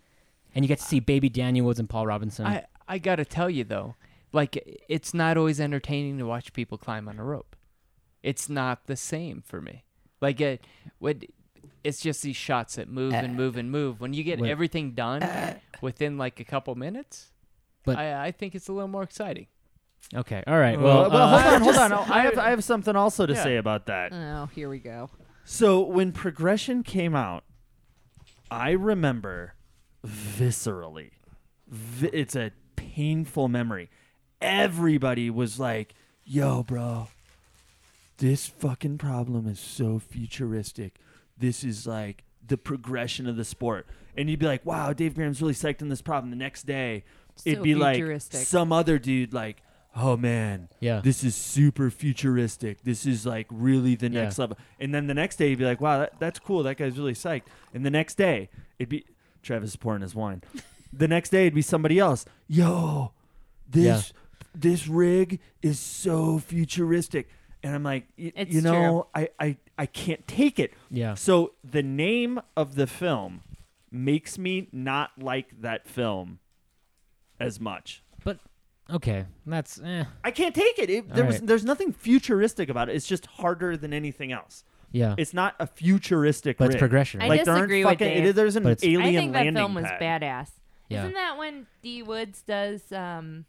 [SPEAKER 7] and you get to see Baby Daniel Woods and Paul Robinson.
[SPEAKER 9] I I gotta tell you though, Like it's not always entertaining to watch people climb on a rope. It's not the same for me. Like it would. It's just these shots that move and move and move. When you get
[SPEAKER 7] Wait.
[SPEAKER 9] everything done within like a couple minutes,
[SPEAKER 7] But-
[SPEAKER 9] I, I think it's a little more exciting.
[SPEAKER 7] Okay. All right.
[SPEAKER 3] Well,
[SPEAKER 7] Well,
[SPEAKER 3] well,
[SPEAKER 7] uh,
[SPEAKER 3] hold on, hold
[SPEAKER 9] just-
[SPEAKER 3] on. I have
[SPEAKER 9] I-
[SPEAKER 3] I have something also to
[SPEAKER 9] Yeah.
[SPEAKER 3] say about that.
[SPEAKER 4] Oh, here we go.
[SPEAKER 3] So when progression came out, I remember viscerally. Vi- it's a painful memory. Everybody was like, "Yo, bro, this fucking problem is so futuristic. This is like the progression of the sport." And you'd be like, "Wow, Dave Graham's really psyched on this problem." The next day, it'd
[SPEAKER 4] So
[SPEAKER 3] be
[SPEAKER 4] futuristic.
[SPEAKER 3] like some other dude like, "Oh man,
[SPEAKER 7] Yeah.
[SPEAKER 3] this is super futuristic. This is like really the next
[SPEAKER 7] Yeah.
[SPEAKER 3] level. And then the next day, you'd be like, wow, that, that's cool. That guy's really psyched. And the next day, it'd be Travis is pouring his wine. the next day, it'd be somebody else. Yo, this this rig is so futuristic. And I'm like, y-
[SPEAKER 4] It's
[SPEAKER 3] you know, I, I I can't take it.
[SPEAKER 7] Yeah.
[SPEAKER 3] So the name of the film makes me not like that film as much.
[SPEAKER 7] but okay. That's eh,
[SPEAKER 3] I can't take it. it there was,
[SPEAKER 7] right.
[SPEAKER 3] there's nothing futuristic about it. It's just harder than anything else.
[SPEAKER 7] yeah.
[SPEAKER 3] It's not a futuristic.
[SPEAKER 7] but it's
[SPEAKER 3] rig.
[SPEAKER 7] progression.
[SPEAKER 4] I
[SPEAKER 7] right?
[SPEAKER 3] Like there aren't
[SPEAKER 4] disagree with
[SPEAKER 3] fucking.
[SPEAKER 4] Dave.
[SPEAKER 3] It, there's an
[SPEAKER 7] But it's- I
[SPEAKER 3] alien
[SPEAKER 4] I think that
[SPEAKER 3] landing
[SPEAKER 4] film was
[SPEAKER 3] pad.
[SPEAKER 4] badass.
[SPEAKER 7] Yeah.
[SPEAKER 4] Isn't that when D Woods does um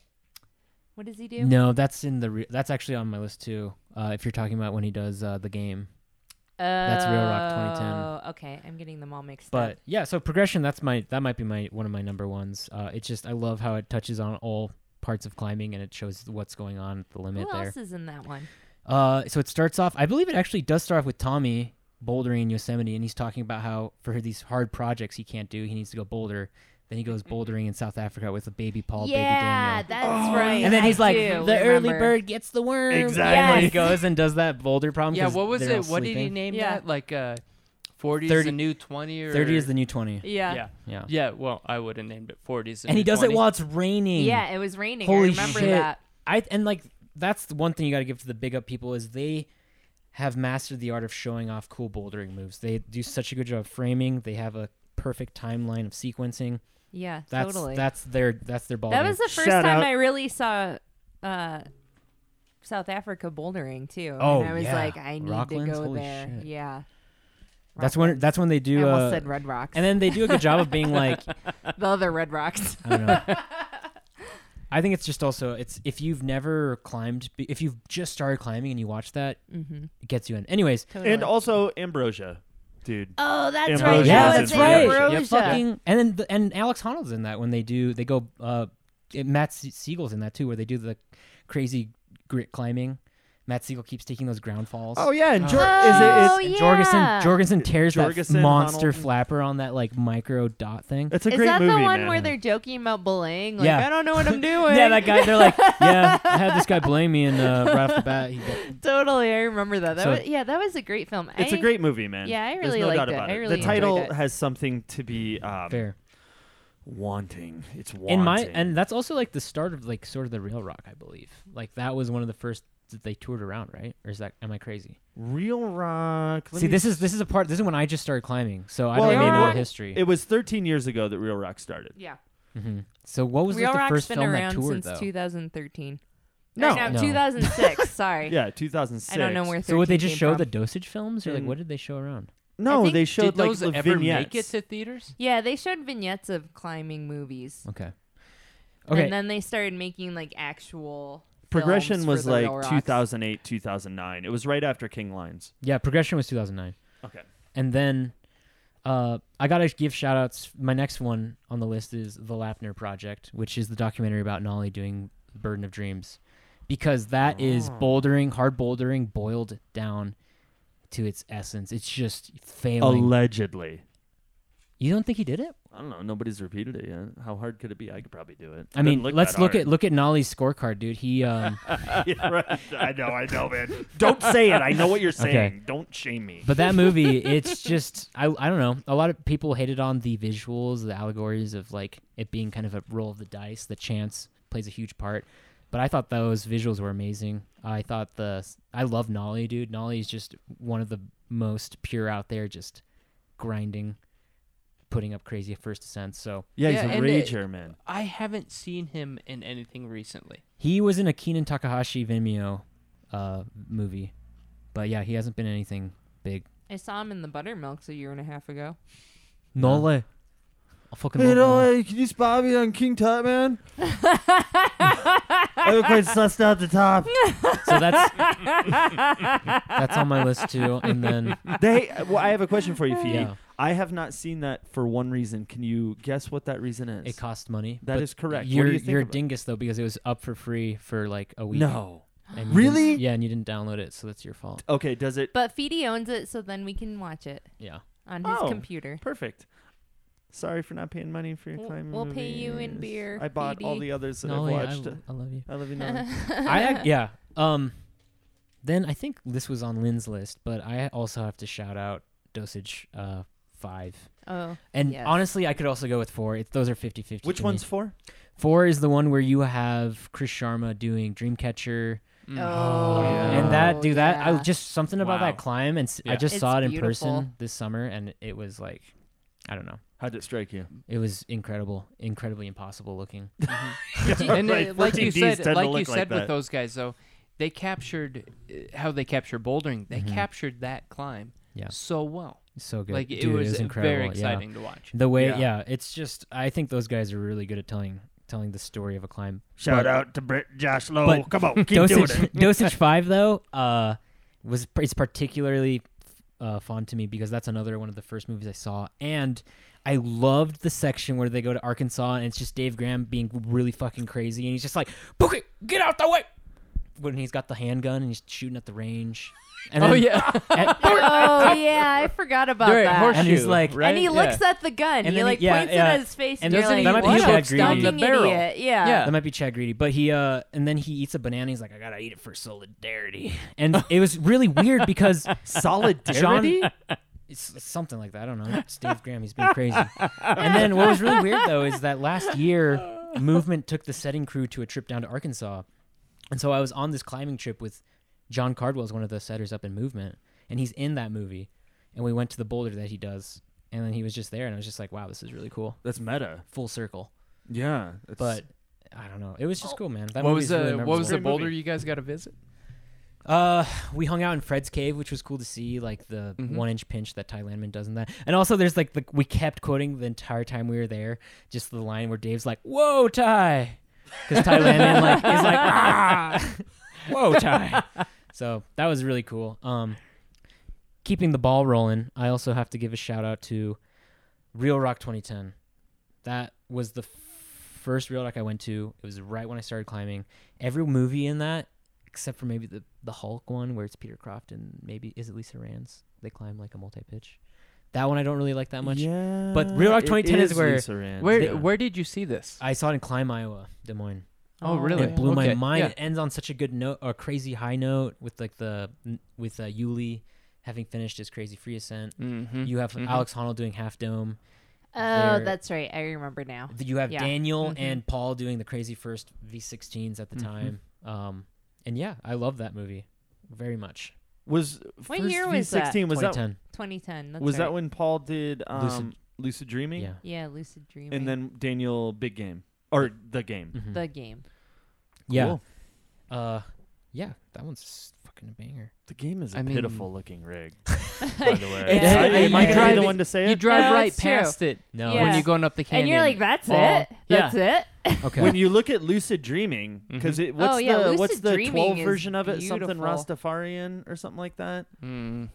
[SPEAKER 4] what does he do?
[SPEAKER 7] no, that's in the. Re- that's actually on my list too. Uh, if you're talking about when he does uh, the game, Real Rock 2010.
[SPEAKER 4] Oh, Okay, I'm getting them all mixed up.
[SPEAKER 7] but yeah. So progression. That's my. That might be my one of my number ones. Uh, it's just I love how it touches on all parts of climbing and it shows what's going on at the limit
[SPEAKER 4] Who
[SPEAKER 7] there.
[SPEAKER 4] else is in that one?
[SPEAKER 7] Uh, so it starts off. I believe it actually does start off with Tommy bouldering in Yosemite, and he's talking about how for these hard projects he can't do, he needs to go boulder. Then he goes
[SPEAKER 9] Mm-hmm.
[SPEAKER 7] bouldering in South Africa with a baby Paul,
[SPEAKER 4] yeah,
[SPEAKER 7] baby Daniel. Oh,
[SPEAKER 4] that's right.
[SPEAKER 7] and then he's
[SPEAKER 4] I
[SPEAKER 7] like,
[SPEAKER 4] do
[SPEAKER 7] "The early
[SPEAKER 4] remember.
[SPEAKER 7] bird gets the worm."
[SPEAKER 3] Exactly.
[SPEAKER 7] And he goes and does that boulder problem.
[SPEAKER 9] Yeah,
[SPEAKER 7] 'cause
[SPEAKER 9] what was
[SPEAKER 7] they're all
[SPEAKER 9] it? What did he
[SPEAKER 7] sleeping.
[SPEAKER 9] name
[SPEAKER 4] Yeah.
[SPEAKER 9] that? Like uh, 40 is
[SPEAKER 7] 30
[SPEAKER 9] the new 20 or
[SPEAKER 7] Thirty is the new twenty.
[SPEAKER 4] Yeah.
[SPEAKER 9] yeah.
[SPEAKER 7] Yeah.
[SPEAKER 9] Yeah, well, I would have named it 40 is the
[SPEAKER 7] And
[SPEAKER 9] new
[SPEAKER 7] he does
[SPEAKER 9] 20.
[SPEAKER 7] it while it's raining.
[SPEAKER 4] Yeah, it was raining. I
[SPEAKER 7] Holy
[SPEAKER 4] remember
[SPEAKER 7] shit.
[SPEAKER 4] that.
[SPEAKER 7] I and like that's the one thing you got to give to the big up people is they have mastered the art of showing off cool bouldering moves. They do such a good job framing. They have a perfect timeline of sequencing.
[SPEAKER 4] Yeah,
[SPEAKER 7] That's
[SPEAKER 4] totally.
[SPEAKER 7] that's their that's their ball.
[SPEAKER 4] that
[SPEAKER 7] game.
[SPEAKER 4] was the first
[SPEAKER 3] Shout
[SPEAKER 4] time
[SPEAKER 3] out.
[SPEAKER 4] I really saw uh, South Africa bouldering too.
[SPEAKER 7] Oh,
[SPEAKER 4] and I was
[SPEAKER 7] yeah.
[SPEAKER 4] like, I need
[SPEAKER 7] Rocklands?
[SPEAKER 4] to go
[SPEAKER 7] Holy
[SPEAKER 4] there.
[SPEAKER 7] shit.
[SPEAKER 4] Yeah.
[SPEAKER 7] that's when that's when they
[SPEAKER 4] I
[SPEAKER 7] do.
[SPEAKER 4] almost
[SPEAKER 7] Uh,
[SPEAKER 4] said Red Rocks.
[SPEAKER 7] and then they do a good job of being like
[SPEAKER 4] the other Red Rocks.
[SPEAKER 7] I don't know. I think it's just also it's if you've never climbed if you've just started climbing and you watch that
[SPEAKER 4] mm-hmm.
[SPEAKER 7] it gets you in. Anyways,
[SPEAKER 3] And also Ambrosia, dude.
[SPEAKER 4] oh, that's
[SPEAKER 3] Ambrosia
[SPEAKER 4] right.
[SPEAKER 3] is
[SPEAKER 7] Yeah,
[SPEAKER 3] in
[SPEAKER 4] That
[SPEAKER 7] that's
[SPEAKER 4] was
[SPEAKER 3] there.
[SPEAKER 7] right.
[SPEAKER 4] Ambrosia.
[SPEAKER 7] Yeah, fucking- and then the, and Alex Honnold's in that when they do they go uh it- Matt Se- Siegel's in that too where they do the crazy grit climbing. Matt Siegel keeps taking those ground falls.
[SPEAKER 3] Oh yeah, and Jor-
[SPEAKER 4] Oh,
[SPEAKER 3] is it? It's,
[SPEAKER 4] yeah.
[SPEAKER 7] And Jorgensen Jorgensen tears
[SPEAKER 3] Jorgensen,
[SPEAKER 7] that monster
[SPEAKER 3] Honnold.
[SPEAKER 7] flapper on that like micro dot thing.
[SPEAKER 3] it's a
[SPEAKER 4] Is
[SPEAKER 3] great
[SPEAKER 4] that
[SPEAKER 3] movie,
[SPEAKER 4] the one
[SPEAKER 3] man.
[SPEAKER 4] where they're joking about bullying? Like,
[SPEAKER 7] Yeah.
[SPEAKER 4] I don't know what I'm doing.
[SPEAKER 7] yeah, that guy. They're like, yeah, I had this guy blame me, and uh, right off the bat, he got,
[SPEAKER 4] totally. I remember that. That
[SPEAKER 7] So-
[SPEAKER 4] was, yeah, that was a great film.
[SPEAKER 3] it's
[SPEAKER 4] a
[SPEAKER 3] a great movie, man.
[SPEAKER 4] Yeah, I
[SPEAKER 3] There's
[SPEAKER 4] really
[SPEAKER 3] no
[SPEAKER 4] liked
[SPEAKER 3] doubt
[SPEAKER 4] it.
[SPEAKER 3] about
[SPEAKER 4] I
[SPEAKER 3] it.
[SPEAKER 4] really
[SPEAKER 3] the title
[SPEAKER 4] enjoyed it.
[SPEAKER 3] has something to be um,
[SPEAKER 7] fair.
[SPEAKER 3] wanting. It's wanting.
[SPEAKER 7] In my and that's also like the start of like sort of the Rail Rock, I believe. Like that was one of the first that they toured around, right? Or is that am I crazy?
[SPEAKER 3] Real Rock. let
[SPEAKER 7] See,
[SPEAKER 3] me
[SPEAKER 7] this is this is a part. This is when I just started climbing, so I
[SPEAKER 3] Well,
[SPEAKER 7] don't
[SPEAKER 4] Real
[SPEAKER 7] even know the
[SPEAKER 4] Rock-
[SPEAKER 7] history.
[SPEAKER 3] It was 13 years ago that Real Rock started.
[SPEAKER 4] Yeah.
[SPEAKER 7] hmm So what was
[SPEAKER 4] Real
[SPEAKER 7] like, the
[SPEAKER 4] Rock's
[SPEAKER 7] first
[SPEAKER 4] been
[SPEAKER 7] film
[SPEAKER 4] around
[SPEAKER 7] that toured
[SPEAKER 4] since
[SPEAKER 7] though?
[SPEAKER 4] 2013.
[SPEAKER 3] No.
[SPEAKER 4] no,
[SPEAKER 7] No.
[SPEAKER 4] 2006. Sorry.
[SPEAKER 3] Yeah, 2006.
[SPEAKER 4] I don't know where. 13
[SPEAKER 7] so would they just
[SPEAKER 4] came
[SPEAKER 7] show
[SPEAKER 4] from. Mm.
[SPEAKER 7] the dosage films, or like
[SPEAKER 3] In-
[SPEAKER 7] what did they show around?
[SPEAKER 3] No,
[SPEAKER 4] I think-
[SPEAKER 3] they
[SPEAKER 9] Did
[SPEAKER 3] showed like
[SPEAKER 9] those
[SPEAKER 3] the
[SPEAKER 9] ever
[SPEAKER 3] vignettes.
[SPEAKER 9] make it to theaters?
[SPEAKER 4] Yeah, they showed vignettes of climbing movies.
[SPEAKER 7] Okay, okay.
[SPEAKER 4] And then they started making like actual.
[SPEAKER 3] Progression
[SPEAKER 4] films
[SPEAKER 3] was
[SPEAKER 4] for the
[SPEAKER 3] like
[SPEAKER 4] Real Rocks.
[SPEAKER 3] 2008, 2009. It was right after King Lines.
[SPEAKER 7] yeah, progression was 2009.
[SPEAKER 3] Okay.
[SPEAKER 7] And then uh, I got to give shout outs. My next one on the list is The Lapner Project, which is the documentary about Nolly doing The Burden of Dreams. Because that is
[SPEAKER 4] Ah.
[SPEAKER 7] bouldering, hard bouldering, boiled down to its essence. It's just failing.
[SPEAKER 3] Allegedly.
[SPEAKER 7] you don't think he did it?
[SPEAKER 3] I don't know. Nobody's repeated it yet. How hard could it be? I could probably do it.
[SPEAKER 7] I mean, let's look at look at Nolly's scorecard, dude. He um,
[SPEAKER 3] at. I know, I know, man. Don't say it. I know what you're
[SPEAKER 7] Okay.
[SPEAKER 3] saying. Don't shame me.
[SPEAKER 7] But that movie, it's just I I don't know. A lot of people hated on the visuals, the allegories of like it being kind of a roll of the dice. The chance plays a huge part. But I thought those visuals were amazing. I thought the I love Nolly, dude. Nolly is just one of the most pure out there, just grinding, putting up crazy first descents. So
[SPEAKER 3] Yeah, he's
[SPEAKER 9] Yeah,
[SPEAKER 3] a
[SPEAKER 9] and it-
[SPEAKER 3] rager, man.
[SPEAKER 9] I haven't seen him in anything recently.
[SPEAKER 7] he was in a Keenan Takahashi Vimeo uh, movie, but yeah, he hasn't been anything big.
[SPEAKER 4] I saw him in the Buttermilks a year and a half ago.
[SPEAKER 7] Nole, I fucking
[SPEAKER 3] Hey,
[SPEAKER 7] love Nole.
[SPEAKER 3] Dolly, can you spot me on King Tut, man?
[SPEAKER 12] I look quite sussed out the top.
[SPEAKER 7] So that's that's on my list too. And then
[SPEAKER 3] They. Well, I have a question for you, Fee.
[SPEAKER 7] Yeah.
[SPEAKER 3] I have not seen that for one reason. Can you guess what that reason is?
[SPEAKER 7] it cost money.
[SPEAKER 3] That
[SPEAKER 7] That is
[SPEAKER 3] is correct. What do
[SPEAKER 7] You're,
[SPEAKER 3] you think
[SPEAKER 7] are a
[SPEAKER 3] about-
[SPEAKER 7] dingus though because it was up for free for like a week.
[SPEAKER 3] no.
[SPEAKER 7] And you didn't-
[SPEAKER 3] Really?
[SPEAKER 7] Yeah, and you didn't download it, so that's your fault.
[SPEAKER 3] Okay. Does it?
[SPEAKER 4] But Feedy owns it, so then we can watch it
[SPEAKER 7] Yeah.
[SPEAKER 4] on his
[SPEAKER 3] Oh.
[SPEAKER 4] computer.
[SPEAKER 3] Perfect. Sorry for not paying money for your
[SPEAKER 4] We'll-
[SPEAKER 3] climbing.
[SPEAKER 4] we'll pay you in
[SPEAKER 3] movies.
[SPEAKER 4] beer,
[SPEAKER 3] I bought all
[SPEAKER 4] Petey.
[SPEAKER 3] the others that
[SPEAKER 7] Nole,
[SPEAKER 3] I've
[SPEAKER 7] I,
[SPEAKER 3] watched.
[SPEAKER 7] l- I love you.
[SPEAKER 3] I love you, Nolly.
[SPEAKER 7] I ac- yeah. Um, then I think this was on Lynn's list, but I also have to shout out Dosage uh, Five.
[SPEAKER 4] Oh,
[SPEAKER 7] And
[SPEAKER 4] Yes.
[SPEAKER 7] honestly, I could also go with four. It's those are 50-50.
[SPEAKER 3] Which
[SPEAKER 7] to
[SPEAKER 3] one's
[SPEAKER 7] me.
[SPEAKER 3] for?
[SPEAKER 7] four? Is the one where you have Chris Sharma doing Dreamcatcher,
[SPEAKER 9] Mm.
[SPEAKER 4] oh,
[SPEAKER 3] yeah.
[SPEAKER 7] and that dude, that I
[SPEAKER 4] yeah.
[SPEAKER 7] just something about that
[SPEAKER 9] Wow.
[SPEAKER 7] climb, and s I I
[SPEAKER 9] Yeah.
[SPEAKER 7] just
[SPEAKER 4] It's
[SPEAKER 7] saw it in person
[SPEAKER 4] beautiful.
[SPEAKER 7] this summer, and it was like, I don't know,
[SPEAKER 3] How did it strike you?
[SPEAKER 7] it was incredible, incredibly impossible looking.
[SPEAKER 9] Do you- and
[SPEAKER 3] Right,
[SPEAKER 9] uh, like
[SPEAKER 3] 14
[SPEAKER 9] you
[SPEAKER 3] Ds
[SPEAKER 9] said,
[SPEAKER 3] tend to
[SPEAKER 9] like you
[SPEAKER 3] look like
[SPEAKER 9] said
[SPEAKER 3] that.
[SPEAKER 9] with those guys, though, they captured uh, how they capture bouldering. They captured that climb
[SPEAKER 7] Mm-hmm. Yeah.
[SPEAKER 9] so well.
[SPEAKER 7] So good,
[SPEAKER 9] Like
[SPEAKER 7] dude,
[SPEAKER 9] it was,
[SPEAKER 7] incredible.
[SPEAKER 9] very
[SPEAKER 7] yeah.
[SPEAKER 9] exciting to watch.
[SPEAKER 7] The way, yeah.
[SPEAKER 3] Yeah.
[SPEAKER 7] it's just I think those guys are really good at telling telling the story of a climb.
[SPEAKER 12] Shout
[SPEAKER 7] But-
[SPEAKER 12] out to Britt Josh Lowe.
[SPEAKER 7] but
[SPEAKER 12] Come on, keep doing
[SPEAKER 7] dosage
[SPEAKER 12] it.
[SPEAKER 7] dosage five though uh was it's particularly uh, fond to me because that's another one of the first movies I saw and I loved the section where they go to Arkansas and it's just Dave Graham being really fucking crazy and he's just like Bookie get out the way when he's got the handgun and he's shooting at the range and
[SPEAKER 9] oh
[SPEAKER 7] then-
[SPEAKER 9] yeah,
[SPEAKER 7] and,
[SPEAKER 4] oh yeah, I forgot about
[SPEAKER 9] They're
[SPEAKER 4] that.
[SPEAKER 9] at horseshoe.
[SPEAKER 7] and he's like
[SPEAKER 9] right?
[SPEAKER 4] And he
[SPEAKER 9] Yeah.
[SPEAKER 4] looks at the gun.
[SPEAKER 7] And
[SPEAKER 4] he
[SPEAKER 7] then he-
[SPEAKER 4] like
[SPEAKER 7] yeah,
[SPEAKER 4] points
[SPEAKER 7] yeah.
[SPEAKER 4] it at his face.
[SPEAKER 7] And
[SPEAKER 4] And,
[SPEAKER 7] doesn't
[SPEAKER 4] you're
[SPEAKER 7] he- that
[SPEAKER 4] like,
[SPEAKER 7] might be
[SPEAKER 4] "What a
[SPEAKER 7] Chad Green.
[SPEAKER 4] stalking
[SPEAKER 9] The barrel.
[SPEAKER 4] idiot!" Yeah.
[SPEAKER 9] Yeah.
[SPEAKER 7] Ah, that might be Chad Greedy, but he uh and then he eats a banana. He's like, I gotta eat it for solidarity, and it was really weird because
[SPEAKER 3] Solidarity?
[SPEAKER 7] John, it's it's something like that. I don't know. It's Dave Graham. He's been crazy. And then what was really weird though is that last year, Movement took the setting crew to a trip down to Arkansas, and so I was on this climbing trip with John Cardwell, is one of the setters up in Movement, and he's in that movie, and we went to the boulder that he does, and then he was just there, and I was just like, wow, this is really cool.
[SPEAKER 3] That's meta.
[SPEAKER 7] Full circle,
[SPEAKER 3] Yeah. it's-
[SPEAKER 7] but. I don't know. It was just cool, man. That
[SPEAKER 9] what
[SPEAKER 7] movie's
[SPEAKER 9] was the
[SPEAKER 7] really
[SPEAKER 9] what was
[SPEAKER 7] memorable.
[SPEAKER 9] the boulder you guys got to visit?
[SPEAKER 7] Uh, we hung out in Fred's cave, which was cool to see, like the
[SPEAKER 9] Mhm.
[SPEAKER 7] one inch pinch that Ty Landman does in that. And also, there's like the we kept quoting the entire time we were there, just the line where Dave's like, "Whoa, Ty," because Ty Landman like is like, "Ah, whoa, Ty." So that was really cool. Um, keeping the ball rolling, I also have to give a shout out to Real Rock 2010. That was the f- first Real Rock I went to. It was right when I started climbing. Every movie in that, except for maybe the the Hulk one where it's Peter Croft and maybe is it Lisa Rand's? They climb like a multi pitch. That one I don't really like that much.
[SPEAKER 3] Yeah,
[SPEAKER 7] but Real Rock
[SPEAKER 3] it
[SPEAKER 7] 2010 is where-
[SPEAKER 3] Lisa Rand.
[SPEAKER 9] Where
[SPEAKER 3] Yeah.
[SPEAKER 9] where did you see this?
[SPEAKER 7] I saw it in Climb, Iowa, Des Moines.
[SPEAKER 9] oh,
[SPEAKER 7] And
[SPEAKER 9] really?
[SPEAKER 7] It blew my
[SPEAKER 9] Okay,
[SPEAKER 7] mind.
[SPEAKER 9] yeah.
[SPEAKER 7] It ends on such a good note, or crazy high note, with like the with uh, Yuli having finished his crazy free ascent.
[SPEAKER 9] Mhm.
[SPEAKER 7] You have
[SPEAKER 9] Mhm.
[SPEAKER 7] Alex Honnold doing half dome.
[SPEAKER 4] Oh,
[SPEAKER 7] They're-
[SPEAKER 4] that's right. I remember now.
[SPEAKER 7] Th- You have
[SPEAKER 4] Yeah. Mm-hmm.
[SPEAKER 7] Daniel
[SPEAKER 9] Mhm.
[SPEAKER 7] and Paul doing the crazy first V16s at the
[SPEAKER 9] Mhm.
[SPEAKER 3] Mm-hmm.
[SPEAKER 7] time. Um, and yeah, I love that movie very much.
[SPEAKER 3] was
[SPEAKER 4] What
[SPEAKER 3] first
[SPEAKER 4] year was that?
[SPEAKER 3] V16, was that
[SPEAKER 7] 2010.
[SPEAKER 4] 2010. That's
[SPEAKER 3] was
[SPEAKER 4] right.
[SPEAKER 3] that when Paul did um,
[SPEAKER 7] Lucid.
[SPEAKER 3] Lucid. Dreaming?
[SPEAKER 7] Yeah.
[SPEAKER 4] Yeah, lucid dreaming.
[SPEAKER 3] And then Daniel Big Game or the game.
[SPEAKER 7] Mhm.
[SPEAKER 4] the game.
[SPEAKER 7] Yeah.
[SPEAKER 3] Cool.
[SPEAKER 7] Uh, yeah, that one's s- fucking a banger.
[SPEAKER 3] The game is a
[SPEAKER 9] I mean-
[SPEAKER 3] pitiful looking rig. by the way, I-
[SPEAKER 7] Yeah.
[SPEAKER 3] am I
[SPEAKER 7] You
[SPEAKER 3] gonna be
[SPEAKER 9] drive
[SPEAKER 3] the
[SPEAKER 9] it-
[SPEAKER 3] one to say
[SPEAKER 9] You
[SPEAKER 3] it?
[SPEAKER 9] drive
[SPEAKER 4] No,
[SPEAKER 9] right
[SPEAKER 4] it's true.
[SPEAKER 9] past it
[SPEAKER 7] No,
[SPEAKER 4] Yeah.
[SPEAKER 9] when
[SPEAKER 7] it's-
[SPEAKER 9] you go going up the canyon.
[SPEAKER 4] and you're like, that's
[SPEAKER 9] Paul."
[SPEAKER 4] it.
[SPEAKER 9] Yeah.
[SPEAKER 4] That's it.
[SPEAKER 7] okay. Mm-hmm.
[SPEAKER 3] When you look at Lucid Dreaming, because it what's
[SPEAKER 4] Oh, yeah,
[SPEAKER 3] the
[SPEAKER 4] lucid
[SPEAKER 3] what's the
[SPEAKER 4] dreaming
[SPEAKER 3] twelve
[SPEAKER 4] is
[SPEAKER 3] version of it? Something
[SPEAKER 4] beautiful.
[SPEAKER 3] Rastafarian or something like that.
[SPEAKER 7] Hmm.
[SPEAKER 9] Mm.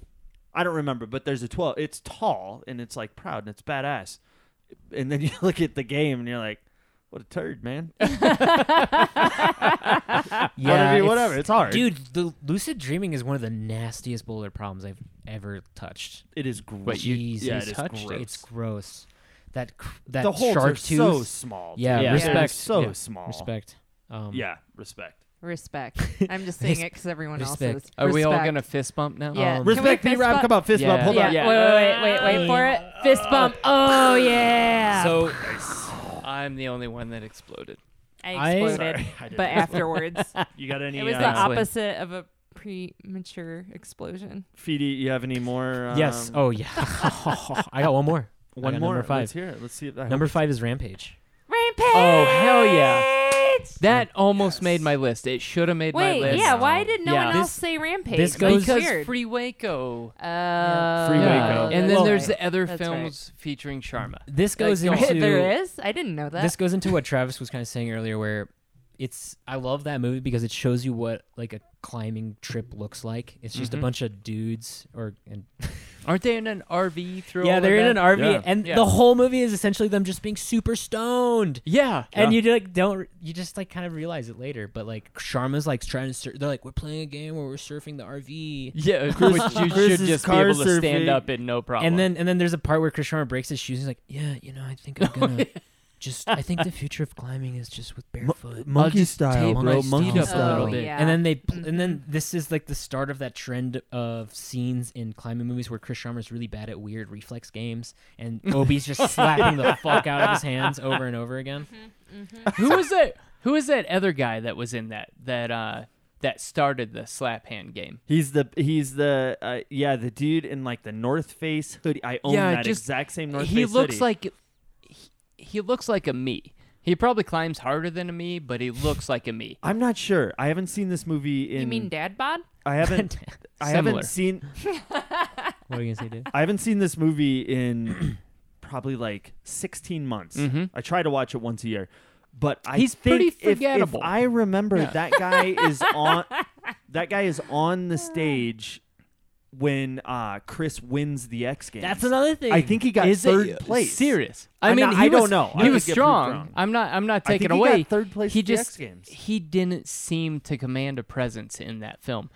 [SPEAKER 3] I don't remember, but there's a 12. It's tall and it's like proud and it's badass. And then you look at the game and you're like, what a turd, man.
[SPEAKER 7] yeah,
[SPEAKER 3] whatever,
[SPEAKER 7] it's-
[SPEAKER 3] whatever. It's hard.
[SPEAKER 7] Dude, the lucid dreaming is one of the nastiest boulder problems I've ever touched.
[SPEAKER 3] it is great.
[SPEAKER 9] But you-
[SPEAKER 7] Jesus,
[SPEAKER 3] yeah, it is
[SPEAKER 9] touched it.
[SPEAKER 3] gross.
[SPEAKER 7] it's gross. That cr- that
[SPEAKER 3] the holes
[SPEAKER 7] shark
[SPEAKER 3] are
[SPEAKER 7] tooth.
[SPEAKER 3] so small.
[SPEAKER 7] Yeah,
[SPEAKER 3] dude.
[SPEAKER 7] Yeah.
[SPEAKER 3] They're
[SPEAKER 7] respect.
[SPEAKER 3] So
[SPEAKER 7] Yeah.
[SPEAKER 3] small.
[SPEAKER 7] Respect. Um,
[SPEAKER 3] Yeah, respect.
[SPEAKER 4] Respect. I'm just saying it because everyone else
[SPEAKER 7] Respect.
[SPEAKER 4] is.
[SPEAKER 9] Are we all
[SPEAKER 4] Respect.
[SPEAKER 9] gonna fist bump now?
[SPEAKER 4] Yeah.
[SPEAKER 7] Um,
[SPEAKER 4] Can we
[SPEAKER 3] Respect,
[SPEAKER 4] fist
[SPEAKER 3] P-Rob.
[SPEAKER 4] bump?
[SPEAKER 3] Come on, fist bump.
[SPEAKER 9] Yeah.
[SPEAKER 3] Hold on.
[SPEAKER 4] Yeah. Wait, wait, wait, wait for it. Fist bump. Oh yeah.
[SPEAKER 7] So
[SPEAKER 9] I'm the only one that exploded.
[SPEAKER 7] I-
[SPEAKER 4] I exploded,
[SPEAKER 3] Sorry, I didn't-
[SPEAKER 4] but afterwards
[SPEAKER 3] you got any?
[SPEAKER 4] it was the
[SPEAKER 3] uh,
[SPEAKER 9] Honestly.
[SPEAKER 4] opposite of a premature explosion.
[SPEAKER 3] Fidi, you have any more? Um,
[SPEAKER 7] yes. Oh yeah. I got one more.
[SPEAKER 13] I
[SPEAKER 14] One
[SPEAKER 13] got
[SPEAKER 14] more.
[SPEAKER 13] Number five.
[SPEAKER 14] Let's hear it. Let's see if I hope
[SPEAKER 7] Number five is Rampage.
[SPEAKER 4] Rampage.
[SPEAKER 9] Oh hell yeah! That almost made my list. It should have made
[SPEAKER 4] Wait,
[SPEAKER 9] my list.
[SPEAKER 4] yeah. Why did no
[SPEAKER 9] Yeah.
[SPEAKER 4] one
[SPEAKER 9] This-
[SPEAKER 4] else say Rampage?
[SPEAKER 7] this
[SPEAKER 4] That's
[SPEAKER 7] goes-
[SPEAKER 9] because
[SPEAKER 4] weird.
[SPEAKER 9] Free Waco.
[SPEAKER 4] Oh, yeah.
[SPEAKER 3] Free
[SPEAKER 9] Yeah.
[SPEAKER 3] Waco.
[SPEAKER 9] And then
[SPEAKER 7] Well-
[SPEAKER 9] there's the other
[SPEAKER 4] That's right.
[SPEAKER 9] films featuring Sharma.
[SPEAKER 7] This goes
[SPEAKER 9] Like,
[SPEAKER 7] into
[SPEAKER 4] there is. I didn't know that.
[SPEAKER 7] this goes into what Travis was kind of saying earlier, where it's I love that movie because it shows you what like a climbing trip looks like. It's just
[SPEAKER 9] Mhm.
[SPEAKER 7] a bunch of dudes or and
[SPEAKER 9] Aren't they in an RV through? all
[SPEAKER 7] yeah,
[SPEAKER 9] of
[SPEAKER 7] they're in an
[SPEAKER 9] that?
[SPEAKER 7] RV,
[SPEAKER 3] Yeah.
[SPEAKER 7] and
[SPEAKER 9] Yeah.
[SPEAKER 7] the whole movie is essentially them just being super stoned.
[SPEAKER 9] Yeah.
[SPEAKER 7] And you like don't you just like kind of realize it later, but like Sharma's like trying to sur- they're like we're playing a game where we're surfing the RV,
[SPEAKER 9] Yeah, which you
[SPEAKER 3] Chris
[SPEAKER 9] should
[SPEAKER 3] is
[SPEAKER 9] just be
[SPEAKER 3] car
[SPEAKER 9] able to stand
[SPEAKER 3] surfing.
[SPEAKER 9] up and no problem.
[SPEAKER 7] and then and then there's a part where Chris Sharma breaks his shoes. And he's like, yeah, you know, I think I'm gonna just I think the future of climbing is just with barefoot. Oh,
[SPEAKER 3] Monkey
[SPEAKER 9] just
[SPEAKER 3] style,
[SPEAKER 9] tape
[SPEAKER 3] bro.
[SPEAKER 9] my feet
[SPEAKER 3] Monkey
[SPEAKER 9] up a little
[SPEAKER 3] style.
[SPEAKER 9] bit.
[SPEAKER 4] yeah.
[SPEAKER 7] And then they, pl- and then this is like the start of that trend of scenes in climbing movies where Chris Sharma's really bad at weird reflex games, and Obi's just slapping the fuck out of his hands over and over again.
[SPEAKER 9] who was that? Who was that other guy that was in that that uh that started the slap hand game?
[SPEAKER 3] He's the he's the uh, yeah the dude in like the North Face hoodie. I own
[SPEAKER 9] Yeah,
[SPEAKER 3] that
[SPEAKER 9] just-
[SPEAKER 3] exact same North
[SPEAKER 9] he
[SPEAKER 3] Face
[SPEAKER 9] looks
[SPEAKER 3] hoodie.
[SPEAKER 9] like he, he looks like a me. He probably climbs harder than a me, but he looks like a me.
[SPEAKER 3] I'm not sure. I haven't seen this movie in.
[SPEAKER 4] you mean Dad bod?
[SPEAKER 3] I haven't. I
[SPEAKER 9] Similar.
[SPEAKER 3] haven't seen.
[SPEAKER 7] What are you gonna say, dude?
[SPEAKER 3] I haven't seen this movie in probably like 16 months.
[SPEAKER 7] Mm-hmm.
[SPEAKER 3] I try to watch it once a year, but I
[SPEAKER 9] He's
[SPEAKER 3] think
[SPEAKER 9] pretty
[SPEAKER 3] if- if,
[SPEAKER 9] forgettable.
[SPEAKER 3] I remember
[SPEAKER 9] Yeah.
[SPEAKER 3] that guy is on that guy is on the stage when uh, Chris wins the X Games.
[SPEAKER 7] That's another thing.
[SPEAKER 3] I think he got
[SPEAKER 9] Is it
[SPEAKER 3] third place.
[SPEAKER 9] Serious? I
[SPEAKER 3] I'm
[SPEAKER 9] mean,
[SPEAKER 3] not-
[SPEAKER 9] he
[SPEAKER 3] I don't
[SPEAKER 9] was-
[SPEAKER 3] know. I
[SPEAKER 9] He
[SPEAKER 3] could
[SPEAKER 9] was
[SPEAKER 3] get proved
[SPEAKER 9] strong.
[SPEAKER 3] wrong.
[SPEAKER 9] I'm not. I'm not
[SPEAKER 3] I think
[SPEAKER 9] taking
[SPEAKER 3] he
[SPEAKER 9] away.
[SPEAKER 3] got third place
[SPEAKER 9] He
[SPEAKER 3] at the
[SPEAKER 9] just
[SPEAKER 3] X Games.
[SPEAKER 9] he didn't seem to command a presence in that film.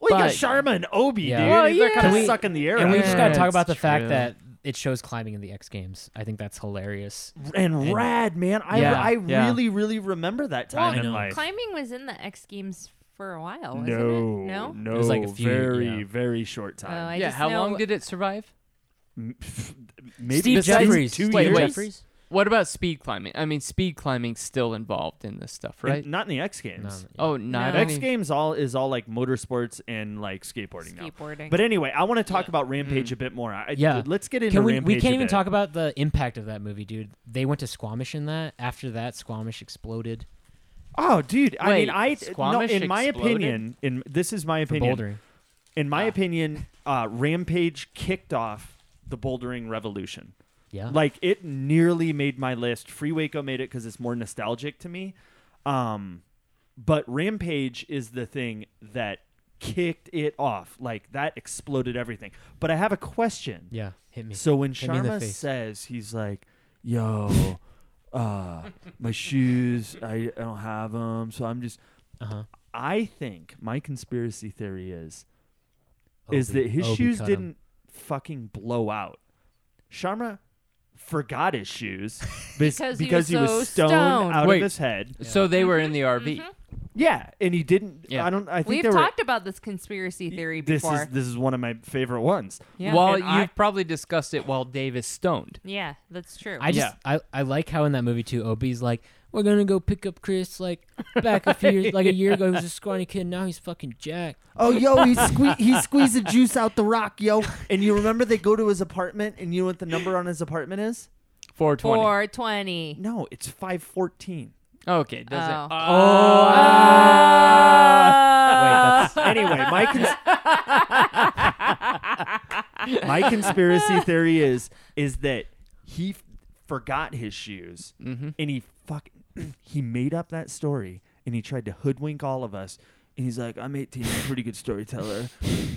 [SPEAKER 3] Well, you got
[SPEAKER 9] But-
[SPEAKER 3] Sharma and Obi,
[SPEAKER 7] Yeah.
[SPEAKER 3] dude.
[SPEAKER 7] Well,
[SPEAKER 3] They're
[SPEAKER 9] yeah.
[SPEAKER 3] kind
[SPEAKER 7] Can
[SPEAKER 3] of
[SPEAKER 7] we-
[SPEAKER 3] sucking the air.
[SPEAKER 7] and we
[SPEAKER 3] out.
[SPEAKER 7] just gotta talk
[SPEAKER 9] That's
[SPEAKER 7] about the fact
[SPEAKER 9] true.
[SPEAKER 7] that it shows climbing in the X Games. I think that's hilarious.
[SPEAKER 3] and, rad, man. I
[SPEAKER 9] Yeah,
[SPEAKER 3] I
[SPEAKER 9] yeah.
[SPEAKER 3] really really remember that time
[SPEAKER 7] Well, I
[SPEAKER 3] in
[SPEAKER 7] know.
[SPEAKER 3] life.
[SPEAKER 4] Climbing was in the X Games for a while, wasn't
[SPEAKER 3] no,
[SPEAKER 4] it? No.
[SPEAKER 3] no,
[SPEAKER 7] It was like a few-
[SPEAKER 3] very
[SPEAKER 7] yeah.
[SPEAKER 3] very short
[SPEAKER 4] Oh,
[SPEAKER 3] time.
[SPEAKER 4] I
[SPEAKER 9] yeah.
[SPEAKER 4] just
[SPEAKER 9] How
[SPEAKER 4] know-
[SPEAKER 9] long did it survive?
[SPEAKER 3] M- pff, Maybe
[SPEAKER 7] Steve
[SPEAKER 9] besides
[SPEAKER 7] Jeffries.
[SPEAKER 3] two
[SPEAKER 7] Steve
[SPEAKER 9] Wait,
[SPEAKER 3] years.
[SPEAKER 9] wait.
[SPEAKER 7] Jeffries.
[SPEAKER 9] What about speed climbing? I mean, speed climbing's still involved in this stuff, right?
[SPEAKER 3] And not in the X Games.
[SPEAKER 9] oh, not
[SPEAKER 4] No.
[SPEAKER 3] X
[SPEAKER 9] any-
[SPEAKER 3] Games all is all like motorsports and like skateboarding, now.
[SPEAKER 4] Skateboarding.
[SPEAKER 3] But anyway, I want to talk about Rampage a bit more. I,
[SPEAKER 7] Mm. Yeah.
[SPEAKER 3] let's get into
[SPEAKER 7] Can we,
[SPEAKER 3] Rampage.
[SPEAKER 7] we can't
[SPEAKER 3] a
[SPEAKER 7] even
[SPEAKER 3] bit.
[SPEAKER 7] talk about the impact of that movie, dude. They went to Squamish in that. After that, Squamish exploded
[SPEAKER 3] Oh, dude! I
[SPEAKER 9] Wait,
[SPEAKER 3] mean, I no,
[SPEAKER 9] Squamish
[SPEAKER 3] in my
[SPEAKER 9] exploded?
[SPEAKER 3] opinion, in this is my
[SPEAKER 7] for
[SPEAKER 3] opinion.
[SPEAKER 7] bouldering.
[SPEAKER 3] In
[SPEAKER 7] Ah.
[SPEAKER 3] my opinion, uh, Rampage kicked off the bouldering revolution.
[SPEAKER 7] Yeah.
[SPEAKER 3] Like it nearly made my list. Free Waco made it because it's more nostalgic to me. Um, but Rampage is the thing that kicked it off. Like that exploded everything. But I have a question.
[SPEAKER 7] yeah, hit me.
[SPEAKER 3] So when
[SPEAKER 7] Hit me in the
[SPEAKER 3] Sharma
[SPEAKER 7] face.
[SPEAKER 3] says he's like, "Yo, uh, my shoes, I, I don't have them, so I'm just."
[SPEAKER 7] Uh-huh.
[SPEAKER 3] I think my conspiracy theory is is
[SPEAKER 7] Obi-
[SPEAKER 3] that his
[SPEAKER 7] Obi
[SPEAKER 3] shoes
[SPEAKER 7] cut 'em.
[SPEAKER 3] didn't fucking blow out. Sharma forgot his shoes bas-
[SPEAKER 4] Because he
[SPEAKER 3] because
[SPEAKER 4] was
[SPEAKER 3] he was,
[SPEAKER 4] so
[SPEAKER 3] stoned,
[SPEAKER 4] stoned.
[SPEAKER 3] out
[SPEAKER 9] Wait.
[SPEAKER 3] of his head.
[SPEAKER 9] So they were in the RV.
[SPEAKER 4] Mm-hmm.
[SPEAKER 3] Yeah, and he didn't.
[SPEAKER 9] Yeah.
[SPEAKER 3] I don't. I think
[SPEAKER 4] We've
[SPEAKER 3] they were- e,
[SPEAKER 4] talked about this conspiracy theory
[SPEAKER 3] This
[SPEAKER 4] before.
[SPEAKER 3] is this is one of my favorite ones.
[SPEAKER 4] yeah.
[SPEAKER 9] While
[SPEAKER 3] And
[SPEAKER 9] you've
[SPEAKER 3] I-
[SPEAKER 9] probably discussed it while Dave is stoned.
[SPEAKER 4] yeah, that's true.
[SPEAKER 7] I just I, I like how in that movie too, Obi's like, We're gonna go pick up Chris like back a few years like a year ago he was a scrawny kid, now he's fucking Jack.
[SPEAKER 3] Oh, yo, he sque- he squeezed the juice out the rock, yo. And you remember they go to his apartment, and you know what the number on his apartment is?
[SPEAKER 9] 420.
[SPEAKER 4] 420.
[SPEAKER 3] No, it's five fourteen.
[SPEAKER 9] Okay, does
[SPEAKER 4] Oh.
[SPEAKER 9] it?
[SPEAKER 3] Anyway, my cons- my conspiracy theory is is that he f- forgot his shoes, and he fucking he made up that story, and he tried to hoodwink all of us. And he's like, I'm 18, I'm a pretty good storyteller.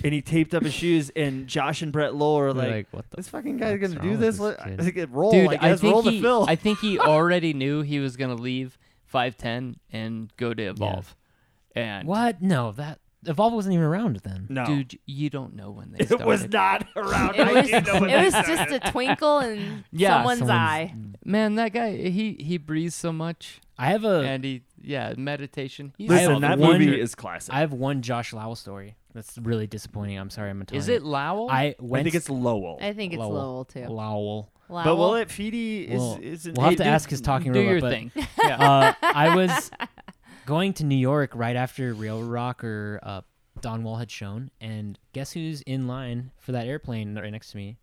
[SPEAKER 3] and he taped up his shoes, and Josh and Brett Lowell are
[SPEAKER 7] We're
[SPEAKER 3] like,
[SPEAKER 7] like, "What the
[SPEAKER 3] This fucking guy's
[SPEAKER 7] fuck's
[SPEAKER 3] gonna
[SPEAKER 7] wrong
[SPEAKER 3] do
[SPEAKER 7] with
[SPEAKER 3] this.
[SPEAKER 7] this
[SPEAKER 3] Let-
[SPEAKER 7] kid?"
[SPEAKER 3] I think roll.
[SPEAKER 9] Dude,
[SPEAKER 3] Oh, I
[SPEAKER 9] I
[SPEAKER 3] guess roll
[SPEAKER 9] think,
[SPEAKER 3] the
[SPEAKER 9] he,
[SPEAKER 3] fill.
[SPEAKER 9] I think he already knew he was going to leave 510 and go to Evolve. And
[SPEAKER 7] What? No, that Evolve wasn't even around then.
[SPEAKER 3] no,
[SPEAKER 9] dude, you don't know when they
[SPEAKER 3] it
[SPEAKER 9] started.
[SPEAKER 3] was not around.
[SPEAKER 4] It
[SPEAKER 3] I
[SPEAKER 4] was,
[SPEAKER 3] didn't know when
[SPEAKER 4] it was
[SPEAKER 3] they
[SPEAKER 4] just a twinkle in
[SPEAKER 9] Yeah,
[SPEAKER 4] someone's,
[SPEAKER 7] someone's-
[SPEAKER 4] eye.
[SPEAKER 9] Man, that guy, he he breathes so much
[SPEAKER 7] I have a I
[SPEAKER 9] and he yeah, meditation. He's
[SPEAKER 3] Uh. Listen,
[SPEAKER 9] all-
[SPEAKER 3] that
[SPEAKER 7] one-
[SPEAKER 3] movie is classic. I,
[SPEAKER 7] have one Josh Lowell story. That's really disappointing. I'm sorry, I'm a
[SPEAKER 9] Is it Lowell?
[SPEAKER 7] I went
[SPEAKER 3] think it's Lowell.
[SPEAKER 4] I think it's
[SPEAKER 7] Lowell.
[SPEAKER 4] Lowell, too.
[SPEAKER 7] Lowell.
[SPEAKER 4] Lowell.
[SPEAKER 3] but will it Feedy is
[SPEAKER 7] Well,
[SPEAKER 3] is an,
[SPEAKER 7] we'll have
[SPEAKER 3] hey,
[SPEAKER 7] to
[SPEAKER 3] dude,
[SPEAKER 7] ask his talking
[SPEAKER 9] do
[SPEAKER 7] robot,
[SPEAKER 9] your
[SPEAKER 7] but
[SPEAKER 9] thing. Yeah.
[SPEAKER 7] uh, I was going to New York right after Railroad Rock or uh, Don Wall had shown, and guess who's in line for that airplane right next to me?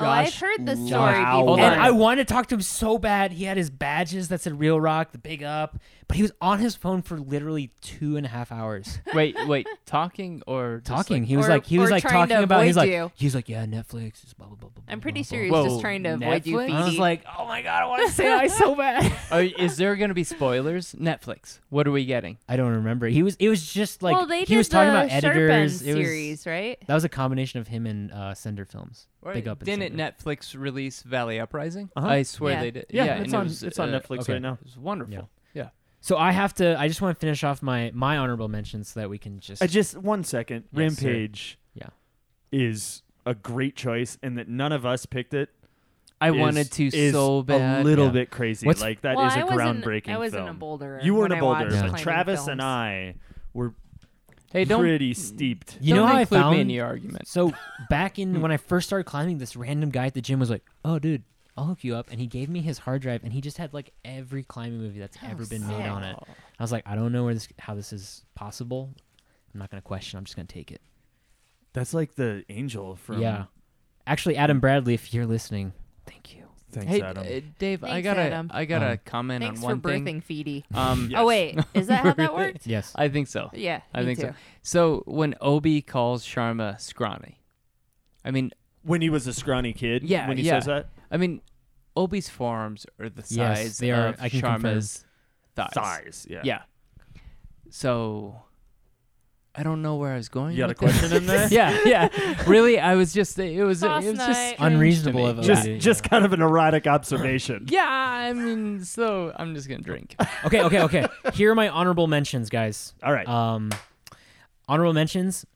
[SPEAKER 4] Oh, I've heard this story
[SPEAKER 7] Lau-
[SPEAKER 4] before.
[SPEAKER 7] And I wanted to talk to him so bad. He had his badges that said Real Rock, the Big Up, but he was on his phone for literally two and a half hours.
[SPEAKER 9] Wait, wait, talking or just,
[SPEAKER 7] talking.
[SPEAKER 9] like-
[SPEAKER 7] he was
[SPEAKER 4] Or-
[SPEAKER 7] like, he was
[SPEAKER 4] or
[SPEAKER 7] like
[SPEAKER 4] trying
[SPEAKER 7] talking
[SPEAKER 4] to
[SPEAKER 7] about. He's
[SPEAKER 4] avoid
[SPEAKER 7] like,
[SPEAKER 4] you.
[SPEAKER 7] he's like, yeah, Netflix. Blah, blah, blah, blah,
[SPEAKER 4] I'm pretty
[SPEAKER 7] blah, blah."
[SPEAKER 4] sure he's
[SPEAKER 9] Whoa,
[SPEAKER 4] just trying to avoid you,
[SPEAKER 9] Netflix?
[SPEAKER 4] Feedy.
[SPEAKER 7] I was like, oh my god, I want to say hi so bad.
[SPEAKER 9] Oh, is there going to be spoilers? Netflix. What are we getting?
[SPEAKER 7] I don't remember. He was. It was just like
[SPEAKER 4] well, they
[SPEAKER 7] he was
[SPEAKER 4] did
[SPEAKER 7] talking
[SPEAKER 4] the
[SPEAKER 7] about editors.
[SPEAKER 4] Sherpen
[SPEAKER 7] It was-
[SPEAKER 4] series, right?
[SPEAKER 7] that was a combination of him and uh, Sender Films. Big up. and
[SPEAKER 9] Didn't
[SPEAKER 7] Sender.
[SPEAKER 9] Netflix release Valley Uprising?
[SPEAKER 3] Uh-huh.
[SPEAKER 9] I swear
[SPEAKER 4] Yeah.
[SPEAKER 9] they did.
[SPEAKER 3] Yeah,
[SPEAKER 9] and
[SPEAKER 3] it's
[SPEAKER 9] it
[SPEAKER 3] on-
[SPEAKER 9] was, uh,
[SPEAKER 3] it's on Netflix
[SPEAKER 7] okay.
[SPEAKER 3] right now.
[SPEAKER 9] It was wonderful. Yeah.
[SPEAKER 7] So I have to. I just want to finish off my my honorable mentions so that we can just.
[SPEAKER 3] I just one second.
[SPEAKER 7] Yes, sir.
[SPEAKER 3] Rampage,
[SPEAKER 7] Yeah.
[SPEAKER 3] is a great choice, and that none of us picked it.
[SPEAKER 9] I
[SPEAKER 3] is-
[SPEAKER 9] wanted to
[SPEAKER 3] is
[SPEAKER 9] so bad.
[SPEAKER 3] A little
[SPEAKER 7] Yeah.
[SPEAKER 3] bit crazy.
[SPEAKER 7] What's-
[SPEAKER 3] like that is
[SPEAKER 4] well,
[SPEAKER 3] a
[SPEAKER 4] I wasn't-
[SPEAKER 3] groundbreaking.
[SPEAKER 4] I wasn't
[SPEAKER 3] film.
[SPEAKER 4] a boulder.
[SPEAKER 3] You weren't
[SPEAKER 4] when
[SPEAKER 3] a
[SPEAKER 4] I
[SPEAKER 3] boulder,
[SPEAKER 4] watched
[SPEAKER 3] but
[SPEAKER 4] climbing
[SPEAKER 3] Travis and
[SPEAKER 4] films.
[SPEAKER 3] I were
[SPEAKER 9] hey, don't Mm.
[SPEAKER 3] pretty steeped.
[SPEAKER 7] You
[SPEAKER 9] don't
[SPEAKER 7] know how I
[SPEAKER 9] include me in
[SPEAKER 7] found-
[SPEAKER 9] the argument.
[SPEAKER 7] So back in when I first started climbing, this random guy at the gym was like, "Oh, dude, I'll hook you up," and he gave me his hard drive, and he just had like every climbing movie that's ever been made on it. I was like, "I don't know where this, how this is possible. I'm not gonna question. I'm just gonna take it."
[SPEAKER 3] That's like the angel from.
[SPEAKER 7] Yeah, actually, Adam Bradley, if you're listening, thank you.
[SPEAKER 3] Thanks,
[SPEAKER 9] Hey,
[SPEAKER 3] Adam.
[SPEAKER 9] uh, Dave, I
[SPEAKER 4] Thanks,
[SPEAKER 9] gotta,
[SPEAKER 4] Adam.
[SPEAKER 9] I gotta
[SPEAKER 7] Um,
[SPEAKER 9] comment
[SPEAKER 4] Thanks
[SPEAKER 9] on
[SPEAKER 4] for
[SPEAKER 9] one thing.
[SPEAKER 4] birthing Feedy.
[SPEAKER 9] Um,
[SPEAKER 4] Oh wait, is that how that worked?
[SPEAKER 7] Yes.
[SPEAKER 9] I think so.
[SPEAKER 4] Yeah,
[SPEAKER 9] I
[SPEAKER 4] me
[SPEAKER 9] think so.
[SPEAKER 4] too.
[SPEAKER 9] So when Obi calls Sharma scrawny, I mean,
[SPEAKER 3] when he was a scrawny kid.
[SPEAKER 9] Yeah,
[SPEAKER 3] when he
[SPEAKER 9] yeah.
[SPEAKER 3] says that.
[SPEAKER 9] I mean, Obi's forearms are the
[SPEAKER 7] Yes,
[SPEAKER 9] size
[SPEAKER 7] they are.
[SPEAKER 9] of
[SPEAKER 7] I can
[SPEAKER 9] Sharma's thighs.
[SPEAKER 3] Thighs. Yeah.
[SPEAKER 9] Yeah. So I don't know where I was going.
[SPEAKER 3] You got a
[SPEAKER 9] with this.
[SPEAKER 3] question in there?
[SPEAKER 9] yeah, yeah. Really, I was just it was
[SPEAKER 4] Sauce
[SPEAKER 9] it was
[SPEAKER 4] night.
[SPEAKER 9] just strange to
[SPEAKER 7] Unreasonable
[SPEAKER 9] me.
[SPEAKER 7] of
[SPEAKER 3] Just,
[SPEAKER 7] Obi.
[SPEAKER 3] just kind of an erotic observation.
[SPEAKER 9] Yeah, I mean, so I'm just gonna drink.
[SPEAKER 7] okay, okay, okay. Here are my honorable mentions, guys.
[SPEAKER 3] All right.
[SPEAKER 7] Um, honorable mentions: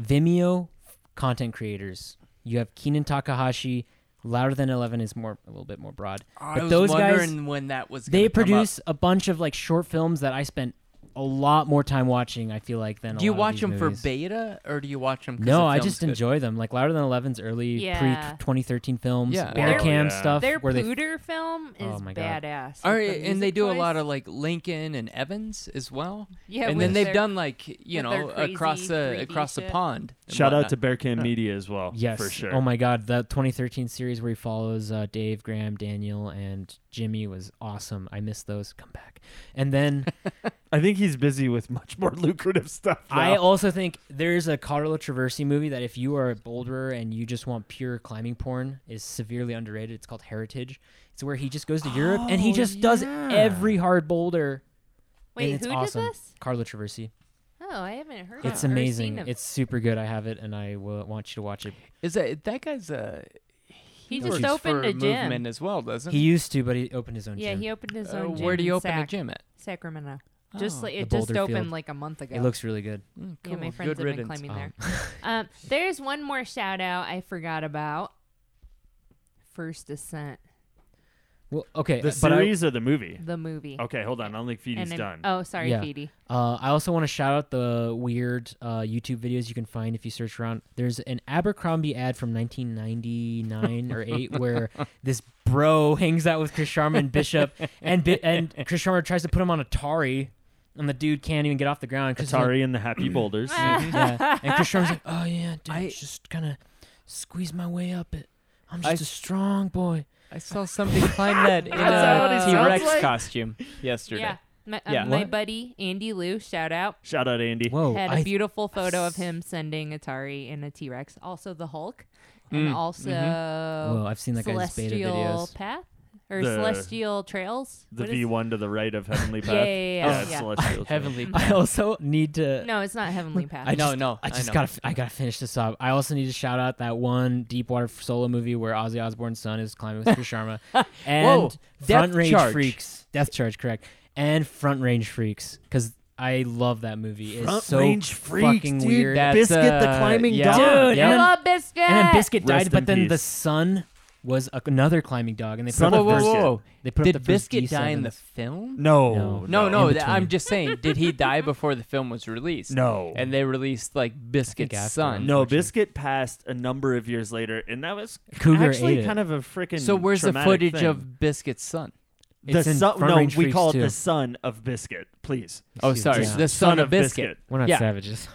[SPEAKER 7] Vimeo content creators. You have Keenan Takahashi. Louder than Eleven is more a little bit more broad,
[SPEAKER 9] I
[SPEAKER 7] but
[SPEAKER 9] was
[SPEAKER 7] those guys
[SPEAKER 9] wondering when that was.
[SPEAKER 7] they
[SPEAKER 9] gonna come up.
[SPEAKER 7] produce a bunch of like short films that I spent a lot more time watching. I feel like than a
[SPEAKER 9] Do you
[SPEAKER 7] lot of
[SPEAKER 9] watch
[SPEAKER 7] these
[SPEAKER 9] them
[SPEAKER 7] movies.
[SPEAKER 9] for beta or do you watch them?
[SPEAKER 7] No, I just enjoy them. Like Louder Than Eleven's early
[SPEAKER 4] Yeah.
[SPEAKER 7] pre 2013 films,
[SPEAKER 9] Yeah.
[SPEAKER 7] Bear
[SPEAKER 4] Wow.
[SPEAKER 7] Cam
[SPEAKER 3] Yeah.
[SPEAKER 7] stuff
[SPEAKER 4] Their
[SPEAKER 7] where they
[SPEAKER 4] Pooter film is
[SPEAKER 7] Oh my God.
[SPEAKER 4] badass.
[SPEAKER 9] All
[SPEAKER 4] with
[SPEAKER 9] right,
[SPEAKER 4] the
[SPEAKER 9] and they
[SPEAKER 4] music
[SPEAKER 9] do a
[SPEAKER 4] choice.
[SPEAKER 9] lot of like Lincoln and Evans as well.
[SPEAKER 4] yeah,
[SPEAKER 9] and
[SPEAKER 4] with
[SPEAKER 9] then they've
[SPEAKER 4] their-
[SPEAKER 9] done like you
[SPEAKER 4] with their
[SPEAKER 9] know across
[SPEAKER 4] crazy
[SPEAKER 9] the
[SPEAKER 4] 3D
[SPEAKER 9] across the
[SPEAKER 4] shit.
[SPEAKER 9] pond. and
[SPEAKER 3] Shout out
[SPEAKER 9] whatnot.
[SPEAKER 3] to Bear Cam Media as well.
[SPEAKER 7] Yes.
[SPEAKER 3] for sure.
[SPEAKER 7] Oh my God, that 2013 series where he follows uh, Dave, Graham, Daniel, and Jimmy was awesome. I missed those. Come back. And then
[SPEAKER 3] I think he's busy with much more lucrative stuff.
[SPEAKER 7] I
[SPEAKER 3] now.
[SPEAKER 7] also think there's a Carlo Traversi movie that if you are a boulderer and you just want pure climbing porn is severely underrated. It's called Heritage. It's where he just goes to Europe and he
[SPEAKER 3] Oh,
[SPEAKER 7] just does
[SPEAKER 3] yeah.
[SPEAKER 7] every hard boulder.
[SPEAKER 4] Wait,
[SPEAKER 7] and it's
[SPEAKER 4] who
[SPEAKER 7] awesome.
[SPEAKER 4] did this?
[SPEAKER 7] Carlo Traversi.
[SPEAKER 4] Oh, I haven't heard.
[SPEAKER 7] It's
[SPEAKER 4] of, or
[SPEAKER 7] amazing.
[SPEAKER 4] Seen him.
[SPEAKER 7] It's super good. I have it and I will want you to watch it.
[SPEAKER 9] Is that that guy's uh
[SPEAKER 4] he
[SPEAKER 9] works
[SPEAKER 4] just opened
[SPEAKER 9] for
[SPEAKER 4] a gym.
[SPEAKER 9] movement as well, doesn't
[SPEAKER 7] He used to, but he opened his own
[SPEAKER 4] yeah,
[SPEAKER 7] gym.
[SPEAKER 4] he opened his
[SPEAKER 9] Uh,
[SPEAKER 4] own gym.
[SPEAKER 9] where do you
[SPEAKER 4] in
[SPEAKER 9] open a
[SPEAKER 4] Sac-
[SPEAKER 9] gym at?
[SPEAKER 4] Sacramento. Just
[SPEAKER 9] Oh,
[SPEAKER 4] like
[SPEAKER 7] The
[SPEAKER 4] it just
[SPEAKER 7] Boulder
[SPEAKER 4] opened
[SPEAKER 7] Field.
[SPEAKER 4] like a month ago.
[SPEAKER 7] it looks really good.
[SPEAKER 9] Mm,
[SPEAKER 4] yeah, my
[SPEAKER 9] cool.
[SPEAKER 4] friends
[SPEAKER 9] Good
[SPEAKER 4] have been
[SPEAKER 9] riddance.
[SPEAKER 4] climbing
[SPEAKER 7] Um,
[SPEAKER 4] there. Um, there's one more shout out I forgot about. First Ascent,
[SPEAKER 7] Well, okay,
[SPEAKER 3] the
[SPEAKER 7] uh, but I,
[SPEAKER 3] series or the movie.
[SPEAKER 4] the movie.
[SPEAKER 12] Oh,
[SPEAKER 3] Okay, hold on. I don't think Feedy's
[SPEAKER 4] and
[SPEAKER 3] done.
[SPEAKER 4] I'm- Oh, sorry,
[SPEAKER 7] Yeah.
[SPEAKER 4] Petey.
[SPEAKER 7] uh, I also want to shout out the weird uh, YouTube videos you can find if you search around. There's an Abercrombie ad from 1999 or eight where this bro hangs out with Chris Sharma and Bishop, and Bi- and Chris Sharma tries to put him on Atari, and the dude can't even get off the ground. Chris is like-
[SPEAKER 3] Atari and the Happy Boulders.
[SPEAKER 7] yeah, and Chris Sharma's like, "Oh yeah, dude,
[SPEAKER 9] I-
[SPEAKER 7] just kind of squeeze my way up it. I'm
[SPEAKER 9] I-
[SPEAKER 7] just a strong boy."
[SPEAKER 9] I saw somebody climb that in
[SPEAKER 4] that
[SPEAKER 9] a
[SPEAKER 4] what he
[SPEAKER 9] T Rex
[SPEAKER 4] sounds like?
[SPEAKER 9] costume yesterday.
[SPEAKER 4] Yeah. My, uh,
[SPEAKER 9] Yeah.
[SPEAKER 4] my
[SPEAKER 9] What?
[SPEAKER 4] buddy Andy Lou, shout out,
[SPEAKER 3] Shout out Andy.
[SPEAKER 7] Whoa,
[SPEAKER 4] had
[SPEAKER 7] Oh, I-
[SPEAKER 4] a beautiful photo of him sending Atari in a T Rex. Also the Hulk, and
[SPEAKER 9] Mm,
[SPEAKER 4] also
[SPEAKER 7] Whoa, I've seen that guy's beta
[SPEAKER 4] Celestial
[SPEAKER 7] videos.
[SPEAKER 4] Path or
[SPEAKER 3] mm-hmm. The-
[SPEAKER 4] Celestial Trails.
[SPEAKER 3] The
[SPEAKER 4] What is-
[SPEAKER 3] V one to the right of Heavenly Path.
[SPEAKER 4] Yeah, yeah, yeah, yeah.
[SPEAKER 7] Oh.
[SPEAKER 4] yeah.
[SPEAKER 3] Celestial Trail.
[SPEAKER 9] Heavenly.
[SPEAKER 7] I also need to
[SPEAKER 4] No, it's not Heavenly Path.
[SPEAKER 7] I
[SPEAKER 9] No,
[SPEAKER 7] just,
[SPEAKER 9] no,
[SPEAKER 7] I
[SPEAKER 9] I
[SPEAKER 7] just
[SPEAKER 9] know.
[SPEAKER 7] gotta, f- I gotta finish this up. I also need to shout out that one Deepwater solo movie where Ozzy Osbourne's son is climbing with Chris Sharma, and
[SPEAKER 9] Whoa,
[SPEAKER 7] Front
[SPEAKER 9] Death
[SPEAKER 7] Range
[SPEAKER 9] Charge.
[SPEAKER 7] Freaks, Death Charge, correct, and Front Range Freaks, because I love that movie. It's
[SPEAKER 3] Front
[SPEAKER 7] so
[SPEAKER 3] Range Freaks,
[SPEAKER 7] fucking
[SPEAKER 3] dude.
[SPEAKER 7] weird.
[SPEAKER 9] That's,
[SPEAKER 3] Biscuit the
[SPEAKER 9] uh,
[SPEAKER 3] Climbing
[SPEAKER 9] yeah.
[SPEAKER 3] Dog.
[SPEAKER 7] Dude,
[SPEAKER 4] I
[SPEAKER 7] and, then,
[SPEAKER 4] love biscuit.
[SPEAKER 7] and then Biscuit
[SPEAKER 3] Rest
[SPEAKER 7] died, but
[SPEAKER 3] in
[SPEAKER 7] then the
[SPEAKER 3] peace.
[SPEAKER 7] son was a, another climbing dog, and they
[SPEAKER 3] Son
[SPEAKER 7] put
[SPEAKER 9] Whoa,
[SPEAKER 7] up
[SPEAKER 3] of
[SPEAKER 7] the
[SPEAKER 9] whoa,
[SPEAKER 7] first,
[SPEAKER 3] Biscuit.
[SPEAKER 9] whoa!
[SPEAKER 7] They put
[SPEAKER 9] Did
[SPEAKER 7] up the first
[SPEAKER 9] Biscuit die in
[SPEAKER 7] D7s.
[SPEAKER 9] the film?
[SPEAKER 3] No,
[SPEAKER 9] No, no.
[SPEAKER 7] in
[SPEAKER 9] th- I'm
[SPEAKER 7] between.
[SPEAKER 9] just saying, did he die before the film was released?
[SPEAKER 3] no,
[SPEAKER 9] And they released like Biscuit's
[SPEAKER 7] after.
[SPEAKER 9] son.
[SPEAKER 3] no.
[SPEAKER 7] unfortunately.
[SPEAKER 3] Biscuit passed a number of years later, and that was
[SPEAKER 7] Cougar ate
[SPEAKER 3] actually
[SPEAKER 7] it.
[SPEAKER 3] kind of a freaking.
[SPEAKER 9] So where's the
[SPEAKER 3] traumatic
[SPEAKER 9] footage
[SPEAKER 3] thing.
[SPEAKER 9] of Biscuit's son?
[SPEAKER 3] the
[SPEAKER 7] It's in
[SPEAKER 3] son?
[SPEAKER 7] Front
[SPEAKER 3] No,
[SPEAKER 7] Range
[SPEAKER 3] we
[SPEAKER 7] Freaks
[SPEAKER 3] call it
[SPEAKER 7] too.
[SPEAKER 3] the son of Biscuit. Please,
[SPEAKER 9] Oh,
[SPEAKER 7] Excuse
[SPEAKER 9] sorry,
[SPEAKER 7] me.
[SPEAKER 9] the son, of Biscuit.
[SPEAKER 7] We're not
[SPEAKER 9] Yeah.
[SPEAKER 7] savages.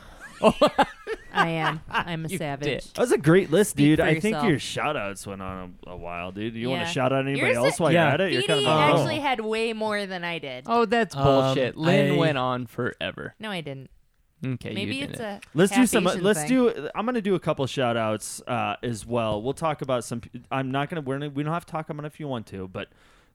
[SPEAKER 4] I am. I'm a savage.
[SPEAKER 3] That was a great list,
[SPEAKER 4] Speak
[SPEAKER 3] dude.
[SPEAKER 4] for
[SPEAKER 3] I think
[SPEAKER 4] yourself.
[SPEAKER 3] your shout outs went on a, a while, dude. You want
[SPEAKER 4] Yeah.
[SPEAKER 3] to shout out anybody
[SPEAKER 4] Yours-
[SPEAKER 3] else while
[SPEAKER 9] Yeah.
[SPEAKER 3] you're at it? You're Oh. kind
[SPEAKER 4] He
[SPEAKER 7] Oh.
[SPEAKER 3] of on a roll.
[SPEAKER 4] actually had way more than I did.
[SPEAKER 9] Oh, that's
[SPEAKER 3] Um,
[SPEAKER 9] bullshit. Lynn
[SPEAKER 3] I-
[SPEAKER 9] went on forever.
[SPEAKER 4] No, I didn't.
[SPEAKER 9] Okay,
[SPEAKER 4] Maybe
[SPEAKER 9] you
[SPEAKER 4] it's
[SPEAKER 9] didn't.
[SPEAKER 4] a
[SPEAKER 3] Let's do
[SPEAKER 4] half
[SPEAKER 3] some. uh,
[SPEAKER 4] Asian
[SPEAKER 3] Let's
[SPEAKER 4] thing.
[SPEAKER 3] do. I'm gonna do a couple shout outs uh, as well. We'll talk about some. p- I'm not gonna. We're gonna. We don't have to talk about it if you want to, but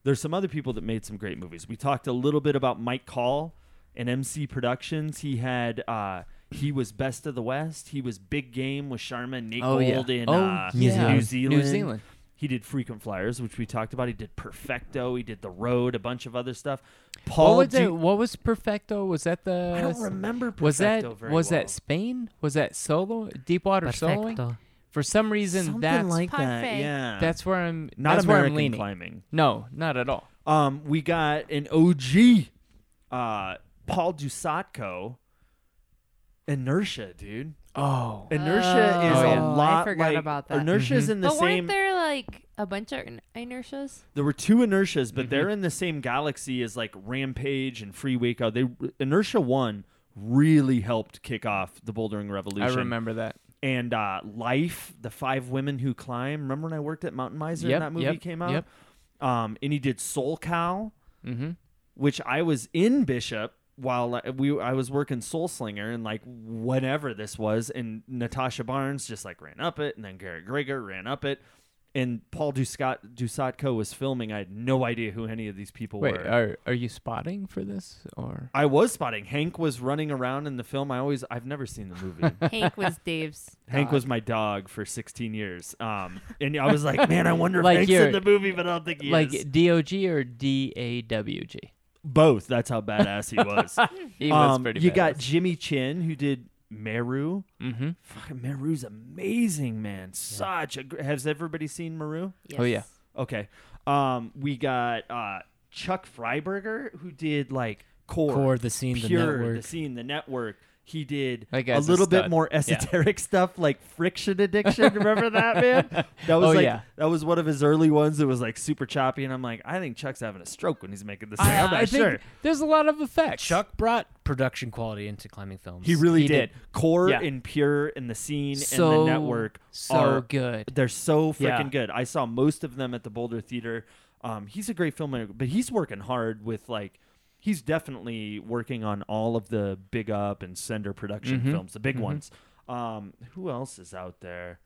[SPEAKER 3] there's some other people that made some great movies. We talked a little bit about Mike Call and MC Productions. He had. Uh, he was best of the West. He was big game with Sharma and Nate
[SPEAKER 9] Oh, yeah.
[SPEAKER 3] Gold in
[SPEAKER 9] Oh,
[SPEAKER 3] uh,
[SPEAKER 9] New yeah.
[SPEAKER 3] New
[SPEAKER 9] Zealand.
[SPEAKER 3] Zealand.
[SPEAKER 9] New Zealand.
[SPEAKER 3] He did frequent flyers, which we talked about. He did Perfecto. He did The Road, a bunch of other stuff. Paul,
[SPEAKER 9] what was,
[SPEAKER 3] do you-
[SPEAKER 9] it, what was Perfecto? Was that the?
[SPEAKER 3] I don't remember
[SPEAKER 9] Was that
[SPEAKER 3] Perfecto very
[SPEAKER 9] was
[SPEAKER 3] well.
[SPEAKER 9] that Spain? Was that solo Deepwater soloing?
[SPEAKER 3] Perfecto.
[SPEAKER 9] For some reason,
[SPEAKER 3] Something
[SPEAKER 9] that's
[SPEAKER 3] like that, Parfait. yeah.
[SPEAKER 9] That's where I'm.
[SPEAKER 3] Not
[SPEAKER 9] that's where I'm
[SPEAKER 3] American
[SPEAKER 9] leaning.
[SPEAKER 3] climbing.
[SPEAKER 9] No, not at all.
[SPEAKER 3] Um, we got an OG, uh, Paul Dusatko. Inertia, dude.
[SPEAKER 9] Oh,
[SPEAKER 3] inertia is
[SPEAKER 4] Oh,
[SPEAKER 3] a
[SPEAKER 4] yeah. I
[SPEAKER 3] lot.
[SPEAKER 4] forgot
[SPEAKER 3] like-
[SPEAKER 4] about that. Mm-hmm.
[SPEAKER 3] Inertia's in the
[SPEAKER 4] but
[SPEAKER 3] same.
[SPEAKER 4] weren't there like a bunch of in- inertias?
[SPEAKER 3] There were two inertias, but
[SPEAKER 4] Mm-hmm.
[SPEAKER 3] they're in the same galaxy as like Rampage and Free Waco. They inertia one really helped kick off the bouldering revolution.
[SPEAKER 9] remember that.
[SPEAKER 3] And uh, Life, the five women who climb. Remember when I worked at Mountain Miser
[SPEAKER 9] Yep,
[SPEAKER 3] and that movie
[SPEAKER 9] yep,
[SPEAKER 3] came out?
[SPEAKER 9] yep.
[SPEAKER 3] Um, and he did Soul Cow,
[SPEAKER 9] Mhm.
[SPEAKER 3] which I was in Bishop while I- we I was working Soul Slinger and like whatever this was, and Natasha Barnes just like ran up it, and then Garrett Gregor ran up it. And Paul Duscott, Dusatko was filming. I had no idea who any of these people
[SPEAKER 9] Wait,
[SPEAKER 3] were.
[SPEAKER 9] are are you spotting for this or?
[SPEAKER 3] I was spotting. Hank was running around in the film. I always, I've never seen the movie.
[SPEAKER 4] Hank was Dave's.
[SPEAKER 3] Hank was my dog for 16 years. Um, and I was like, man, I wonder if
[SPEAKER 9] Like
[SPEAKER 3] Hank's
[SPEAKER 9] you're-
[SPEAKER 3] in the movie, but I don't think he
[SPEAKER 9] like
[SPEAKER 3] is.
[SPEAKER 9] DOG or DAWG?
[SPEAKER 3] Both. That's how badass he was.
[SPEAKER 9] he was
[SPEAKER 3] Um,
[SPEAKER 9] pretty.
[SPEAKER 3] You
[SPEAKER 9] badass.
[SPEAKER 3] got Jimmy Chin, who did Meru.
[SPEAKER 9] Mm-hmm.
[SPEAKER 3] Fucking Meru's amazing, man. Such a. gr- Has everybody seen Meru?
[SPEAKER 9] Oh, yeah. Yes.
[SPEAKER 3] Okay. Um, we got uh, Chuck Freiberger, who did like Core,
[SPEAKER 15] Core, The Scene, The
[SPEAKER 3] Pure,
[SPEAKER 15] Network.
[SPEAKER 3] the Scene, the Network. He did
[SPEAKER 15] That
[SPEAKER 3] a
[SPEAKER 15] guy's a
[SPEAKER 3] little bit
[SPEAKER 15] stud.
[SPEAKER 3] more
[SPEAKER 15] Yeah.
[SPEAKER 3] esoteric stuff like friction addiction. Remember that man? That was
[SPEAKER 9] Oh,
[SPEAKER 3] like
[SPEAKER 9] yeah.
[SPEAKER 3] that was one of his early ones. It was like super choppy, and I'm like, I think Chuck's having a stroke when he's making this. thing. I'm not sure.
[SPEAKER 9] there's a lot of effects.
[SPEAKER 15] Chuck brought production quality into climbing films.
[SPEAKER 3] He really did. Core
[SPEAKER 15] Yeah.
[SPEAKER 3] and Pure and the scene and
[SPEAKER 15] So-
[SPEAKER 3] the network
[SPEAKER 15] so
[SPEAKER 3] are
[SPEAKER 9] good.
[SPEAKER 3] They're so freaking
[SPEAKER 9] Yeah.
[SPEAKER 3] good. I saw most of them at the Boulder Theater. Um, he's a great filmmaker, but he's working hard with like he's definitely working on all of the big up and sender production
[SPEAKER 9] Mhm.
[SPEAKER 3] films, the big
[SPEAKER 9] Mhm.
[SPEAKER 3] ones. Um, who else is out there?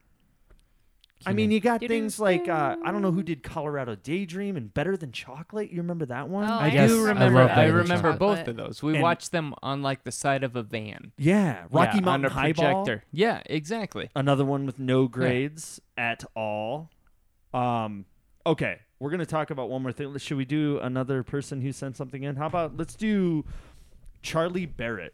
[SPEAKER 3] I mean, you got things like uh, I don't know who did Colorado Daydream and Better Than Chocolate. You remember that
[SPEAKER 4] Oh,
[SPEAKER 3] one?
[SPEAKER 9] I, do remember.
[SPEAKER 15] love
[SPEAKER 9] I,
[SPEAKER 15] Better Than
[SPEAKER 9] remember
[SPEAKER 15] Chocolate.
[SPEAKER 9] both of those. We
[SPEAKER 3] And-
[SPEAKER 9] watched them on like the side of a van.
[SPEAKER 3] Yeah, Rocky Mountain
[SPEAKER 9] on a
[SPEAKER 3] Highball.
[SPEAKER 9] projector. Yeah, exactly.
[SPEAKER 3] Another one with no grades at all. Um, okay, we're gonna talk about one more thing. Should we do another person who sent something in? How about let's do Charlie Barrett,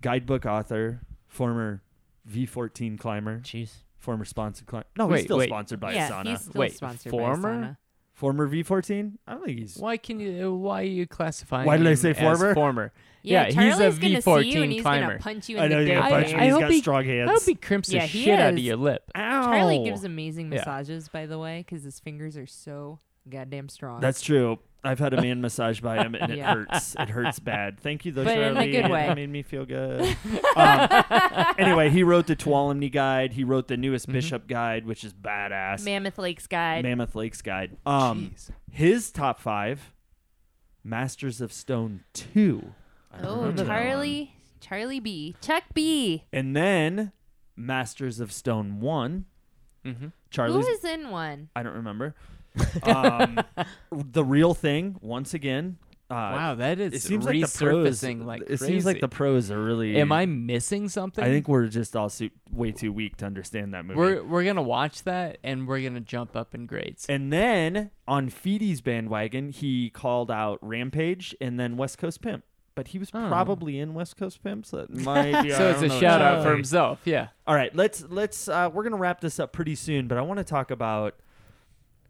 [SPEAKER 3] guidebook author, former V14 climber.
[SPEAKER 15] Jeez.
[SPEAKER 3] Former sponsored climber. No, he's
[SPEAKER 9] Wait,
[SPEAKER 3] still
[SPEAKER 9] wait.
[SPEAKER 3] sponsored by
[SPEAKER 4] Yeah,
[SPEAKER 3] Asana.
[SPEAKER 4] he's still Wait, sponsored by former? Asana.
[SPEAKER 3] Former V14? I don't think he's.
[SPEAKER 9] Why can you? Why are you classifying?
[SPEAKER 3] Why did I
[SPEAKER 9] him
[SPEAKER 3] say
[SPEAKER 9] as
[SPEAKER 3] former?
[SPEAKER 9] Former.
[SPEAKER 4] Yeah,
[SPEAKER 9] he's a
[SPEAKER 4] Charlie's gonna see you
[SPEAKER 9] V14
[SPEAKER 4] and he's gonna
[SPEAKER 9] climber.
[SPEAKER 4] punch you in I know the he's gonna
[SPEAKER 9] I,
[SPEAKER 4] dick. punch you.
[SPEAKER 9] I
[SPEAKER 4] He's
[SPEAKER 9] hope
[SPEAKER 4] got
[SPEAKER 9] he,
[SPEAKER 4] strong hands.
[SPEAKER 9] I hope he crimps
[SPEAKER 4] Yeah,
[SPEAKER 9] the
[SPEAKER 4] he
[SPEAKER 9] shit out of
[SPEAKER 4] is.
[SPEAKER 9] your lip.
[SPEAKER 4] Charlie gives amazing
[SPEAKER 9] Yeah.
[SPEAKER 4] massages, by the way, because his fingers are so goddamn strong.
[SPEAKER 3] That's true. I've had a man massage by him and
[SPEAKER 4] Yeah.
[SPEAKER 3] it hurts. It hurts bad. Thank you, though,
[SPEAKER 4] But
[SPEAKER 3] Charlie.
[SPEAKER 4] in a good way.
[SPEAKER 3] It made me feel good. um, anyway, he wrote the Tuolumne Guide. He wrote the newest Bishop Guide, which is badass.
[SPEAKER 4] Mm-hmm. Mammoth Lakes guide.
[SPEAKER 3] Mammoth Lakes Guide. Um, his top five: Masters of Stone Two. I
[SPEAKER 4] oh,
[SPEAKER 3] remember that one.
[SPEAKER 4] Charlie, Charlie B, Chuck B.
[SPEAKER 3] And then Masters of Stone One.
[SPEAKER 9] Mm-hmm.
[SPEAKER 4] Who
[SPEAKER 3] Charlie's
[SPEAKER 4] was in one?
[SPEAKER 3] I don't remember. um, the real thing, once again. Uh,
[SPEAKER 9] Wow, that is
[SPEAKER 3] It seems like the pros.
[SPEAKER 9] resurfacing like
[SPEAKER 3] it seems like
[SPEAKER 9] crazy.
[SPEAKER 3] the pros are really.
[SPEAKER 9] Am I missing something?
[SPEAKER 3] I think we're just all su- way too weak to understand that movie.
[SPEAKER 9] We're we're gonna watch that and we're gonna jump up in grades.
[SPEAKER 3] and then on Feedy's bandwagon, he called out Rampage and then West Coast Pimp. But he was probably in West Coast Pimp, so that might be. I
[SPEAKER 9] Oh. So it's
[SPEAKER 3] don't
[SPEAKER 9] a
[SPEAKER 3] know.
[SPEAKER 9] shout out for himself, yeah.
[SPEAKER 3] All right, let's let's uh, we're gonna wrap this up pretty soon, but I want to talk about.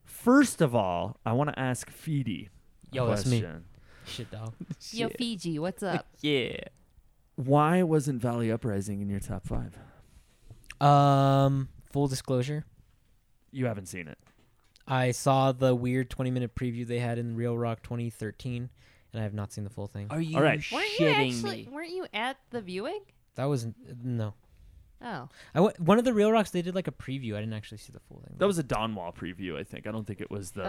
[SPEAKER 3] First of all, I want to ask Feedy. a
[SPEAKER 15] Yo, that's me.
[SPEAKER 3] question.
[SPEAKER 15] Shit, dog.
[SPEAKER 4] Yo, Fiji, what's up?
[SPEAKER 9] yeah.
[SPEAKER 3] Why wasn't Valley Uprising in your top five?
[SPEAKER 15] Um, full disclosure,
[SPEAKER 3] You haven't seen it.
[SPEAKER 15] I saw the weird 20 minute preview they had in Real Rock 2013, and I have not seen the full thing.
[SPEAKER 9] Are you
[SPEAKER 15] All right.
[SPEAKER 4] Weren't you
[SPEAKER 15] shitting
[SPEAKER 4] actually?
[SPEAKER 15] me?
[SPEAKER 4] Weren't you at the viewing?
[SPEAKER 15] That was no.
[SPEAKER 4] Oh.
[SPEAKER 15] I w- one of the Real Rocks they did like a preview. I didn't actually see the full thing.
[SPEAKER 3] That was a Don Wall preview, I think. I don't think it was the. um,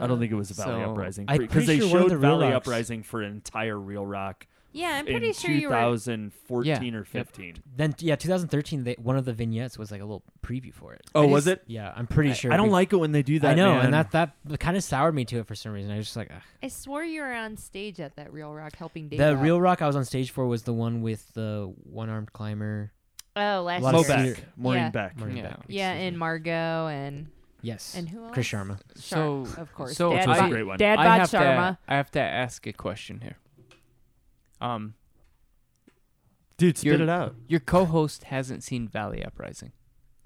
[SPEAKER 4] Uh,
[SPEAKER 3] I don't think it was the Valley
[SPEAKER 15] so-
[SPEAKER 3] Uprising
[SPEAKER 15] I'm
[SPEAKER 3] because they
[SPEAKER 15] pretty sure one of
[SPEAKER 3] showed
[SPEAKER 15] the Real
[SPEAKER 3] Valley
[SPEAKER 15] Rocks-
[SPEAKER 3] Uprising for an entire Real Rock.
[SPEAKER 4] Yeah, I'm
[SPEAKER 3] in
[SPEAKER 4] pretty sure you were-
[SPEAKER 3] 2014
[SPEAKER 15] Yeah.
[SPEAKER 3] or 15.
[SPEAKER 15] Then yeah, 2013. They, one of the vignettes was like a little preview for it.
[SPEAKER 3] Oh,
[SPEAKER 15] I
[SPEAKER 3] was
[SPEAKER 15] just-
[SPEAKER 3] it?
[SPEAKER 15] Yeah, I'm pretty
[SPEAKER 3] I-
[SPEAKER 15] sure.
[SPEAKER 3] I don't
[SPEAKER 15] Be-
[SPEAKER 3] like it when they do that,
[SPEAKER 15] I know,
[SPEAKER 3] man.
[SPEAKER 15] and that that kind of soured me to it for some reason. I was just like, ugh.
[SPEAKER 4] I swore you were on stage at that Real Rock helping Dave.
[SPEAKER 15] the
[SPEAKER 4] out.
[SPEAKER 15] Real Rock I was on stage for was the one with the one armed climber.
[SPEAKER 4] Oh, last
[SPEAKER 15] Lot of
[SPEAKER 4] year.
[SPEAKER 15] senior-
[SPEAKER 4] Yeah.
[SPEAKER 15] Maureen
[SPEAKER 4] yeah.
[SPEAKER 15] Beck.
[SPEAKER 4] Yeah, and Margot and
[SPEAKER 15] Yes.
[SPEAKER 4] And who else?
[SPEAKER 15] Chris Sharma.
[SPEAKER 4] Sharma, of course.
[SPEAKER 9] So
[SPEAKER 4] Dad
[SPEAKER 9] I-
[SPEAKER 4] bod- Dad
[SPEAKER 9] I
[SPEAKER 4] bod
[SPEAKER 9] have to-
[SPEAKER 4] Sharma.
[SPEAKER 9] I have to ask a question here. Um,
[SPEAKER 3] dude, spit
[SPEAKER 9] your,
[SPEAKER 3] it out.
[SPEAKER 9] Your co-host hasn't seen Valley Uprising.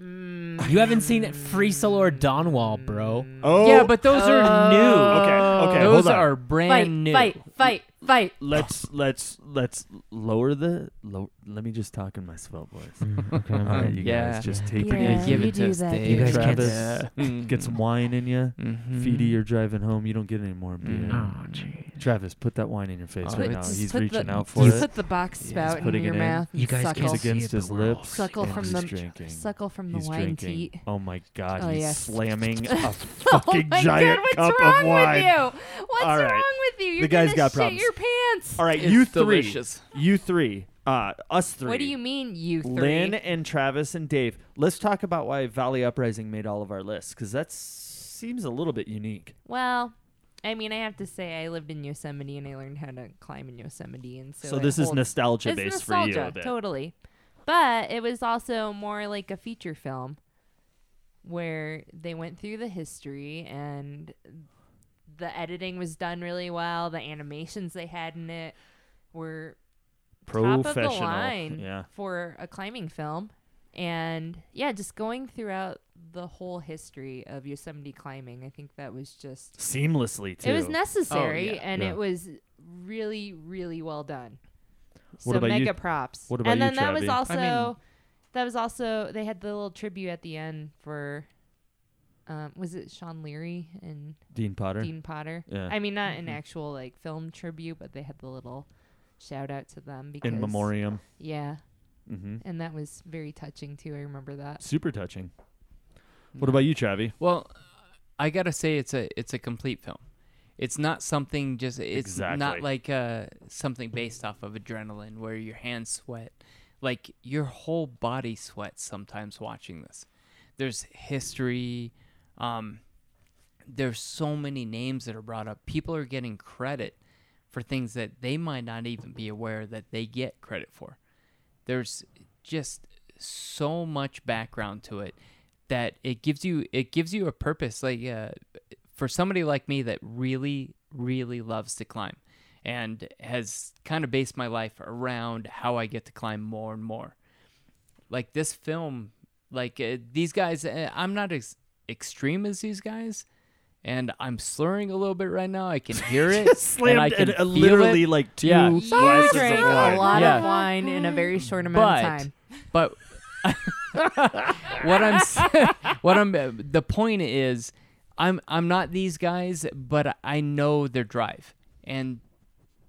[SPEAKER 15] Mm. You haven't seen Free Solo or Don Wall, bro.
[SPEAKER 3] Oh.
[SPEAKER 9] yeah, but those are new.
[SPEAKER 3] Okay, okay,
[SPEAKER 9] those
[SPEAKER 3] hold on.
[SPEAKER 9] are brand
[SPEAKER 4] fight,
[SPEAKER 9] new.
[SPEAKER 4] fight, fight, fight.
[SPEAKER 3] Let's let's let's lower the low, let me just talk in my swell voice.
[SPEAKER 15] Mm, okay.
[SPEAKER 3] All right, you
[SPEAKER 9] Yeah.
[SPEAKER 3] guys just take
[SPEAKER 9] Yeah,
[SPEAKER 3] Mm-hmm. it easy.
[SPEAKER 9] give it You to do us, that. Dave.
[SPEAKER 3] You
[SPEAKER 9] You guys
[SPEAKER 3] guys
[SPEAKER 9] can't
[SPEAKER 3] Travis,
[SPEAKER 9] s- Yeah. Mm-hmm.
[SPEAKER 3] get some wine in you.
[SPEAKER 9] Mhm.
[SPEAKER 3] Feedy, you're driving home. You don't get any more beer.
[SPEAKER 9] Mm. Oh,
[SPEAKER 3] Travis, put that wine in your face
[SPEAKER 9] Oh,
[SPEAKER 3] right
[SPEAKER 9] it's-
[SPEAKER 3] now.
[SPEAKER 9] just
[SPEAKER 3] He's
[SPEAKER 4] put the-
[SPEAKER 3] reaching out
[SPEAKER 4] just
[SPEAKER 3] for it.
[SPEAKER 4] put the box
[SPEAKER 3] He's
[SPEAKER 4] spout in
[SPEAKER 3] putting
[SPEAKER 4] your
[SPEAKER 3] it
[SPEAKER 4] mouth and You guys suck can't it.
[SPEAKER 3] He's
[SPEAKER 4] see
[SPEAKER 3] against
[SPEAKER 4] it,
[SPEAKER 3] his
[SPEAKER 4] but we're all
[SPEAKER 3] lips.
[SPEAKER 4] Suckle
[SPEAKER 3] and
[SPEAKER 4] from
[SPEAKER 3] he's
[SPEAKER 4] the-
[SPEAKER 3] drinking.
[SPEAKER 4] suckle from the
[SPEAKER 3] He's
[SPEAKER 4] wine
[SPEAKER 3] drinking.
[SPEAKER 4] teat.
[SPEAKER 3] Oh my God!
[SPEAKER 4] Oh,
[SPEAKER 3] he's
[SPEAKER 4] yes.
[SPEAKER 3] slamming
[SPEAKER 4] Oh
[SPEAKER 3] a
[SPEAKER 4] my
[SPEAKER 3] fucking
[SPEAKER 4] God,
[SPEAKER 3] giant
[SPEAKER 4] what's
[SPEAKER 3] cup
[SPEAKER 4] wrong
[SPEAKER 3] of
[SPEAKER 4] with
[SPEAKER 3] wine.
[SPEAKER 4] you? What's
[SPEAKER 3] All right.
[SPEAKER 4] wrong with you? You're
[SPEAKER 3] the guy's
[SPEAKER 4] gonna
[SPEAKER 3] got
[SPEAKER 4] shit
[SPEAKER 3] problems.
[SPEAKER 4] your pants.
[SPEAKER 3] All right,
[SPEAKER 9] It's
[SPEAKER 3] you three.
[SPEAKER 9] delicious.
[SPEAKER 3] You three. Uh, us three.
[SPEAKER 4] What do you mean, you three?
[SPEAKER 3] Lynn and Travis and Dave. Let's talk about why Valley Uprising made all of our lists because that seems a little bit unique.
[SPEAKER 4] Well, I mean, I have to say, I lived in Yosemite and I learned how to climb in Yosemite, and so
[SPEAKER 3] So
[SPEAKER 4] it
[SPEAKER 3] this is
[SPEAKER 4] holds-
[SPEAKER 3] nostalgia
[SPEAKER 4] it's
[SPEAKER 3] based for you a
[SPEAKER 4] nostalgia,
[SPEAKER 3] bit.
[SPEAKER 4] totally. But it was also more like a feature film where they went through the history and the editing was done really well. The animations they had in it were top of the
[SPEAKER 3] Professional,
[SPEAKER 4] line
[SPEAKER 3] yeah.
[SPEAKER 4] for a climbing film. And yeah, just going throughout the whole history of Yosemite climbing, I think that was just
[SPEAKER 3] Seamlessly too.
[SPEAKER 4] It was necessary,
[SPEAKER 3] Oh, yeah.
[SPEAKER 4] and
[SPEAKER 3] Yeah.
[SPEAKER 4] it was really, really well done.
[SPEAKER 3] What
[SPEAKER 4] so
[SPEAKER 3] about you-
[SPEAKER 4] mega props.
[SPEAKER 3] what about
[SPEAKER 4] and
[SPEAKER 3] you,
[SPEAKER 4] then that was
[SPEAKER 3] Travi?
[SPEAKER 4] also
[SPEAKER 3] I mean-
[SPEAKER 4] that was also they had the little tribute at the end for um, was it Sean Leary and
[SPEAKER 3] Dean Potter?
[SPEAKER 4] Dean Potter.
[SPEAKER 3] Yeah.
[SPEAKER 4] I mean, not an
[SPEAKER 3] Mhm.
[SPEAKER 4] actual like film tribute, but they had the little shout out to them because
[SPEAKER 3] In memoriam.
[SPEAKER 4] Yeah.
[SPEAKER 3] Mhm.
[SPEAKER 4] And that was very touching too. I remember that.
[SPEAKER 3] Super touching. What about you, Travi?
[SPEAKER 9] Well, I gotta say it's a it's a complete film. It's not something just. It's not
[SPEAKER 3] Exactly.
[SPEAKER 9] like uh, something based off of adrenaline where your hands sweat. Like your whole body sweats sometimes watching this. There's history. Um, there's so many names that are brought up. People are getting credit for things that they might not even be aware that they get credit for. There's just so much background to it that it gives you it gives you a purpose like uh, for somebody like me that really really loves to climb and has kind of based my life around how I get to climb more and more like this film like uh, these guys uh, i'm not as extreme as these guys and i'm slurring a little bit right now i can hear it and i
[SPEAKER 3] slammed
[SPEAKER 9] can
[SPEAKER 3] a- a
[SPEAKER 9] feel
[SPEAKER 3] literally,
[SPEAKER 9] it.
[SPEAKER 3] like, two
[SPEAKER 9] yeah.
[SPEAKER 3] You glasses of drank a wine.
[SPEAKER 4] lot
[SPEAKER 9] Yeah.
[SPEAKER 4] of wine in a very short amount
[SPEAKER 9] but,
[SPEAKER 4] of time.
[SPEAKER 9] but what i'm s- what i'm uh, the point is i'm i'm not these guys but i know their drive and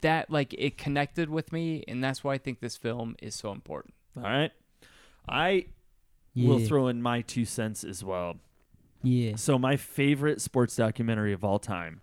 [SPEAKER 9] that like it connected with me and that's why i think this film is so important
[SPEAKER 3] All right. I will
[SPEAKER 9] Yeah.
[SPEAKER 3] throw in my two cents as well.
[SPEAKER 15] Yeah.
[SPEAKER 3] So my favorite sports documentary of all time.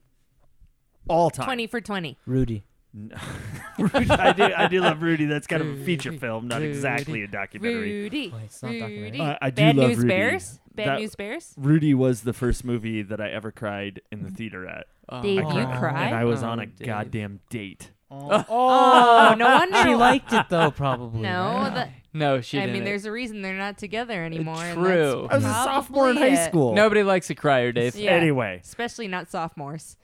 [SPEAKER 3] All time.
[SPEAKER 4] Twenty for twenty.
[SPEAKER 15] Rudy.
[SPEAKER 3] Rudy, I do. I do love Rudy. That's kind of a feature film, not exactly a documentary.
[SPEAKER 4] Rudy. Rudy.
[SPEAKER 3] Uh, I do
[SPEAKER 4] Bad
[SPEAKER 3] love
[SPEAKER 4] News
[SPEAKER 3] Rudy.
[SPEAKER 4] Bears. Bad
[SPEAKER 3] That-
[SPEAKER 4] News Bears.
[SPEAKER 3] Rudy was the first movie that I ever cried in the theater at.
[SPEAKER 4] Dave,
[SPEAKER 3] I
[SPEAKER 4] you
[SPEAKER 3] Oh And
[SPEAKER 4] cried?
[SPEAKER 3] I was
[SPEAKER 9] Oh,
[SPEAKER 3] on a
[SPEAKER 9] Dave.
[SPEAKER 3] goddamn date.
[SPEAKER 4] Oh, no wonder
[SPEAKER 9] She liked
[SPEAKER 15] it, though, probably,
[SPEAKER 4] No,
[SPEAKER 9] right?
[SPEAKER 4] the-
[SPEAKER 9] No, she
[SPEAKER 4] I mean,
[SPEAKER 9] didn't.
[SPEAKER 4] there's a reason they're not together anymore. and
[SPEAKER 9] True.
[SPEAKER 4] that's probably it.
[SPEAKER 9] Nobody likes a crier, Dave.
[SPEAKER 4] Yeah. especially not sophomores.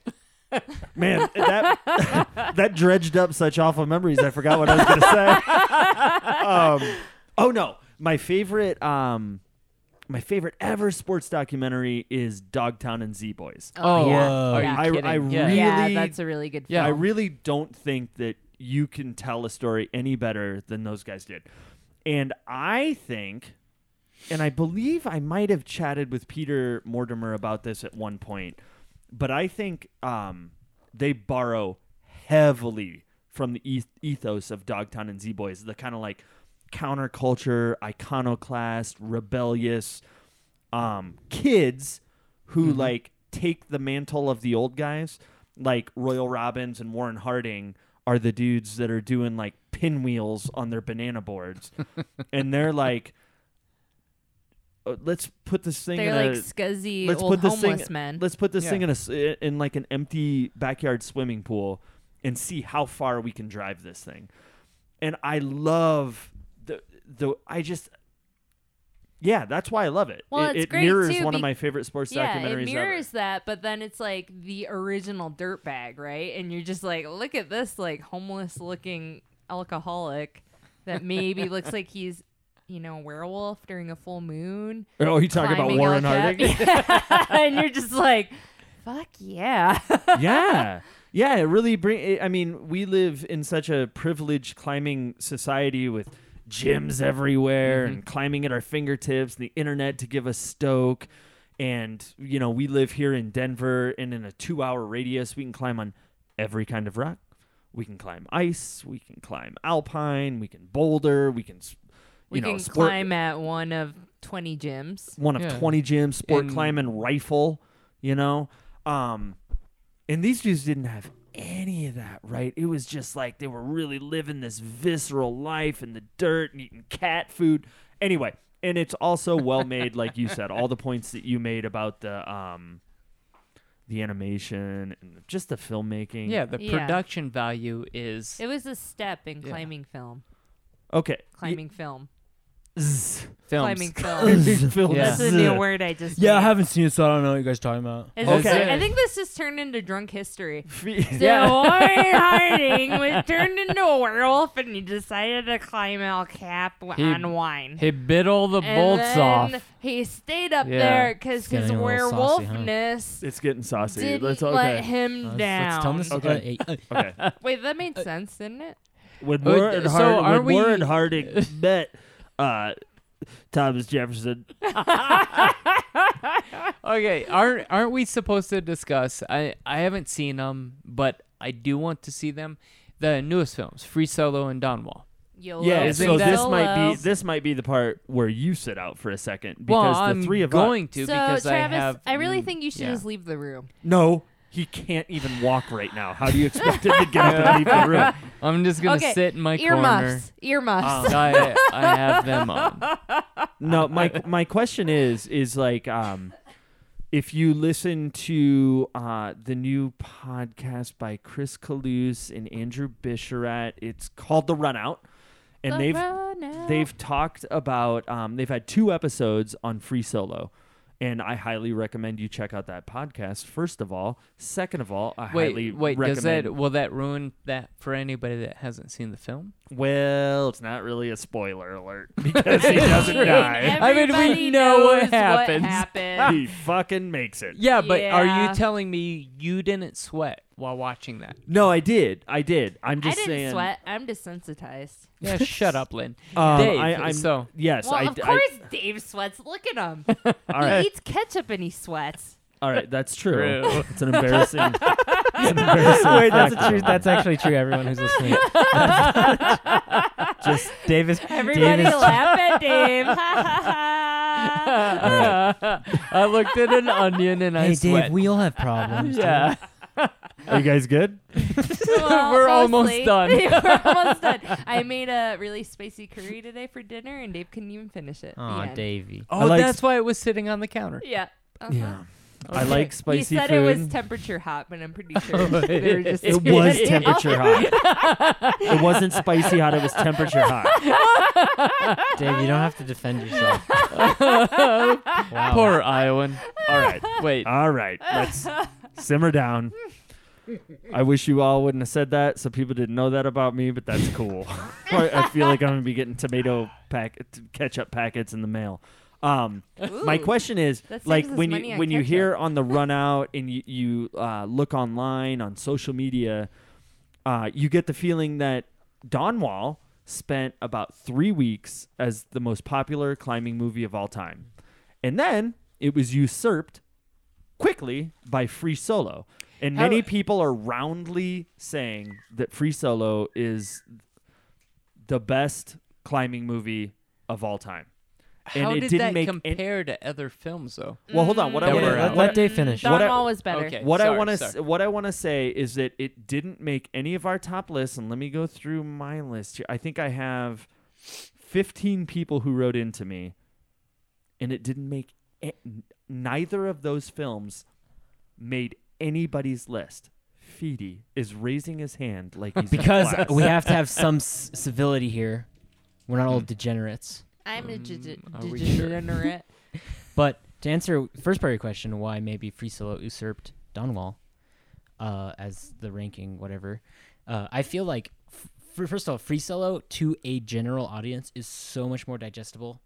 [SPEAKER 3] Man, that that dredged up such awful memories. I forgot what I was going to say. Um, oh no, my favorite, um, my favorite ever sports documentary is Dogtown and Z Boys.
[SPEAKER 4] Oh, Oh, yeah. yeah. Are you
[SPEAKER 3] I,
[SPEAKER 4] kidding?
[SPEAKER 3] I
[SPEAKER 4] Yeah.
[SPEAKER 3] really,
[SPEAKER 4] Yeah, that's a really good
[SPEAKER 3] I
[SPEAKER 4] film.
[SPEAKER 3] really don't think that you can tell a story any better than those guys did, and I think. And I believe I might have chatted with Peter Mortimer about this at one point, but I think um, they borrow heavily from the eth- ethos of Dogtown and Z Boys. The kind of like counterculture, iconoclast, rebellious um, kids who like take the mantle of the old guys, like Royal Robbins and Warren Harding are the dudes that are doing like pinwheels on their banana boards, and they're like. uh, Let's put this thing.
[SPEAKER 4] They're
[SPEAKER 3] in
[SPEAKER 4] like
[SPEAKER 3] a-
[SPEAKER 4] scuzzy
[SPEAKER 3] let's
[SPEAKER 4] old
[SPEAKER 3] put this
[SPEAKER 4] homeless
[SPEAKER 3] thing,
[SPEAKER 4] men.
[SPEAKER 3] Let's put this
[SPEAKER 4] Yeah.
[SPEAKER 3] thing in a s- in like an empty backyard swimming pool and see how far we can drive this thing. And I love the the I just yeah, that's why I love it.
[SPEAKER 4] Well,
[SPEAKER 3] it
[SPEAKER 4] it's
[SPEAKER 3] it
[SPEAKER 4] great,
[SPEAKER 3] mirrors
[SPEAKER 4] too,
[SPEAKER 3] one
[SPEAKER 4] be-
[SPEAKER 3] of my favorite sports
[SPEAKER 4] yeah,
[SPEAKER 3] documentaries.
[SPEAKER 4] it
[SPEAKER 3] ever.
[SPEAKER 4] mirrors that, but then it's like the original dirtbag, right? And you're just like, look at this like homeless looking alcoholic that maybe looks like he's, you know, a werewolf during a full moon.
[SPEAKER 3] Oh, you talking about
[SPEAKER 4] climbing
[SPEAKER 3] Warren
[SPEAKER 4] El Cap-
[SPEAKER 3] Harding?
[SPEAKER 4] Yeah. and you're just like, fuck yeah.
[SPEAKER 3] yeah yeah it really bring it- i mean we live in such a privileged climbing society with gyms
[SPEAKER 4] Mm-hmm.
[SPEAKER 3] everywhere and climbing at our fingertips the internet to give us stoke and you know we live here in denver and in a two hour radius we can climb on every kind of rock we can climb ice we can climb alpine we can boulder we can s- you
[SPEAKER 4] We
[SPEAKER 3] know
[SPEAKER 4] can
[SPEAKER 3] sport-
[SPEAKER 4] climb at one of 20 gyms.
[SPEAKER 3] one of 20 gyms, sport
[SPEAKER 4] And-
[SPEAKER 3] climbing, rifle, you know? Um, and these dudes didn't have any of that, right? It was just like they were really living this visceral life in the dirt and eating cat food. Anyway, and it's also well made, like you said, all the points that you made about the. Um, the animation and just the filmmaking.
[SPEAKER 9] Yeah, the
[SPEAKER 4] Yeah.
[SPEAKER 9] production value is
[SPEAKER 4] It was a step in
[SPEAKER 9] Yeah.
[SPEAKER 4] climbing film.
[SPEAKER 3] Okay.
[SPEAKER 4] Climbing film.
[SPEAKER 3] Zzz.
[SPEAKER 4] Climbing film.
[SPEAKER 3] Films.
[SPEAKER 4] That's a new word I just
[SPEAKER 15] Yeah, I
[SPEAKER 4] made.
[SPEAKER 15] haven't seen it, so I don't know what you guys are talking about.
[SPEAKER 4] Is
[SPEAKER 3] Okay.
[SPEAKER 4] this- I think this just turned into drunk history. So
[SPEAKER 3] Yeah.
[SPEAKER 4] Warren Harding was turned into a werewolf, and he decided to climb El Cap w-
[SPEAKER 9] He-
[SPEAKER 4] on wine.
[SPEAKER 9] He bit all the
[SPEAKER 4] And
[SPEAKER 9] bolts
[SPEAKER 4] then
[SPEAKER 9] off.
[SPEAKER 4] He stayed up
[SPEAKER 9] Yeah.
[SPEAKER 4] there because
[SPEAKER 9] It's getting
[SPEAKER 4] his
[SPEAKER 9] a little saucy, huh?
[SPEAKER 4] werewolfness.
[SPEAKER 3] It's getting saucy.
[SPEAKER 4] Didn't
[SPEAKER 3] Let's okay.
[SPEAKER 4] let him
[SPEAKER 3] Let's-
[SPEAKER 4] down.
[SPEAKER 3] let's tell 'em this- Okay. okay.
[SPEAKER 4] Wait, that made sense, didn't it?
[SPEAKER 3] When
[SPEAKER 12] Uh,
[SPEAKER 3] Warren,
[SPEAKER 12] so
[SPEAKER 3] Hard-
[SPEAKER 12] are
[SPEAKER 3] when Warren
[SPEAKER 12] we-
[SPEAKER 3] Harding met uh, Thomas Jefferson,
[SPEAKER 9] Okay, aren't aren't we supposed to discuss? I I haven't seen them, but I do want to see them. The newest films, Free Solo and Donwall.
[SPEAKER 4] YOLO.
[SPEAKER 3] yeah.
[SPEAKER 9] Isn't
[SPEAKER 3] uh, So
[SPEAKER 9] that-
[SPEAKER 3] this might be this might be the part where you sit out for a second
[SPEAKER 9] Well,
[SPEAKER 3] because
[SPEAKER 9] I'm
[SPEAKER 3] the three of
[SPEAKER 9] going
[SPEAKER 3] us.
[SPEAKER 9] to
[SPEAKER 4] so,
[SPEAKER 9] because
[SPEAKER 4] Travis,
[SPEAKER 9] I have.
[SPEAKER 4] really
[SPEAKER 9] mm,
[SPEAKER 4] think you should
[SPEAKER 9] yeah.
[SPEAKER 4] just leave the room.
[SPEAKER 3] No, he can't even walk right now. How do you expect him to get up and leave the room?
[SPEAKER 9] I'm just gonna
[SPEAKER 4] okay,
[SPEAKER 9] sit in my corner.
[SPEAKER 4] earmuffs.
[SPEAKER 3] Uh,
[SPEAKER 4] Earmuffs.
[SPEAKER 9] Um, I, I have them on.
[SPEAKER 3] no, my my question is is like um if you listen to uh the new podcast by Chris Calouse and Andrew Bisharat, it's called The Run Out. And
[SPEAKER 4] The
[SPEAKER 3] they've
[SPEAKER 4] Run Out.
[SPEAKER 3] they've talked about um they've had two episodes on Free Solo. And I highly recommend you check out that podcast. First of all, second of all, I highly
[SPEAKER 9] Wait, wait.
[SPEAKER 3] recommend.
[SPEAKER 9] Does that will that ruin that for anybody that hasn't seen the film?
[SPEAKER 3] well, it's not really a spoiler alert because he doesn't die.
[SPEAKER 9] I mean,
[SPEAKER 4] Everybody
[SPEAKER 9] we know
[SPEAKER 4] knows
[SPEAKER 9] what happens.
[SPEAKER 4] happened.
[SPEAKER 3] he fucking makes it.
[SPEAKER 9] Yeah, but are
[SPEAKER 4] Yeah.
[SPEAKER 9] you telling me you didn't sweat while watching that?
[SPEAKER 3] No, I did. I did. I'm
[SPEAKER 4] I
[SPEAKER 3] just
[SPEAKER 4] didn't
[SPEAKER 3] saying.
[SPEAKER 4] sweat. I'm desensitized.
[SPEAKER 9] Yeah, shut up, Lynn.
[SPEAKER 3] Um,
[SPEAKER 9] Dave,
[SPEAKER 3] I, I'm,
[SPEAKER 9] so
[SPEAKER 3] yes.
[SPEAKER 4] well,
[SPEAKER 3] I,
[SPEAKER 4] of
[SPEAKER 3] I-
[SPEAKER 4] course Dave sweats. Look at him.
[SPEAKER 3] all
[SPEAKER 4] He
[SPEAKER 3] right.
[SPEAKER 4] eats ketchup and he sweats.
[SPEAKER 3] All right. That's true.
[SPEAKER 9] True.
[SPEAKER 3] It's an embarrassing. it's an embarrassing
[SPEAKER 15] Wait, that's
[SPEAKER 3] fact.
[SPEAKER 15] a true. That's actually true. Everyone who's listening, just Davis.
[SPEAKER 4] Everybody
[SPEAKER 15] Davis.
[SPEAKER 4] laugh at Dave. Ha, ha, ha.
[SPEAKER 9] I looked at an onion and I
[SPEAKER 15] Hey,
[SPEAKER 9] sweat.
[SPEAKER 15] Dave, we all have problems.
[SPEAKER 9] yeah,
[SPEAKER 3] Are you guys good?
[SPEAKER 4] Well,
[SPEAKER 9] We're almost
[SPEAKER 4] mostly.
[SPEAKER 9] done.
[SPEAKER 4] We're almost done. I made a really spicy curry today for dinner, and Dave couldn't even finish it. The
[SPEAKER 15] Aw,
[SPEAKER 4] end.
[SPEAKER 15] Davey.
[SPEAKER 3] I
[SPEAKER 9] oh,
[SPEAKER 3] like-
[SPEAKER 9] that's why it was sitting on the counter.
[SPEAKER 4] Yeah. Uh-huh.
[SPEAKER 3] Yeah. I
[SPEAKER 9] Okay.
[SPEAKER 3] like spicy
[SPEAKER 4] he said
[SPEAKER 3] food. Oh,
[SPEAKER 4] it was temperature hot, but I'm pretty sure they were just
[SPEAKER 3] It was temperature hot. it wasn't spicy hot. It was temperature hot.
[SPEAKER 15] Dave, you don't have to defend yourself. wow.
[SPEAKER 9] Poor Iowan.
[SPEAKER 3] All right.
[SPEAKER 9] Wait,
[SPEAKER 3] All right. Let's simmer down. I wish you all wouldn't have said that, so people didn't know that about me. But that's cool. I I feel like I'm gonna be getting tomato pack t- ketchup packets in the mail. Um, my
[SPEAKER 4] Ooh.
[SPEAKER 3] question is,
[SPEAKER 4] That saves
[SPEAKER 3] like
[SPEAKER 4] us
[SPEAKER 3] when
[SPEAKER 4] money
[SPEAKER 3] you
[SPEAKER 4] on
[SPEAKER 3] when you
[SPEAKER 4] ketchup.
[SPEAKER 3] hear on the run out and you you uh, look online on social media, uh, you get the feeling that Don Wall spent about three weeks as the most popular climbing movie of all time, and then it was usurped quickly by Free Solo. And
[SPEAKER 9] How-
[SPEAKER 3] many people are roundly saying that Free Solo is the best climbing movie of all time.
[SPEAKER 9] How
[SPEAKER 3] and it
[SPEAKER 9] did
[SPEAKER 3] didn't
[SPEAKER 9] that
[SPEAKER 3] make
[SPEAKER 9] compare to other films, though?
[SPEAKER 3] Well, hold on. What I
[SPEAKER 9] That
[SPEAKER 3] want
[SPEAKER 9] were
[SPEAKER 3] to
[SPEAKER 9] out?
[SPEAKER 4] Dawn
[SPEAKER 3] What I-
[SPEAKER 4] Hall was better.
[SPEAKER 15] Eh,
[SPEAKER 9] Okay,
[SPEAKER 3] what I
[SPEAKER 9] sorry,
[SPEAKER 3] want to
[SPEAKER 9] sorry.
[SPEAKER 3] what I want to say is that it didn't make any of our top lists. And let me go through my list here. I think I have fifteen people who wrote into me, and it didn't make a- neither of those films made anybody's list. Feedy is raising his hand like he's in
[SPEAKER 15] because uh,
[SPEAKER 3] class.
[SPEAKER 15] we have to have some s- civility here. We're not all degenerates.
[SPEAKER 4] I'm
[SPEAKER 3] Mm,
[SPEAKER 4] a dege-
[SPEAKER 9] are we sure?
[SPEAKER 4] degenerate.
[SPEAKER 15] But to answer the first part of your question, why maybe Free Solo usurped Dunwall uh, as the ranking, whatever, uh, I feel like, f- f- first of all, Free Solo to a general audience is so much more digestible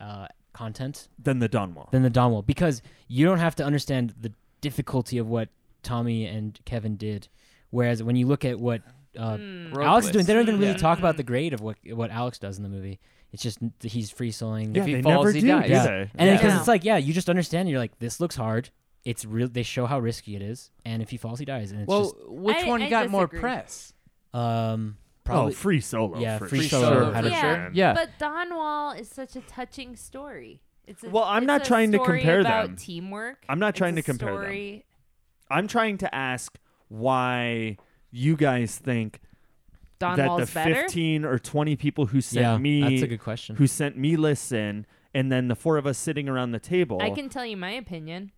[SPEAKER 15] uh, content
[SPEAKER 3] Than the Dunwall.
[SPEAKER 15] than the Donwell because you don't have to understand the difficulty of what Tommy and Kevin did. Whereas when you look at what uh,
[SPEAKER 4] Mm.
[SPEAKER 9] Rogue
[SPEAKER 15] Alex is doing, they don't
[SPEAKER 9] list.
[SPEAKER 15] even really
[SPEAKER 9] Yeah.
[SPEAKER 15] talk
[SPEAKER 4] Mm-hmm.
[SPEAKER 15] about the grade of what what Alex does in the movie. It's just n- he's free soloing.
[SPEAKER 3] Yeah,
[SPEAKER 9] if he
[SPEAKER 3] they
[SPEAKER 9] falls,
[SPEAKER 3] never
[SPEAKER 9] he
[SPEAKER 3] do,
[SPEAKER 9] dies.
[SPEAKER 3] do
[SPEAKER 15] Yeah.
[SPEAKER 3] they?
[SPEAKER 15] And
[SPEAKER 3] Yeah.
[SPEAKER 15] because
[SPEAKER 4] Yeah.
[SPEAKER 15] it's like, yeah, you just understand. You're like, this looks hard. It's real. They show how risky it is, and if he falls, he dies. And it's
[SPEAKER 9] Well,
[SPEAKER 15] just
[SPEAKER 9] which
[SPEAKER 4] I-
[SPEAKER 9] one
[SPEAKER 4] I
[SPEAKER 9] got more
[SPEAKER 4] disagree.
[SPEAKER 9] press?
[SPEAKER 15] um
[SPEAKER 3] oh,
[SPEAKER 15] probably
[SPEAKER 3] free solo.
[SPEAKER 15] Yeah,
[SPEAKER 3] for
[SPEAKER 15] Free
[SPEAKER 3] sure.
[SPEAKER 15] Solo
[SPEAKER 9] Solo,
[SPEAKER 15] had
[SPEAKER 9] for
[SPEAKER 3] for
[SPEAKER 15] a-
[SPEAKER 3] sure.
[SPEAKER 4] yeah,
[SPEAKER 9] Yeah.
[SPEAKER 4] But Don Wall is such a touching story. It's a,
[SPEAKER 3] Well, I'm
[SPEAKER 4] it's
[SPEAKER 3] not
[SPEAKER 4] a
[SPEAKER 3] trying to
[SPEAKER 4] story
[SPEAKER 3] compare
[SPEAKER 4] about
[SPEAKER 3] them.
[SPEAKER 4] Teamwork.
[SPEAKER 3] I'm not
[SPEAKER 4] It's
[SPEAKER 3] trying
[SPEAKER 4] a
[SPEAKER 3] to compare them.
[SPEAKER 4] story-
[SPEAKER 3] I'm trying to ask why you guys think
[SPEAKER 4] Don
[SPEAKER 3] that
[SPEAKER 4] Wall's
[SPEAKER 3] the
[SPEAKER 4] better.
[SPEAKER 3] 15 or 20 people who sent
[SPEAKER 15] yeah.
[SPEAKER 3] me
[SPEAKER 15] that's a good question.
[SPEAKER 3] who sent me lists in and then the four of us sitting around the table
[SPEAKER 4] I can tell you my opinion.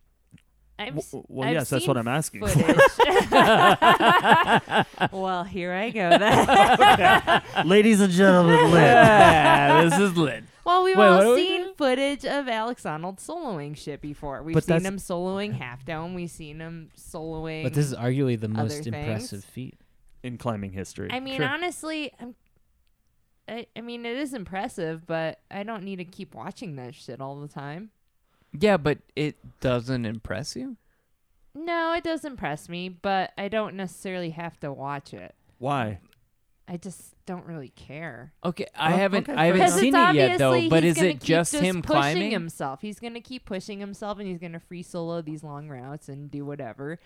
[SPEAKER 4] I've, s-
[SPEAKER 3] W- well,
[SPEAKER 4] I've
[SPEAKER 3] yes, that's
[SPEAKER 4] seen
[SPEAKER 3] what I'm asking for.
[SPEAKER 4] footage. well, here I go. Then.
[SPEAKER 3] ladies and gentlemen
[SPEAKER 9] yeah, this is lit.
[SPEAKER 4] well, we've
[SPEAKER 15] Wait, what
[SPEAKER 4] all
[SPEAKER 15] are we
[SPEAKER 4] seen footage of Alex Arnold soloing shit before. We've
[SPEAKER 15] But
[SPEAKER 4] seen
[SPEAKER 15] that's-
[SPEAKER 4] him soloing half down. We've seen him soloing.
[SPEAKER 15] but this is arguably the most
[SPEAKER 4] things.
[SPEAKER 15] impressive feat.
[SPEAKER 3] in climbing history
[SPEAKER 4] I mean,
[SPEAKER 3] Sure.
[SPEAKER 4] honestly, I'm. I, I mean, it is impressive, but I don't need to keep watching that shit all the time.
[SPEAKER 9] Yeah, but it doesn't impress you.
[SPEAKER 4] No, it does impress me, but I don't necessarily have to watch it.
[SPEAKER 3] why
[SPEAKER 4] I just don't really care.
[SPEAKER 9] Okay, I
[SPEAKER 3] Oh,
[SPEAKER 9] haven't,
[SPEAKER 3] okay,
[SPEAKER 9] I haven't
[SPEAKER 4] Because it's
[SPEAKER 9] seen it yet
[SPEAKER 4] obviously
[SPEAKER 9] though. But
[SPEAKER 4] he's
[SPEAKER 9] is
[SPEAKER 4] gonna
[SPEAKER 9] it
[SPEAKER 4] keep
[SPEAKER 9] just, him
[SPEAKER 4] pushing
[SPEAKER 9] climbing?
[SPEAKER 4] himself? He's gonna keep pushing himself, and he's gonna free solo these long routes and do whatever.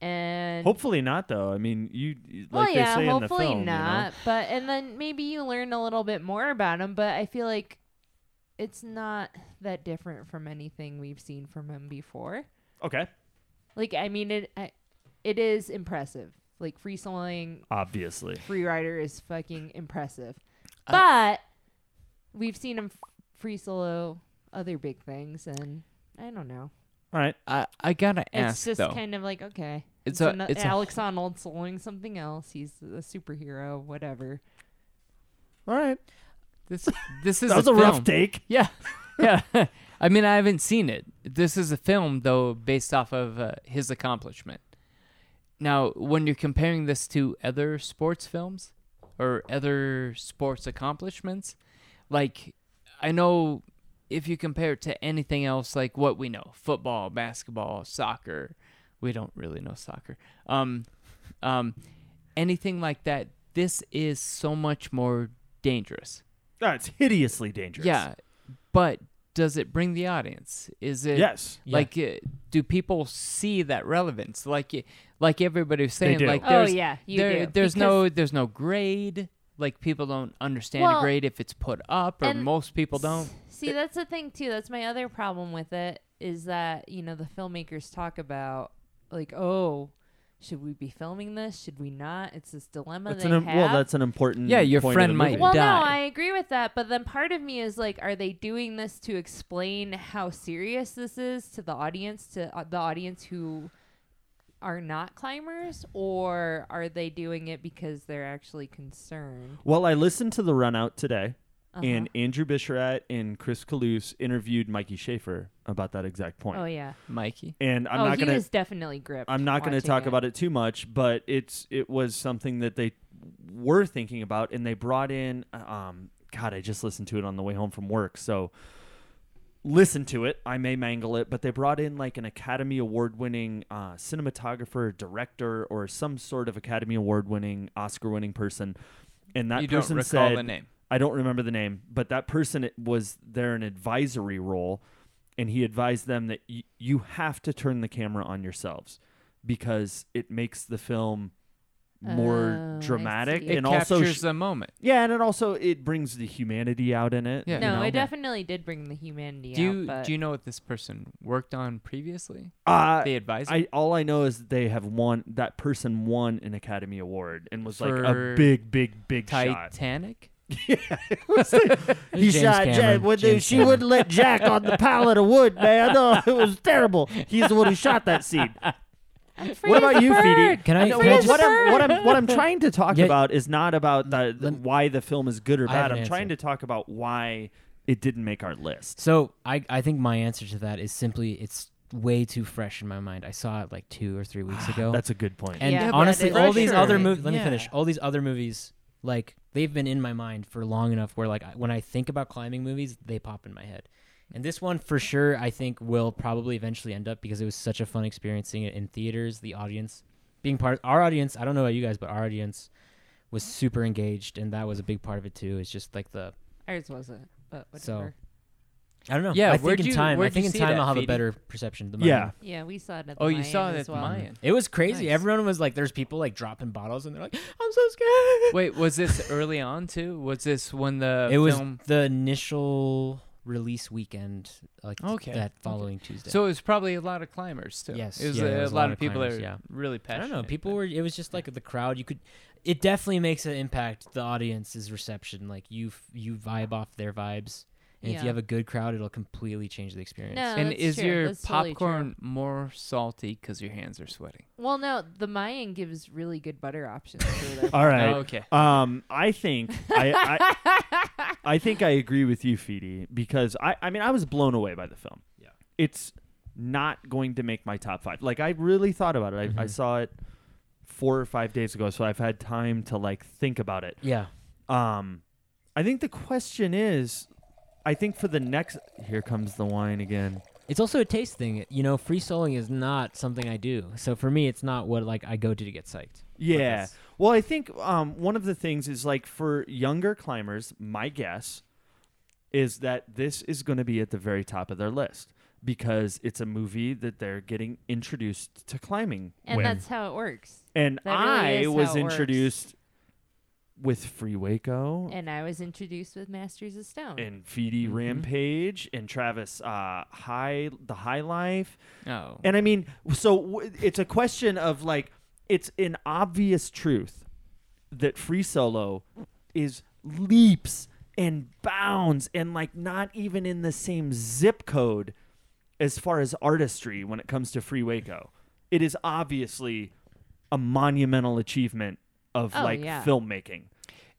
[SPEAKER 4] And
[SPEAKER 3] hopefully not though i mean you you- like
[SPEAKER 4] well,
[SPEAKER 3] they
[SPEAKER 4] yeah,
[SPEAKER 3] say in the
[SPEAKER 4] hopefully
[SPEAKER 3] film you know?
[SPEAKER 4] not. But and then maybe you learn a little bit more about him. But I feel like it's not that different from anything we've seen from him before.
[SPEAKER 3] okay
[SPEAKER 4] Like I mean, it I, it is impressive. Like free soloing
[SPEAKER 3] obviously
[SPEAKER 4] free rider is fucking impressive. But we've seen him f- free solo other big things, and I don't know.
[SPEAKER 3] all right
[SPEAKER 9] I, I gotta
[SPEAKER 4] it's
[SPEAKER 9] ask
[SPEAKER 4] just
[SPEAKER 9] though.
[SPEAKER 4] kind of like okay, it's,
[SPEAKER 9] It's a-
[SPEAKER 4] ano-
[SPEAKER 9] it's a-
[SPEAKER 4] Alex Honnold soloing something else. He's a superhero, whatever.
[SPEAKER 3] all right
[SPEAKER 9] this, this is
[SPEAKER 3] that was a,
[SPEAKER 9] film.
[SPEAKER 3] rough take
[SPEAKER 9] Yeah, yeah. I mean, I haven't seen it. This is a film, though, based off of uh, his accomplishment. Now, when you're comparing this to other sports films or other sports accomplishments, like I know if you compare it to anything else, like what we know, football, basketball, soccer, we don't really know soccer. Um, um, anything like that. This is so much more dangerous.
[SPEAKER 3] that's hideously dangerous
[SPEAKER 9] Yeah, but does it bring the audience? Is it
[SPEAKER 3] yes
[SPEAKER 15] Yeah.
[SPEAKER 9] like uh, do people see that relevance? Like uh, like everybody was saying,
[SPEAKER 3] do.
[SPEAKER 9] like
[SPEAKER 4] Oh
[SPEAKER 9] there's
[SPEAKER 4] yeah, you
[SPEAKER 9] there,
[SPEAKER 4] do.
[SPEAKER 9] there's
[SPEAKER 4] because-
[SPEAKER 9] no there's no grade. Like people don't understand a
[SPEAKER 4] Well,
[SPEAKER 9] grade if it's put up, or
[SPEAKER 4] and
[SPEAKER 9] most people don't.
[SPEAKER 4] See, that's the thing too. That's my other problem with it is that you know the filmmakers talk about like, oh, should we be filming this? Should we not? It's this dilemma
[SPEAKER 3] that's
[SPEAKER 4] they
[SPEAKER 3] an im-
[SPEAKER 4] have.
[SPEAKER 3] well that's an important
[SPEAKER 9] Yeah, your
[SPEAKER 3] point of
[SPEAKER 9] friend
[SPEAKER 3] the
[SPEAKER 9] might-
[SPEAKER 3] movie.
[SPEAKER 4] Well,
[SPEAKER 9] die.
[SPEAKER 4] no, I agree with that. But then part of me is like, are they doing this to explain how serious this is to the audience, to uh, the audience who are not climbers, or are they doing it because they're actually concerned?
[SPEAKER 3] Well, I listened to the run out today,
[SPEAKER 4] Uh-huh.
[SPEAKER 3] and Andrew Bisharat and Chris Calouse interviewed Mikey Schaefer about that exact point.
[SPEAKER 4] Oh yeah.
[SPEAKER 9] Mikey,
[SPEAKER 3] And I'm
[SPEAKER 4] oh,
[SPEAKER 3] not
[SPEAKER 4] he
[SPEAKER 3] gonna
[SPEAKER 4] was definitely gripped.
[SPEAKER 3] I'm not gonna
[SPEAKER 4] watching
[SPEAKER 3] talk
[SPEAKER 4] it.
[SPEAKER 3] about it too much, but it's it was something that they were thinking about, and they brought in. Um, God, I just listened to it on the way home from work, so listen to it. I may mangle it, but they brought in like an Academy Award winning uh, cinematographer, director, or some sort of Academy Award winning, Oscar winning person. And that
[SPEAKER 9] you don't
[SPEAKER 3] person
[SPEAKER 9] recall
[SPEAKER 3] said,
[SPEAKER 9] the name.
[SPEAKER 3] I don't remember the name, but that person it- was there an advisory role, and he advised them that y- you have to turn the camera on yourselves because it makes the film more
[SPEAKER 4] Oh, I
[SPEAKER 3] dramatic
[SPEAKER 4] see. It
[SPEAKER 3] and also
[SPEAKER 9] captures the moment.
[SPEAKER 3] Yeah, and it also it brings the humanity out in it.
[SPEAKER 9] Yeah.
[SPEAKER 3] you
[SPEAKER 4] no,
[SPEAKER 3] know?
[SPEAKER 4] I definitely did bring the humanity
[SPEAKER 9] Do you
[SPEAKER 4] out. But
[SPEAKER 9] do you know what this person worked on previously?
[SPEAKER 3] Uh,
[SPEAKER 9] the advisor.
[SPEAKER 3] I all I know is they have won that person won an Academy Award and was like a
[SPEAKER 9] For
[SPEAKER 3] big, big, big shot.
[SPEAKER 9] Titanic.
[SPEAKER 16] He shot Jack. Would they, she wouldn't let Jack on the pallet of wood, man. Oh, it was terrible. He's the one who shot that seed.
[SPEAKER 4] Free as a bird!
[SPEAKER 7] Can I-
[SPEAKER 4] I'm
[SPEAKER 7] can
[SPEAKER 4] free
[SPEAKER 7] I
[SPEAKER 4] as
[SPEAKER 7] just-
[SPEAKER 4] a
[SPEAKER 3] what, I'm, what,
[SPEAKER 4] bird!
[SPEAKER 3] I'm, what I'm trying to talk
[SPEAKER 7] Yeah.
[SPEAKER 3] about is not about the, why the film is good or
[SPEAKER 7] I have
[SPEAKER 3] bad.
[SPEAKER 7] an
[SPEAKER 3] I'm trying
[SPEAKER 7] answer.
[SPEAKER 3] to talk about why it didn't make our list.
[SPEAKER 7] So I, I think my answer to that is simply it's way too fresh in my mind. I saw it like two or three weeks ago.
[SPEAKER 3] That's a good point.
[SPEAKER 7] And
[SPEAKER 4] Yeah, but
[SPEAKER 7] honestly,
[SPEAKER 4] it's
[SPEAKER 7] all these
[SPEAKER 4] fresher.
[SPEAKER 7] other movies. Let
[SPEAKER 9] Yeah.
[SPEAKER 7] me finish. All these other movies, like they've been in my mind for long enough. Where like I- when I think about climbing movies, they pop in my head. And this one, for sure, I think will probably eventually end up because it was such a fun experience seeing it in theaters. The audience, being part our audience, I don't know about you guys, but our audience was super engaged, and that was a big part of it too. It's just like the
[SPEAKER 4] Ours wasn't, but
[SPEAKER 7] So-
[SPEAKER 4] whatever.
[SPEAKER 7] I don't know.
[SPEAKER 9] Yeah,
[SPEAKER 7] I
[SPEAKER 9] where'd
[SPEAKER 7] think in
[SPEAKER 9] you-
[SPEAKER 7] time. I
[SPEAKER 9] where'd you
[SPEAKER 7] think in
[SPEAKER 9] see
[SPEAKER 7] time
[SPEAKER 9] that,
[SPEAKER 7] I'll have
[SPEAKER 9] Phoebe?
[SPEAKER 7] a better perception. Of the
[SPEAKER 3] Yeah.
[SPEAKER 7] Mayan.
[SPEAKER 4] yeah, we saw it at the
[SPEAKER 9] Oh, you
[SPEAKER 4] Mayan
[SPEAKER 9] saw it
[SPEAKER 4] as
[SPEAKER 9] at the
[SPEAKER 4] well.
[SPEAKER 9] Mayan.
[SPEAKER 7] It was crazy.
[SPEAKER 4] Nice.
[SPEAKER 7] Everyone was like, "There's people like dropping bottles," and they're like, "I'm so scared."
[SPEAKER 9] Wait, was this early on too? Was this when the
[SPEAKER 7] it was
[SPEAKER 9] film?
[SPEAKER 7] the initial release weekend, like th-
[SPEAKER 9] Okay,
[SPEAKER 7] that
[SPEAKER 9] okay.
[SPEAKER 7] following Tuesday.
[SPEAKER 9] So it was probably a lot of climbers too.
[SPEAKER 7] Yes,
[SPEAKER 9] it was,
[SPEAKER 7] yeah,
[SPEAKER 9] a,
[SPEAKER 7] there was
[SPEAKER 9] a lot of people
[SPEAKER 7] climbers,
[SPEAKER 9] that are
[SPEAKER 7] yeah.
[SPEAKER 9] really
[SPEAKER 7] I
[SPEAKER 9] passionate.
[SPEAKER 7] don't know. People were. It was just like the crowd. You could. It definitely makes an impact. The audience's reception. Like you, f- you vibe off their vibes, and if
[SPEAKER 4] Yeah.
[SPEAKER 7] you have a good crowd, it'll completely change the experience.
[SPEAKER 4] No,
[SPEAKER 9] and
[SPEAKER 4] that's
[SPEAKER 9] is
[SPEAKER 4] true.
[SPEAKER 9] your
[SPEAKER 4] That's totally true.
[SPEAKER 9] popcorn more salty because your hands are sweating?
[SPEAKER 4] Well, no, the Mayan gives really good butter options. For the
[SPEAKER 3] All right.
[SPEAKER 9] Oh, okay.
[SPEAKER 3] Um, I think I, I I think I agree with you, Feedy, because I I mean I was blown away by the film. Yeah, it's not going to make my top five. Like I really thought about it. I, I saw it four or five days ago, so I've had time to like think about it.
[SPEAKER 7] Yeah.
[SPEAKER 3] Um, I think the question is, I think for the next, here comes the wine again.
[SPEAKER 7] It's also a taste thing. You know, free soloing is not something I do. So for me, it's not what like I go to to get psyched.
[SPEAKER 3] Yeah.
[SPEAKER 7] this.
[SPEAKER 3] Well, I think um, one of the things is like for younger climbers, my guess is that this is going to be at the very top of their list because it's a movie that they're getting introduced to climbing.
[SPEAKER 4] and
[SPEAKER 3] with.
[SPEAKER 4] that's how it works.
[SPEAKER 3] and
[SPEAKER 4] that really
[SPEAKER 3] I
[SPEAKER 4] is how
[SPEAKER 3] was
[SPEAKER 4] it works.
[SPEAKER 3] introduced with Free Waco
[SPEAKER 4] And I was introduced with Masters of Stone.
[SPEAKER 3] and Feedy Rampage and Travis uh, High, The High Life.
[SPEAKER 9] Oh,
[SPEAKER 3] And I mean, so w- it's a question of like, it's an obvious truth that free solo is leaps and bounds and like not even in the same zip code as far as artistry when it comes to free Waco. It is obviously a monumental achievement of
[SPEAKER 4] Oh,
[SPEAKER 3] like
[SPEAKER 4] yeah.
[SPEAKER 3] filmmaking.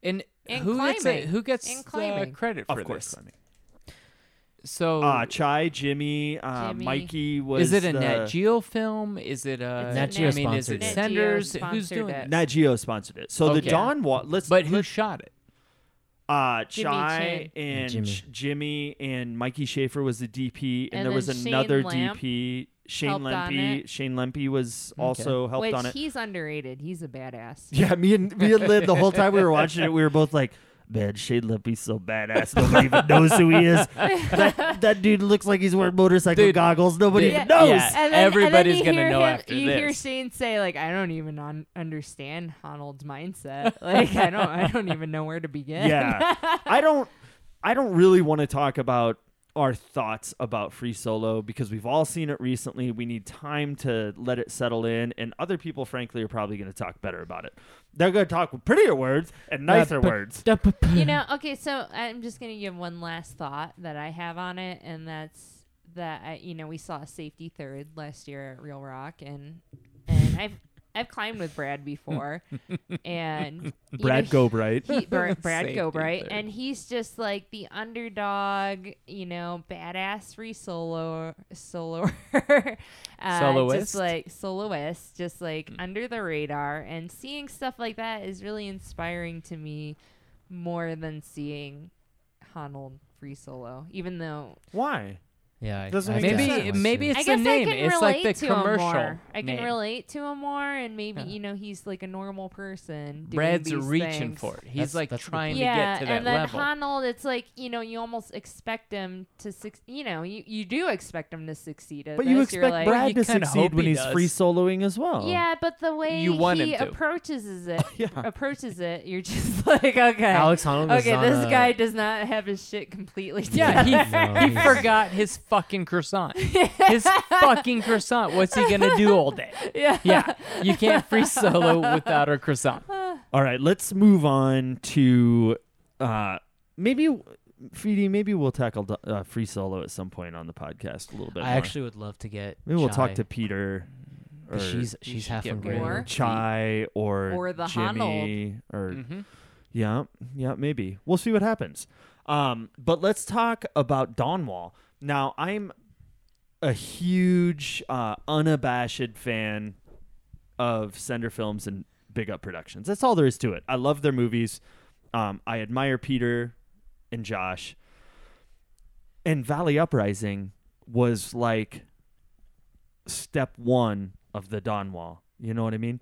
[SPEAKER 9] and,
[SPEAKER 4] And
[SPEAKER 9] who gets
[SPEAKER 4] climbing.
[SPEAKER 9] it? Who gets
[SPEAKER 4] And
[SPEAKER 9] the
[SPEAKER 4] climbing.
[SPEAKER 9] credit for
[SPEAKER 3] of course.
[SPEAKER 9] this? So
[SPEAKER 3] Uh, Chai, Jimmy, uh,
[SPEAKER 4] Jimmy.
[SPEAKER 3] Mikey was
[SPEAKER 9] is it a
[SPEAKER 3] the-
[SPEAKER 9] Nat Geo film? Is it a
[SPEAKER 4] It's
[SPEAKER 7] Nat Geo
[SPEAKER 9] I mean, is
[SPEAKER 7] sponsored
[SPEAKER 9] it
[SPEAKER 7] it.
[SPEAKER 4] Nat Geo
[SPEAKER 9] Senders? Who's
[SPEAKER 4] sponsored
[SPEAKER 9] doing
[SPEAKER 4] it.
[SPEAKER 3] Nat Geo sponsored it. So the
[SPEAKER 9] Okay.
[SPEAKER 3] Dawn Walk. Let's
[SPEAKER 9] But who
[SPEAKER 3] let's-
[SPEAKER 9] shot it?
[SPEAKER 3] uh
[SPEAKER 4] Jimmy
[SPEAKER 3] Chai and
[SPEAKER 7] Jimmy.
[SPEAKER 3] Jimmy. Jimmy and Mikey Schaefer was the DP and,
[SPEAKER 4] And
[SPEAKER 3] there was
[SPEAKER 4] then Shane
[SPEAKER 3] another
[SPEAKER 4] Lamp
[SPEAKER 3] DP Shane
[SPEAKER 4] helped on
[SPEAKER 3] Lempy
[SPEAKER 4] it.
[SPEAKER 3] Shane Lempy was also helped
[SPEAKER 4] Which
[SPEAKER 3] on it
[SPEAKER 4] he's underrated. He's a badass.
[SPEAKER 3] yeah me and me and Lynn the whole time we were watching it we were both like man Shane Lempy's so badass nobody even knows who he is that, that dude looks like he's wearing motorcycle
[SPEAKER 9] Dude,
[SPEAKER 3] goggles nobody
[SPEAKER 9] dude,
[SPEAKER 3] even knows
[SPEAKER 9] yeah.
[SPEAKER 4] And then,
[SPEAKER 9] Everybody's
[SPEAKER 4] and then you
[SPEAKER 9] gonna
[SPEAKER 4] hear
[SPEAKER 9] know
[SPEAKER 4] him,
[SPEAKER 9] after
[SPEAKER 4] You hear
[SPEAKER 9] this.
[SPEAKER 4] Shane say like, "I don't even un- understand Honald's mindset. Like, I don't, I don't even know where to begin."
[SPEAKER 3] yeah i don't i don't really want to talk about our thoughts about free solo because we've all seen it recently we need time to let it settle in and other people frankly are probably going to talk better about it they're going to talk with prettier words and nicer words
[SPEAKER 4] you know okay so i'm just gonna give one last thought that i have on it and that's that I, you know we saw safety third last year at real rock and and i've i've climbed with brad before and you know,
[SPEAKER 3] brad
[SPEAKER 4] he-
[SPEAKER 3] gobright
[SPEAKER 4] he, Br- Brad
[SPEAKER 9] Safety
[SPEAKER 4] Gobright,
[SPEAKER 9] third.
[SPEAKER 4] and he's just like the underdog, you know, badass free solo soloer, uh,
[SPEAKER 9] Soloist? Mm.
[SPEAKER 4] just like soloist, just like under the radar. And seeing stuff like that is really inspiring to me more than seeing Honold free solo, even though
[SPEAKER 3] why
[SPEAKER 15] Yeah, I-
[SPEAKER 3] Doesn't
[SPEAKER 15] I
[SPEAKER 3] make
[SPEAKER 15] guess
[SPEAKER 3] sense.
[SPEAKER 15] that
[SPEAKER 9] Maybe
[SPEAKER 15] was-
[SPEAKER 9] maybe
[SPEAKER 4] I
[SPEAKER 9] it's the
[SPEAKER 4] guess I
[SPEAKER 9] name.
[SPEAKER 4] can
[SPEAKER 9] It's like
[SPEAKER 4] relate
[SPEAKER 9] the
[SPEAKER 4] to
[SPEAKER 9] commercial.
[SPEAKER 4] him more. I can
[SPEAKER 9] name.
[SPEAKER 4] relate to him more, and maybe
[SPEAKER 9] Yeah.
[SPEAKER 4] you know he's like a normal person. Doing
[SPEAKER 9] Brad's
[SPEAKER 4] these
[SPEAKER 9] reaching
[SPEAKER 4] things.
[SPEAKER 9] for it. He's
[SPEAKER 15] That's-
[SPEAKER 9] like
[SPEAKER 15] that's a good
[SPEAKER 9] trying to
[SPEAKER 4] yeah,
[SPEAKER 9] get to that
[SPEAKER 4] and then
[SPEAKER 9] level.
[SPEAKER 4] Honnold, it's like you know you almost expect him to suc You know you, you do expect him to succeed. At
[SPEAKER 3] But you
[SPEAKER 4] this. You're
[SPEAKER 3] expect
[SPEAKER 4] like,
[SPEAKER 3] Brad
[SPEAKER 9] you
[SPEAKER 3] to
[SPEAKER 9] kinda
[SPEAKER 3] succeed
[SPEAKER 9] hope
[SPEAKER 3] when
[SPEAKER 9] he
[SPEAKER 3] he's
[SPEAKER 9] does.
[SPEAKER 3] free soloing as well.
[SPEAKER 4] Yeah, but the way
[SPEAKER 9] You want
[SPEAKER 4] he
[SPEAKER 9] him to.
[SPEAKER 4] approaches is it
[SPEAKER 3] Yeah.
[SPEAKER 4] approaches it, you're just like okay,
[SPEAKER 15] Alex Honnold was
[SPEAKER 4] okay,
[SPEAKER 15] on
[SPEAKER 4] this
[SPEAKER 15] a-
[SPEAKER 4] guy does not have his shit completely.
[SPEAKER 9] Yeah, he,
[SPEAKER 15] No,
[SPEAKER 9] he
[SPEAKER 15] he's-
[SPEAKER 9] forgot his fucking croissant. His fucking croissant. What's he gonna do all day?
[SPEAKER 4] yeah.
[SPEAKER 9] Yeah, you can't free solo without a croissant.
[SPEAKER 3] All right, let's move on to uh, maybe Feedy. Maybe we'll tackle do- uh, free solo at some point on the podcast a little bit.
[SPEAKER 15] I
[SPEAKER 3] more.
[SPEAKER 15] actually would love to get.
[SPEAKER 3] maybe we'll talk
[SPEAKER 15] Chai,
[SPEAKER 3] to Peter. Or
[SPEAKER 15] but she's she's half
[SPEAKER 9] get rid
[SPEAKER 4] of
[SPEAKER 15] Hungarian.
[SPEAKER 4] her.
[SPEAKER 3] Chai or
[SPEAKER 4] Or the
[SPEAKER 3] Jimmy or
[SPEAKER 9] Mhm.
[SPEAKER 3] yeah, yeah, maybe we'll see what happens. Um, but let's talk about Donwall. Now, I'm a huge, uh, unabashed fan of Sender Films and Big Up Productions. That's all there is to it. I love their movies. Um, I admire Peter and Josh. And Valley Uprising was like step one of the Donwall. You know what I mean?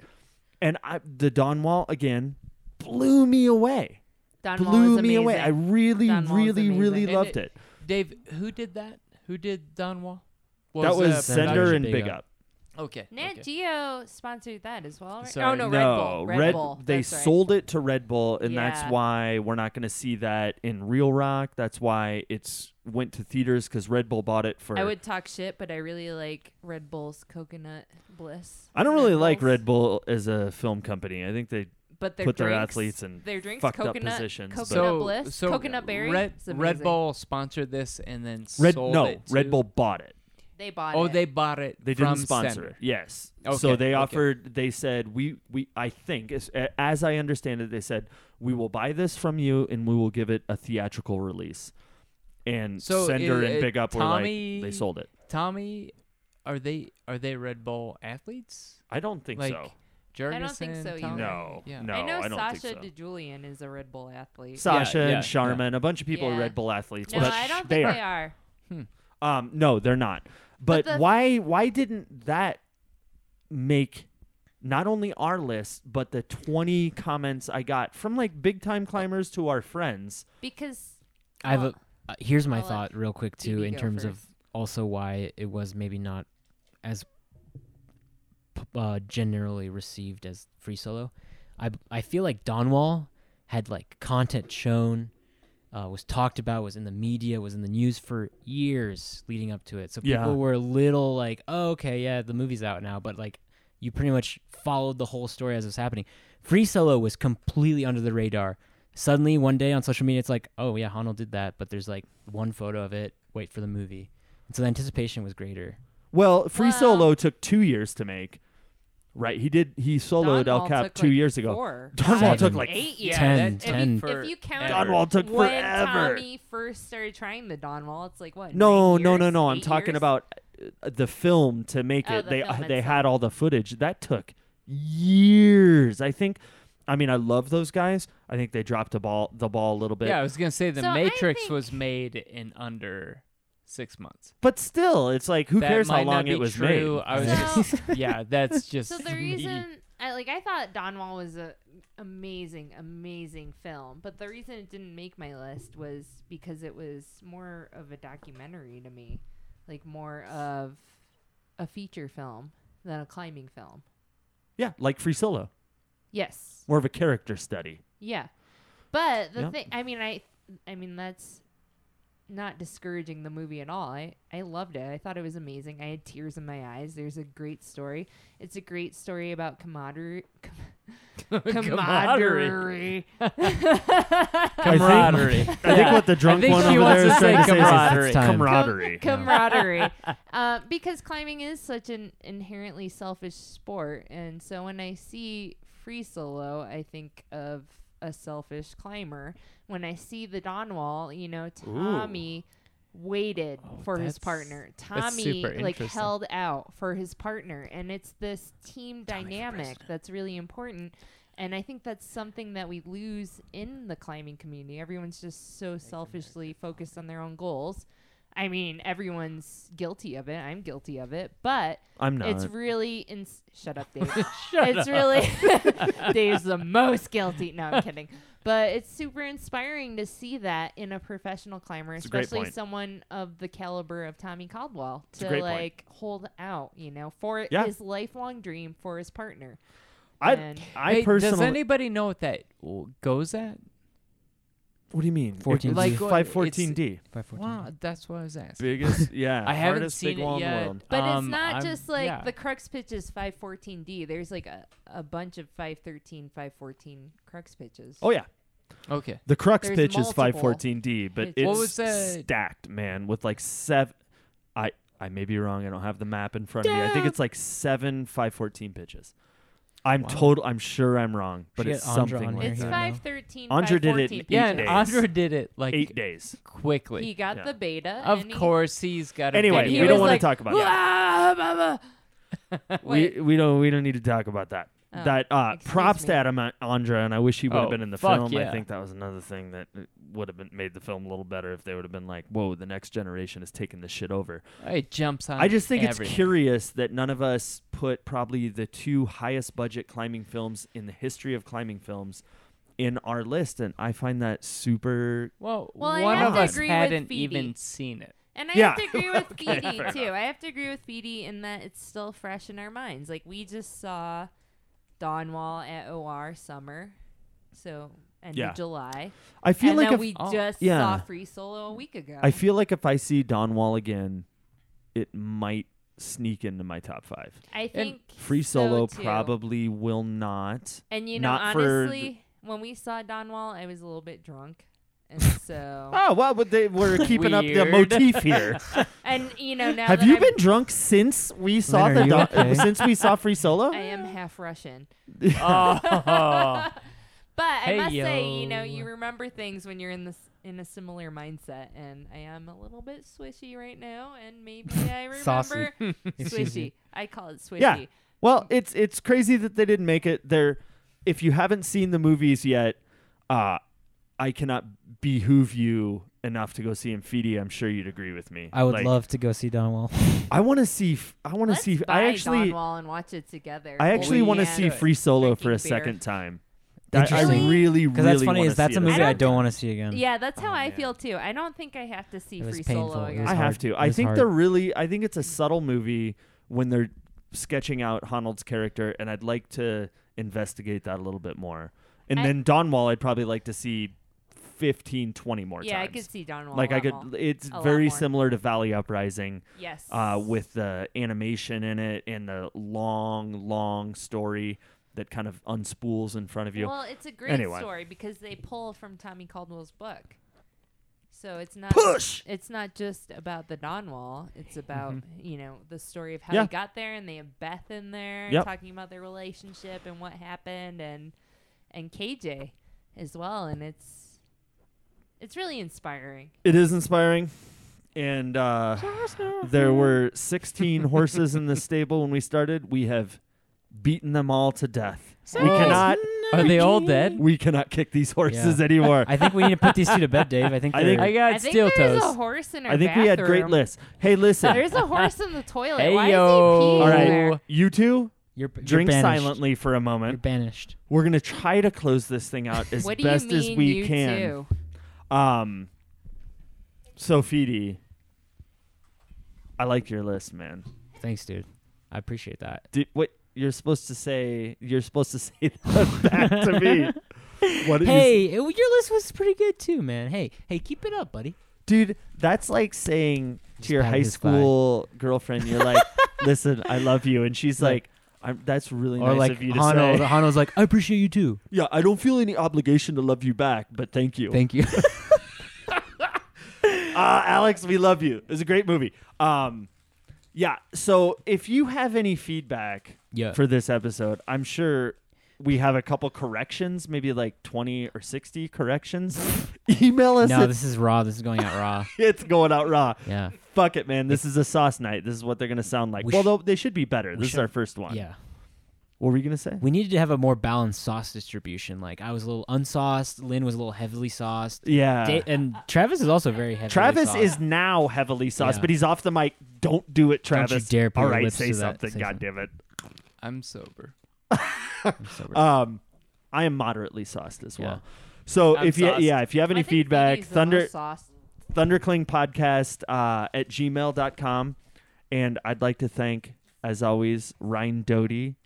[SPEAKER 3] And I, the Donwall again blew me away.
[SPEAKER 4] Don Wall
[SPEAKER 3] blew
[SPEAKER 4] is
[SPEAKER 3] me away. I
[SPEAKER 4] amazing.
[SPEAKER 3] really,
[SPEAKER 4] Don Wall is
[SPEAKER 3] really, really
[SPEAKER 4] amazing.
[SPEAKER 9] And
[SPEAKER 3] loved it.
[SPEAKER 9] it- Dave, who did that? Who did Don Wall? What
[SPEAKER 3] That was,
[SPEAKER 15] Sender
[SPEAKER 9] the
[SPEAKER 3] Sender
[SPEAKER 9] production?
[SPEAKER 3] and Big
[SPEAKER 15] Big
[SPEAKER 3] Up.
[SPEAKER 9] Okay.
[SPEAKER 4] Nat
[SPEAKER 9] okay.
[SPEAKER 4] Geo sponsored that as well. Right?
[SPEAKER 9] Sorry.
[SPEAKER 4] Oh no, Red Bull. Red, Bull.
[SPEAKER 3] They
[SPEAKER 4] That's right.
[SPEAKER 3] sold it to Red Bull, and that's
[SPEAKER 4] Yeah.
[SPEAKER 3] why we're not going to see that in Real Rock. That's why it's went to theaters because Red Bull bought it for.
[SPEAKER 4] I would talk shit, but I really like Red Bull's Coconut Bliss.
[SPEAKER 3] I don't really like
[SPEAKER 4] Bulls.
[SPEAKER 3] Red Bull as a film company. I think they
[SPEAKER 4] But their
[SPEAKER 3] put their
[SPEAKER 4] drinks-
[SPEAKER 3] athletes in
[SPEAKER 4] their drinks,
[SPEAKER 3] fucked up
[SPEAKER 4] coconut,
[SPEAKER 3] positions, but-
[SPEAKER 4] Coconut
[SPEAKER 9] so,
[SPEAKER 4] Bliss,
[SPEAKER 9] so
[SPEAKER 4] Coconut Berry.
[SPEAKER 9] Red,
[SPEAKER 4] it's
[SPEAKER 9] Red
[SPEAKER 4] amazing.
[SPEAKER 9] Bull sponsored this and then
[SPEAKER 3] Red
[SPEAKER 9] sold
[SPEAKER 3] no
[SPEAKER 9] it.
[SPEAKER 3] Red
[SPEAKER 9] to-
[SPEAKER 3] Bull bought it.
[SPEAKER 4] They bought
[SPEAKER 9] Oh,
[SPEAKER 4] it.
[SPEAKER 9] they bought it.
[SPEAKER 3] They
[SPEAKER 9] from
[SPEAKER 3] didn't sponsor
[SPEAKER 9] Sender.
[SPEAKER 3] it. Yes.
[SPEAKER 9] Okay,
[SPEAKER 3] So they
[SPEAKER 9] okay.
[SPEAKER 3] offered. They said we we I think as, as I understand it, they said we will buy this from you and we will give it a theatrical release. And
[SPEAKER 9] So
[SPEAKER 3] Sender
[SPEAKER 9] it-
[SPEAKER 3] and
[SPEAKER 9] it-
[SPEAKER 3] Big Up were
[SPEAKER 9] Tommy-
[SPEAKER 3] like they sold it.
[SPEAKER 9] Tommy, are they are they Red Bull athletes?
[SPEAKER 3] I don't think
[SPEAKER 9] like
[SPEAKER 3] so.
[SPEAKER 9] Jurgensen,
[SPEAKER 4] I don't think so either.
[SPEAKER 9] Tommy?
[SPEAKER 3] No,
[SPEAKER 9] Yeah.
[SPEAKER 3] no,
[SPEAKER 4] I know
[SPEAKER 3] I don't
[SPEAKER 4] Sasha
[SPEAKER 3] think so.
[SPEAKER 4] DeJulian is a Red Bull athlete.
[SPEAKER 3] Sasha
[SPEAKER 9] Yeah, yeah,
[SPEAKER 3] and Sharman, a bunch of people are
[SPEAKER 4] Yeah.
[SPEAKER 3] Red Bull athletes.
[SPEAKER 4] no,
[SPEAKER 3] but
[SPEAKER 4] I don't think
[SPEAKER 3] they are.
[SPEAKER 4] they are.
[SPEAKER 3] Um, no, they're not. But,
[SPEAKER 4] But the-
[SPEAKER 3] why why didn't that make not only our list but the 20 comments I got from like big time climbers to our friends?
[SPEAKER 4] Because
[SPEAKER 15] I have
[SPEAKER 4] Well,
[SPEAKER 15] a, uh, here's my
[SPEAKER 4] I'll let
[SPEAKER 15] thought real quick too
[SPEAKER 4] DB
[SPEAKER 15] in
[SPEAKER 4] go
[SPEAKER 15] terms of
[SPEAKER 4] first.
[SPEAKER 15] also why it was maybe not as p- uh, generally received as Free Solo. I b- I feel like Donwall had like content shown, uh, was talked about, was in the media, was in the news for years leading up to it. So
[SPEAKER 3] Yeah.
[SPEAKER 15] people were a little like, oh okay, yeah, the movie's out now, but like you pretty much followed the whole story as it was happening. Free Solo was completely under the radar. Suddenly, one day on social media, it's like, oh yeah, Honnold did that, but there's like one photo of it. Wait for the movie. And so the anticipation was greater.
[SPEAKER 3] Well, Free
[SPEAKER 4] Well-
[SPEAKER 3] Solo took 2 years to make. Right, he did he soloed El
[SPEAKER 4] Donwall
[SPEAKER 3] Cap
[SPEAKER 4] took,
[SPEAKER 3] 2
[SPEAKER 4] like,
[SPEAKER 3] years ago.
[SPEAKER 4] four,
[SPEAKER 3] Donwall
[SPEAKER 4] five,
[SPEAKER 3] took, like,
[SPEAKER 4] eight years.
[SPEAKER 15] ten,
[SPEAKER 9] that-
[SPEAKER 4] if,
[SPEAKER 15] ten.
[SPEAKER 4] You, if you count
[SPEAKER 9] Forever.
[SPEAKER 3] Donwall took
[SPEAKER 4] when
[SPEAKER 3] forever.
[SPEAKER 4] Tommy first started trying the Donwall, it's like what?
[SPEAKER 3] No,
[SPEAKER 4] nine
[SPEAKER 3] no, no,
[SPEAKER 4] years?
[SPEAKER 3] no. I'm
[SPEAKER 4] Eight
[SPEAKER 3] talking
[SPEAKER 4] years?
[SPEAKER 3] about uh, the film to make
[SPEAKER 4] Oh,
[SPEAKER 3] it.
[SPEAKER 4] the
[SPEAKER 3] They
[SPEAKER 4] film
[SPEAKER 3] uh, they
[SPEAKER 4] itself.
[SPEAKER 3] had all the footage that took years. I think. I mean, I love those guys. I think they dropped the ball the ball a little bit.
[SPEAKER 9] Yeah, I was gonna say the
[SPEAKER 4] So I
[SPEAKER 9] Matrix
[SPEAKER 4] think-
[SPEAKER 9] was made in under six months.
[SPEAKER 3] But still, it's like who
[SPEAKER 9] that
[SPEAKER 3] cares
[SPEAKER 9] might
[SPEAKER 3] how
[SPEAKER 9] not
[SPEAKER 3] long
[SPEAKER 9] be
[SPEAKER 3] it was
[SPEAKER 9] true.
[SPEAKER 3] made.
[SPEAKER 9] I was
[SPEAKER 4] So-
[SPEAKER 9] just, yeah, that's just
[SPEAKER 4] So the
[SPEAKER 9] me.
[SPEAKER 4] reason I like I thought Donwall was a amazing, amazing film, but the reason it didn't make my list was because it was more of a documentary to me, like more of a feature film than a climbing film.
[SPEAKER 3] Yeah, like Free Solo,
[SPEAKER 4] Yes.
[SPEAKER 3] more of a character study.
[SPEAKER 4] Yeah. But the
[SPEAKER 3] Yeah.
[SPEAKER 4] thing I mean I I mean that's not discouraging the movie at all. I, I loved it. I thought it was amazing. I had tears in my eyes. There's a great story. It's a great story about camaraderie.
[SPEAKER 9] Camaraderie.
[SPEAKER 4] camaraderie.
[SPEAKER 9] camaraderie.
[SPEAKER 3] I think what the drunk
[SPEAKER 9] think
[SPEAKER 3] one
[SPEAKER 9] she
[SPEAKER 3] over
[SPEAKER 9] wants
[SPEAKER 3] there
[SPEAKER 9] to
[SPEAKER 3] is trying to
[SPEAKER 9] say
[SPEAKER 3] say is
[SPEAKER 9] camaraderie.
[SPEAKER 15] Time.
[SPEAKER 3] camaraderie.
[SPEAKER 4] camaraderie. uh, because climbing is such an inherently selfish sport. And so when I see free solo, I think of a selfish climber. When I see the Don Wall, you know, Tommy waited for his
[SPEAKER 9] Oh, that's-
[SPEAKER 4] partner.
[SPEAKER 9] that's
[SPEAKER 4] Tommy
[SPEAKER 9] super
[SPEAKER 4] like
[SPEAKER 9] interesting.
[SPEAKER 4] held out for his partner. And it's this team dynamic that's really important. And I think that's something that we lose in the climbing community. Everyone's just so selfishly focused on their own goals I mean, everyone's guilty of it. I'm guilty of it, but
[SPEAKER 3] I'm not.
[SPEAKER 4] It's really in. Shut up, Dave.
[SPEAKER 3] Shut up.
[SPEAKER 4] it's really Dave's the most guilty. No, I'm kidding. But it's super inspiring to see that in a professional climber,
[SPEAKER 3] It's a great
[SPEAKER 4] especially
[SPEAKER 3] point.
[SPEAKER 4] someone of the caliber of Tommy Caldwell,
[SPEAKER 3] a
[SPEAKER 4] to
[SPEAKER 3] great point.
[SPEAKER 4] like hold out, you know, for
[SPEAKER 3] Yeah.
[SPEAKER 4] his lifelong dream for his partner.
[SPEAKER 3] I
[SPEAKER 4] And-
[SPEAKER 3] I
[SPEAKER 9] Hey, does
[SPEAKER 3] personally.
[SPEAKER 9] anybody know what that w- goes at?
[SPEAKER 3] what do you mean?
[SPEAKER 15] 14
[SPEAKER 9] Like,
[SPEAKER 15] It's
[SPEAKER 9] what-
[SPEAKER 3] Five fourteen D.
[SPEAKER 15] By 14.
[SPEAKER 9] Wow, that's what I was asking.
[SPEAKER 3] Biggest, yeah.
[SPEAKER 9] I haven't
[SPEAKER 3] hardest
[SPEAKER 9] seen
[SPEAKER 3] big
[SPEAKER 9] it
[SPEAKER 3] wall in the
[SPEAKER 9] yet.
[SPEAKER 3] world.
[SPEAKER 4] But
[SPEAKER 9] Um,
[SPEAKER 4] it's not
[SPEAKER 9] I'm-
[SPEAKER 4] just like
[SPEAKER 9] yeah.
[SPEAKER 4] the crux pitch is 514D. There's like a, a bunch of 513, 514 crux pitches.
[SPEAKER 3] Oh yeah.
[SPEAKER 9] Okay.
[SPEAKER 3] The crux
[SPEAKER 4] There's
[SPEAKER 3] pitch
[SPEAKER 4] multiple.
[SPEAKER 3] is 514D, but
[SPEAKER 4] It's-
[SPEAKER 3] it's
[SPEAKER 9] What was that?
[SPEAKER 3] stacked, man, with like seven. I I may be wrong. I don't have the map in front of me. I think it's like seven 514 pitches. I'm total. I'm sure I'm wrong, but
[SPEAKER 15] Should
[SPEAKER 3] it's
[SPEAKER 15] get Andra
[SPEAKER 3] something.
[SPEAKER 15] on
[SPEAKER 3] like
[SPEAKER 15] here.
[SPEAKER 4] It's
[SPEAKER 15] I don't know.
[SPEAKER 4] 513,
[SPEAKER 3] Andre did it in
[SPEAKER 4] 514.
[SPEAKER 3] eight
[SPEAKER 9] Yeah,
[SPEAKER 3] days.
[SPEAKER 9] and Andre did it like
[SPEAKER 3] eight days.
[SPEAKER 9] quickly.
[SPEAKER 4] He got
[SPEAKER 3] Yeah.
[SPEAKER 4] the beta.
[SPEAKER 9] of
[SPEAKER 4] and he-
[SPEAKER 9] course, he's got. A
[SPEAKER 3] Anyway,
[SPEAKER 4] and
[SPEAKER 9] video.
[SPEAKER 4] he
[SPEAKER 3] we don't
[SPEAKER 4] was
[SPEAKER 3] want
[SPEAKER 4] like,
[SPEAKER 3] to talk about that.
[SPEAKER 4] "Wah, blah, blah."
[SPEAKER 3] We we don't we don't need to talk about that.
[SPEAKER 4] Oh,
[SPEAKER 3] that uh,
[SPEAKER 4] excuse
[SPEAKER 3] props
[SPEAKER 4] me.
[SPEAKER 3] to Adam A- Andra, and I wish he would have
[SPEAKER 9] Oh,
[SPEAKER 3] been in the
[SPEAKER 9] fuck
[SPEAKER 3] film.
[SPEAKER 9] yeah.
[SPEAKER 3] I think that was another thing that would have been made the film a little better if they would have been like, "Whoa, the next generation is taking this shit over."
[SPEAKER 9] It jumps on.
[SPEAKER 3] I just think it's
[SPEAKER 9] everything.
[SPEAKER 3] curious that none of us put probably the two highest budget climbing films in the history of climbing films in our list, and I find that super.
[SPEAKER 9] Well,
[SPEAKER 4] Well, I
[SPEAKER 9] one
[SPEAKER 4] have
[SPEAKER 9] of
[SPEAKER 4] to
[SPEAKER 9] us
[SPEAKER 4] agree with
[SPEAKER 9] hadn't
[SPEAKER 4] Phoebe.
[SPEAKER 9] even seen it.
[SPEAKER 4] And I
[SPEAKER 3] Yeah.
[SPEAKER 4] have to agree with
[SPEAKER 3] Okay,
[SPEAKER 4] Feedy
[SPEAKER 3] fair
[SPEAKER 4] too. I have to agree with Feedy in that it's still fresh in our minds. Like we just saw Dawn Wall at OR summer, so end
[SPEAKER 3] Yeah.
[SPEAKER 4] of July.
[SPEAKER 3] I feel
[SPEAKER 4] and
[SPEAKER 3] like
[SPEAKER 4] then
[SPEAKER 3] if,
[SPEAKER 4] we
[SPEAKER 9] oh,
[SPEAKER 4] just
[SPEAKER 3] yeah.
[SPEAKER 4] saw Free Solo a week ago.
[SPEAKER 3] I feel like if I see Don Wall again, it might sneak into my top five.
[SPEAKER 4] I think
[SPEAKER 3] Free
[SPEAKER 4] so,
[SPEAKER 3] Solo
[SPEAKER 4] too.
[SPEAKER 3] probably will not.
[SPEAKER 4] And you know,
[SPEAKER 3] not for
[SPEAKER 4] honestly, when we saw Don Wall, I was a little bit drunk, and so
[SPEAKER 3] Oh well, but they were keeping up the
[SPEAKER 9] Weird.
[SPEAKER 3] motif here.
[SPEAKER 4] and you know now
[SPEAKER 3] Have
[SPEAKER 4] that
[SPEAKER 3] you
[SPEAKER 4] I'm,
[SPEAKER 3] been drunk since we saw
[SPEAKER 15] are
[SPEAKER 3] the
[SPEAKER 15] you
[SPEAKER 3] Don-
[SPEAKER 15] okay?
[SPEAKER 3] since we saw Free Solo?
[SPEAKER 4] I am half Russian.
[SPEAKER 9] Oh,
[SPEAKER 4] But
[SPEAKER 9] Hey,
[SPEAKER 4] I must say, you know, you
[SPEAKER 9] yo.
[SPEAKER 4] remember things when you're in this in a similar mindset, and I am a little bit swishy right now, and maybe I
[SPEAKER 15] Saucy.
[SPEAKER 4] remember
[SPEAKER 15] Excuse me.
[SPEAKER 4] swishy. I call it swishy.
[SPEAKER 3] Yeah. Well, it's it's crazy that they didn't make it. There, if you haven't seen the movies yet, uh, I cannot behoove you enough to go see Infidi. I'm sure you'd agree with me.
[SPEAKER 15] I would
[SPEAKER 3] Like,
[SPEAKER 15] love to go see Donwell.
[SPEAKER 3] I want to see. f- I want to
[SPEAKER 4] Let's
[SPEAKER 3] see.
[SPEAKER 4] buy
[SPEAKER 3] I actually.
[SPEAKER 4] Don Wall and watch it together.
[SPEAKER 3] I actually
[SPEAKER 4] Holy
[SPEAKER 3] want to
[SPEAKER 4] man.
[SPEAKER 3] see Free Solo for a
[SPEAKER 4] Drinking beer.
[SPEAKER 3] second time. That I
[SPEAKER 15] Interesting.
[SPEAKER 3] really, really.
[SPEAKER 15] Because that's funny
[SPEAKER 3] wanna
[SPEAKER 15] is that's
[SPEAKER 3] see
[SPEAKER 15] a
[SPEAKER 3] it
[SPEAKER 15] movie I
[SPEAKER 3] second
[SPEAKER 15] don't
[SPEAKER 3] time.
[SPEAKER 15] want to see again.
[SPEAKER 4] Yeah, that's how
[SPEAKER 3] Oh,
[SPEAKER 4] I
[SPEAKER 3] man.
[SPEAKER 4] feel too. I don't think I have to see
[SPEAKER 15] It was
[SPEAKER 4] Free
[SPEAKER 15] painful.
[SPEAKER 4] Solo
[SPEAKER 15] It
[SPEAKER 4] again.
[SPEAKER 15] was
[SPEAKER 3] I have
[SPEAKER 15] hard.
[SPEAKER 3] to.
[SPEAKER 15] It
[SPEAKER 3] I
[SPEAKER 15] was
[SPEAKER 3] think
[SPEAKER 15] hard.
[SPEAKER 3] they're really. I think it's a subtle movie when they're sketching out Honald's character, and I'd like to investigate that a little bit more. And
[SPEAKER 4] I-
[SPEAKER 3] then Don Wall, I'd probably like to see 15, 20 more
[SPEAKER 4] yeah, I
[SPEAKER 3] times.
[SPEAKER 4] could see Don Wall.
[SPEAKER 3] like
[SPEAKER 4] a
[SPEAKER 3] I
[SPEAKER 4] lot
[SPEAKER 3] could.
[SPEAKER 4] more.
[SPEAKER 3] It's
[SPEAKER 4] A lot
[SPEAKER 3] very
[SPEAKER 4] more.
[SPEAKER 3] similar to Valley Uprising,
[SPEAKER 4] Yes.
[SPEAKER 3] uh, with the animation in it and the long, long story that kind of unspools in front of you.
[SPEAKER 4] Well, it's a great
[SPEAKER 3] Anyway.
[SPEAKER 4] story because they pull from Tommy Caldwell's book. So it's not
[SPEAKER 3] Push!
[SPEAKER 4] it's not just about the Don Wall. It's about, you know, the story of how
[SPEAKER 3] Mm-hmm. Yeah.
[SPEAKER 4] he got there and they have Beth in there
[SPEAKER 3] Yep.
[SPEAKER 4] talking about their relationship and what happened and and KJ as well and it's it's really inspiring.
[SPEAKER 3] It is inspiring. And uh, there were 16 horses in the stable when we started. We have beaten them all to death. we cannot
[SPEAKER 9] are they all dead?
[SPEAKER 3] we cannot kick these horses
[SPEAKER 15] Yeah.
[SPEAKER 3] anymore.
[SPEAKER 15] I think we need to put these two to bed, Dave. I think
[SPEAKER 3] I
[SPEAKER 15] they're-
[SPEAKER 3] think-
[SPEAKER 9] I got
[SPEAKER 4] I think
[SPEAKER 9] steel
[SPEAKER 4] there's
[SPEAKER 9] toes.
[SPEAKER 4] a horse in our
[SPEAKER 3] I think we had great
[SPEAKER 4] bathroom.
[SPEAKER 3] lists. Hey, listen.
[SPEAKER 4] There's a horse in the toilet.
[SPEAKER 9] Hey,
[SPEAKER 4] Why is he
[SPEAKER 9] yo.
[SPEAKER 4] peeing
[SPEAKER 3] all
[SPEAKER 4] there?
[SPEAKER 3] right, you two
[SPEAKER 15] you're, you're
[SPEAKER 3] drink
[SPEAKER 15] banished.
[SPEAKER 3] silently for a
[SPEAKER 15] You're
[SPEAKER 3] moment.
[SPEAKER 15] banished.
[SPEAKER 3] We're gonna try to close this thing out as
[SPEAKER 4] What do
[SPEAKER 3] best
[SPEAKER 4] you mean
[SPEAKER 3] as we
[SPEAKER 4] you
[SPEAKER 3] can.
[SPEAKER 4] two?
[SPEAKER 3] Um, so Fidi, I like your list, man.
[SPEAKER 15] Thanks, dude. I appreciate that.
[SPEAKER 3] Did, what you're supposed to say? You're supposed to say that back to me. What did you
[SPEAKER 15] Hey, it- well, your list was pretty good too, man. Hey, hey, keep it up, buddy.
[SPEAKER 3] dude that's like saying
[SPEAKER 15] Just
[SPEAKER 3] to your
[SPEAKER 15] patted
[SPEAKER 3] high
[SPEAKER 15] his thigh.
[SPEAKER 3] school girlfriend you're like listen i love you and she's
[SPEAKER 15] Look.
[SPEAKER 3] like I'm, that's really
[SPEAKER 15] Or
[SPEAKER 3] nice
[SPEAKER 15] like
[SPEAKER 3] of you to
[SPEAKER 15] Hano,
[SPEAKER 3] say
[SPEAKER 15] Hano's like, I appreciate you too.
[SPEAKER 3] yeah i don't feel any obligation to love you back but thank you
[SPEAKER 15] Thank you.
[SPEAKER 3] uh, alex we love you it was a great movie um, yeah so if you have any feedback
[SPEAKER 15] Yeah.
[SPEAKER 3] for this episode i'm sure we have a couple corrections maybe like 20 or 60 corrections email us
[SPEAKER 15] no,
[SPEAKER 3] at-
[SPEAKER 15] this is raw. This is going out raw.
[SPEAKER 3] it's going out raw
[SPEAKER 15] Yeah.
[SPEAKER 3] fuck it, man. This is a sauce night. This is what they're gonna sound like.
[SPEAKER 15] We
[SPEAKER 3] well,
[SPEAKER 15] sh-
[SPEAKER 3] though, they should be better. This is
[SPEAKER 15] should-
[SPEAKER 3] our first one.
[SPEAKER 15] Yeah.
[SPEAKER 3] What were you gonna say?
[SPEAKER 7] We needed to have a more balanced sauce distribution. Like I was a little unsauced. Lynn was a little heavily sauced.
[SPEAKER 3] Yeah.
[SPEAKER 7] Da- and
[SPEAKER 15] Uh,
[SPEAKER 7] Travis is also very heavily.
[SPEAKER 3] Travis
[SPEAKER 7] sauced.
[SPEAKER 3] is now heavily sauced,
[SPEAKER 7] Yeah.
[SPEAKER 3] but he's off the mic. Don't do it,
[SPEAKER 7] Don't you
[SPEAKER 3] Travis.
[SPEAKER 7] dare put
[SPEAKER 3] All
[SPEAKER 7] your
[SPEAKER 3] right,
[SPEAKER 7] lips
[SPEAKER 3] say
[SPEAKER 7] to that.
[SPEAKER 3] something.
[SPEAKER 7] Say
[SPEAKER 3] God
[SPEAKER 7] something.
[SPEAKER 3] damn it.
[SPEAKER 9] I'm sober.
[SPEAKER 3] Um, I am moderately sauced as well.
[SPEAKER 9] Yeah.
[SPEAKER 3] So
[SPEAKER 9] I'm
[SPEAKER 3] if you
[SPEAKER 9] sauced.
[SPEAKER 3] yeah, if you have any
[SPEAKER 4] I think
[SPEAKER 3] feedback,
[SPEAKER 4] Phoebe's the
[SPEAKER 3] thunder
[SPEAKER 4] most sauce.
[SPEAKER 3] thundercling podcast uh, at gmail.com. And I'd like to thank, as always, Ryan Doty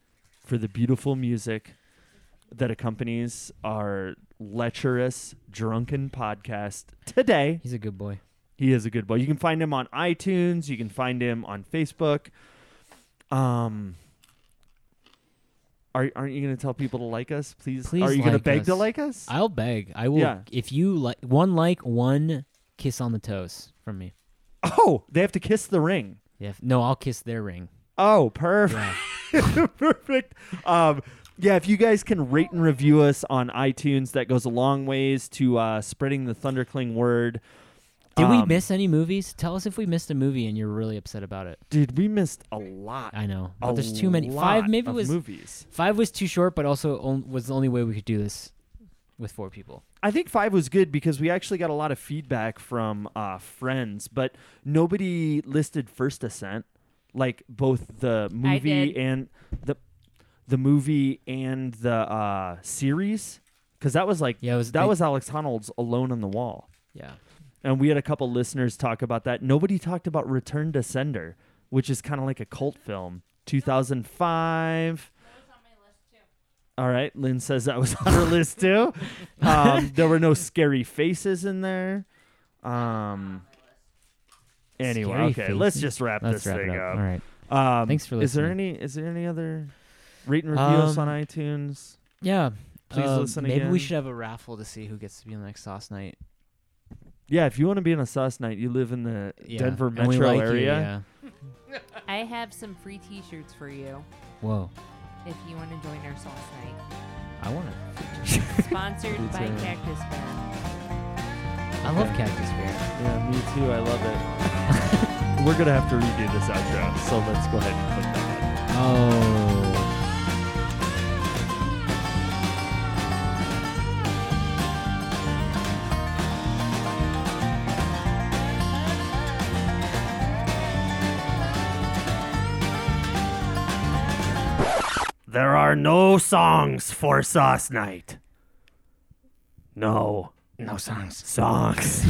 [SPEAKER 3] for the beautiful music that accompanies our lecherous, drunken podcast today.
[SPEAKER 7] He's a good boy.
[SPEAKER 3] He is a good boy. You can find him on iTunes. You can find him on Facebook. Um, are, aren't you going to tell people to like us? Please,
[SPEAKER 7] Please.
[SPEAKER 3] are you going to
[SPEAKER 7] like
[SPEAKER 3] beg to
[SPEAKER 7] us.
[SPEAKER 3] like us?
[SPEAKER 7] I'll beg. I will.
[SPEAKER 3] Yeah.
[SPEAKER 7] If you like one like one kiss on the toes from me.
[SPEAKER 3] oh, they have to kiss the ring.
[SPEAKER 7] Yeah. if- No, I'll kiss their ring.
[SPEAKER 3] Oh, perfect. perfect. Um, yeah, if you guys can rate and review us on iTunes, that goes a long ways to uh, spreading the Thundercling word.
[SPEAKER 7] Did we
[SPEAKER 3] Um,
[SPEAKER 7] miss any movies? Tell us if we missed a movie and you're really upset about it.
[SPEAKER 3] Dude, we missed a lot.
[SPEAKER 7] I know.
[SPEAKER 3] A
[SPEAKER 7] But Uh, there's too many.
[SPEAKER 3] lot
[SPEAKER 7] Five maybe
[SPEAKER 3] of
[SPEAKER 7] was
[SPEAKER 3] movies.
[SPEAKER 7] five was too short, but also on, was the only way we could do this with four people.
[SPEAKER 3] I think five was good because we actually got a lot of feedback from uh, friends, but nobody listed First Ascent, like both the movie
[SPEAKER 4] did.
[SPEAKER 3] and the the movie and the uh, series, because that was like
[SPEAKER 7] Yeah, it was-
[SPEAKER 3] that
[SPEAKER 7] they-
[SPEAKER 3] was Alex Honnold's Alone on the Wall,
[SPEAKER 7] Yeah.
[SPEAKER 3] and we had a couple listeners talk about that. Nobody talked about Return to Sender, which is kind of like a cult film, two thousand five. All right, Lynn says that was on her list too. Um, there were no scary faces in there. Um, anyway,
[SPEAKER 7] Scary
[SPEAKER 3] okay, let's
[SPEAKER 7] faces?
[SPEAKER 3] just wrap
[SPEAKER 7] Let's
[SPEAKER 3] this
[SPEAKER 7] wrap it
[SPEAKER 3] thing
[SPEAKER 7] up.
[SPEAKER 3] up.
[SPEAKER 7] All right.
[SPEAKER 3] Um,
[SPEAKER 7] Thanks for
[SPEAKER 3] Is there
[SPEAKER 7] listening.
[SPEAKER 3] any? Is there any other rate and review us
[SPEAKER 7] Um,
[SPEAKER 3] on iTunes?
[SPEAKER 7] Yeah.
[SPEAKER 3] Please
[SPEAKER 7] uh,
[SPEAKER 3] listen
[SPEAKER 7] Maybe
[SPEAKER 3] again.
[SPEAKER 7] we should have a raffle to see who gets to be on the next sauce night.
[SPEAKER 3] Yeah, if you want to be on a sauce night, you live in the
[SPEAKER 7] Yeah.
[SPEAKER 3] Denver
[SPEAKER 7] And we
[SPEAKER 3] metro
[SPEAKER 7] like you,
[SPEAKER 3] area.
[SPEAKER 4] I have some free T-shirts for you
[SPEAKER 7] yeah. Whoa.
[SPEAKER 4] if you want to join our sauce night.
[SPEAKER 7] I want to.
[SPEAKER 4] Sponsored
[SPEAKER 7] It's,
[SPEAKER 4] by
[SPEAKER 7] uh,
[SPEAKER 4] Cactus Bear.
[SPEAKER 7] I love Cactus Bear.
[SPEAKER 3] Yeah, me too. I love it. We're gonna have to redo this outro, so let's go ahead and put that. on.
[SPEAKER 7] Oh.
[SPEAKER 12] There are no songs for Sauce Night. No. No songs. Songs.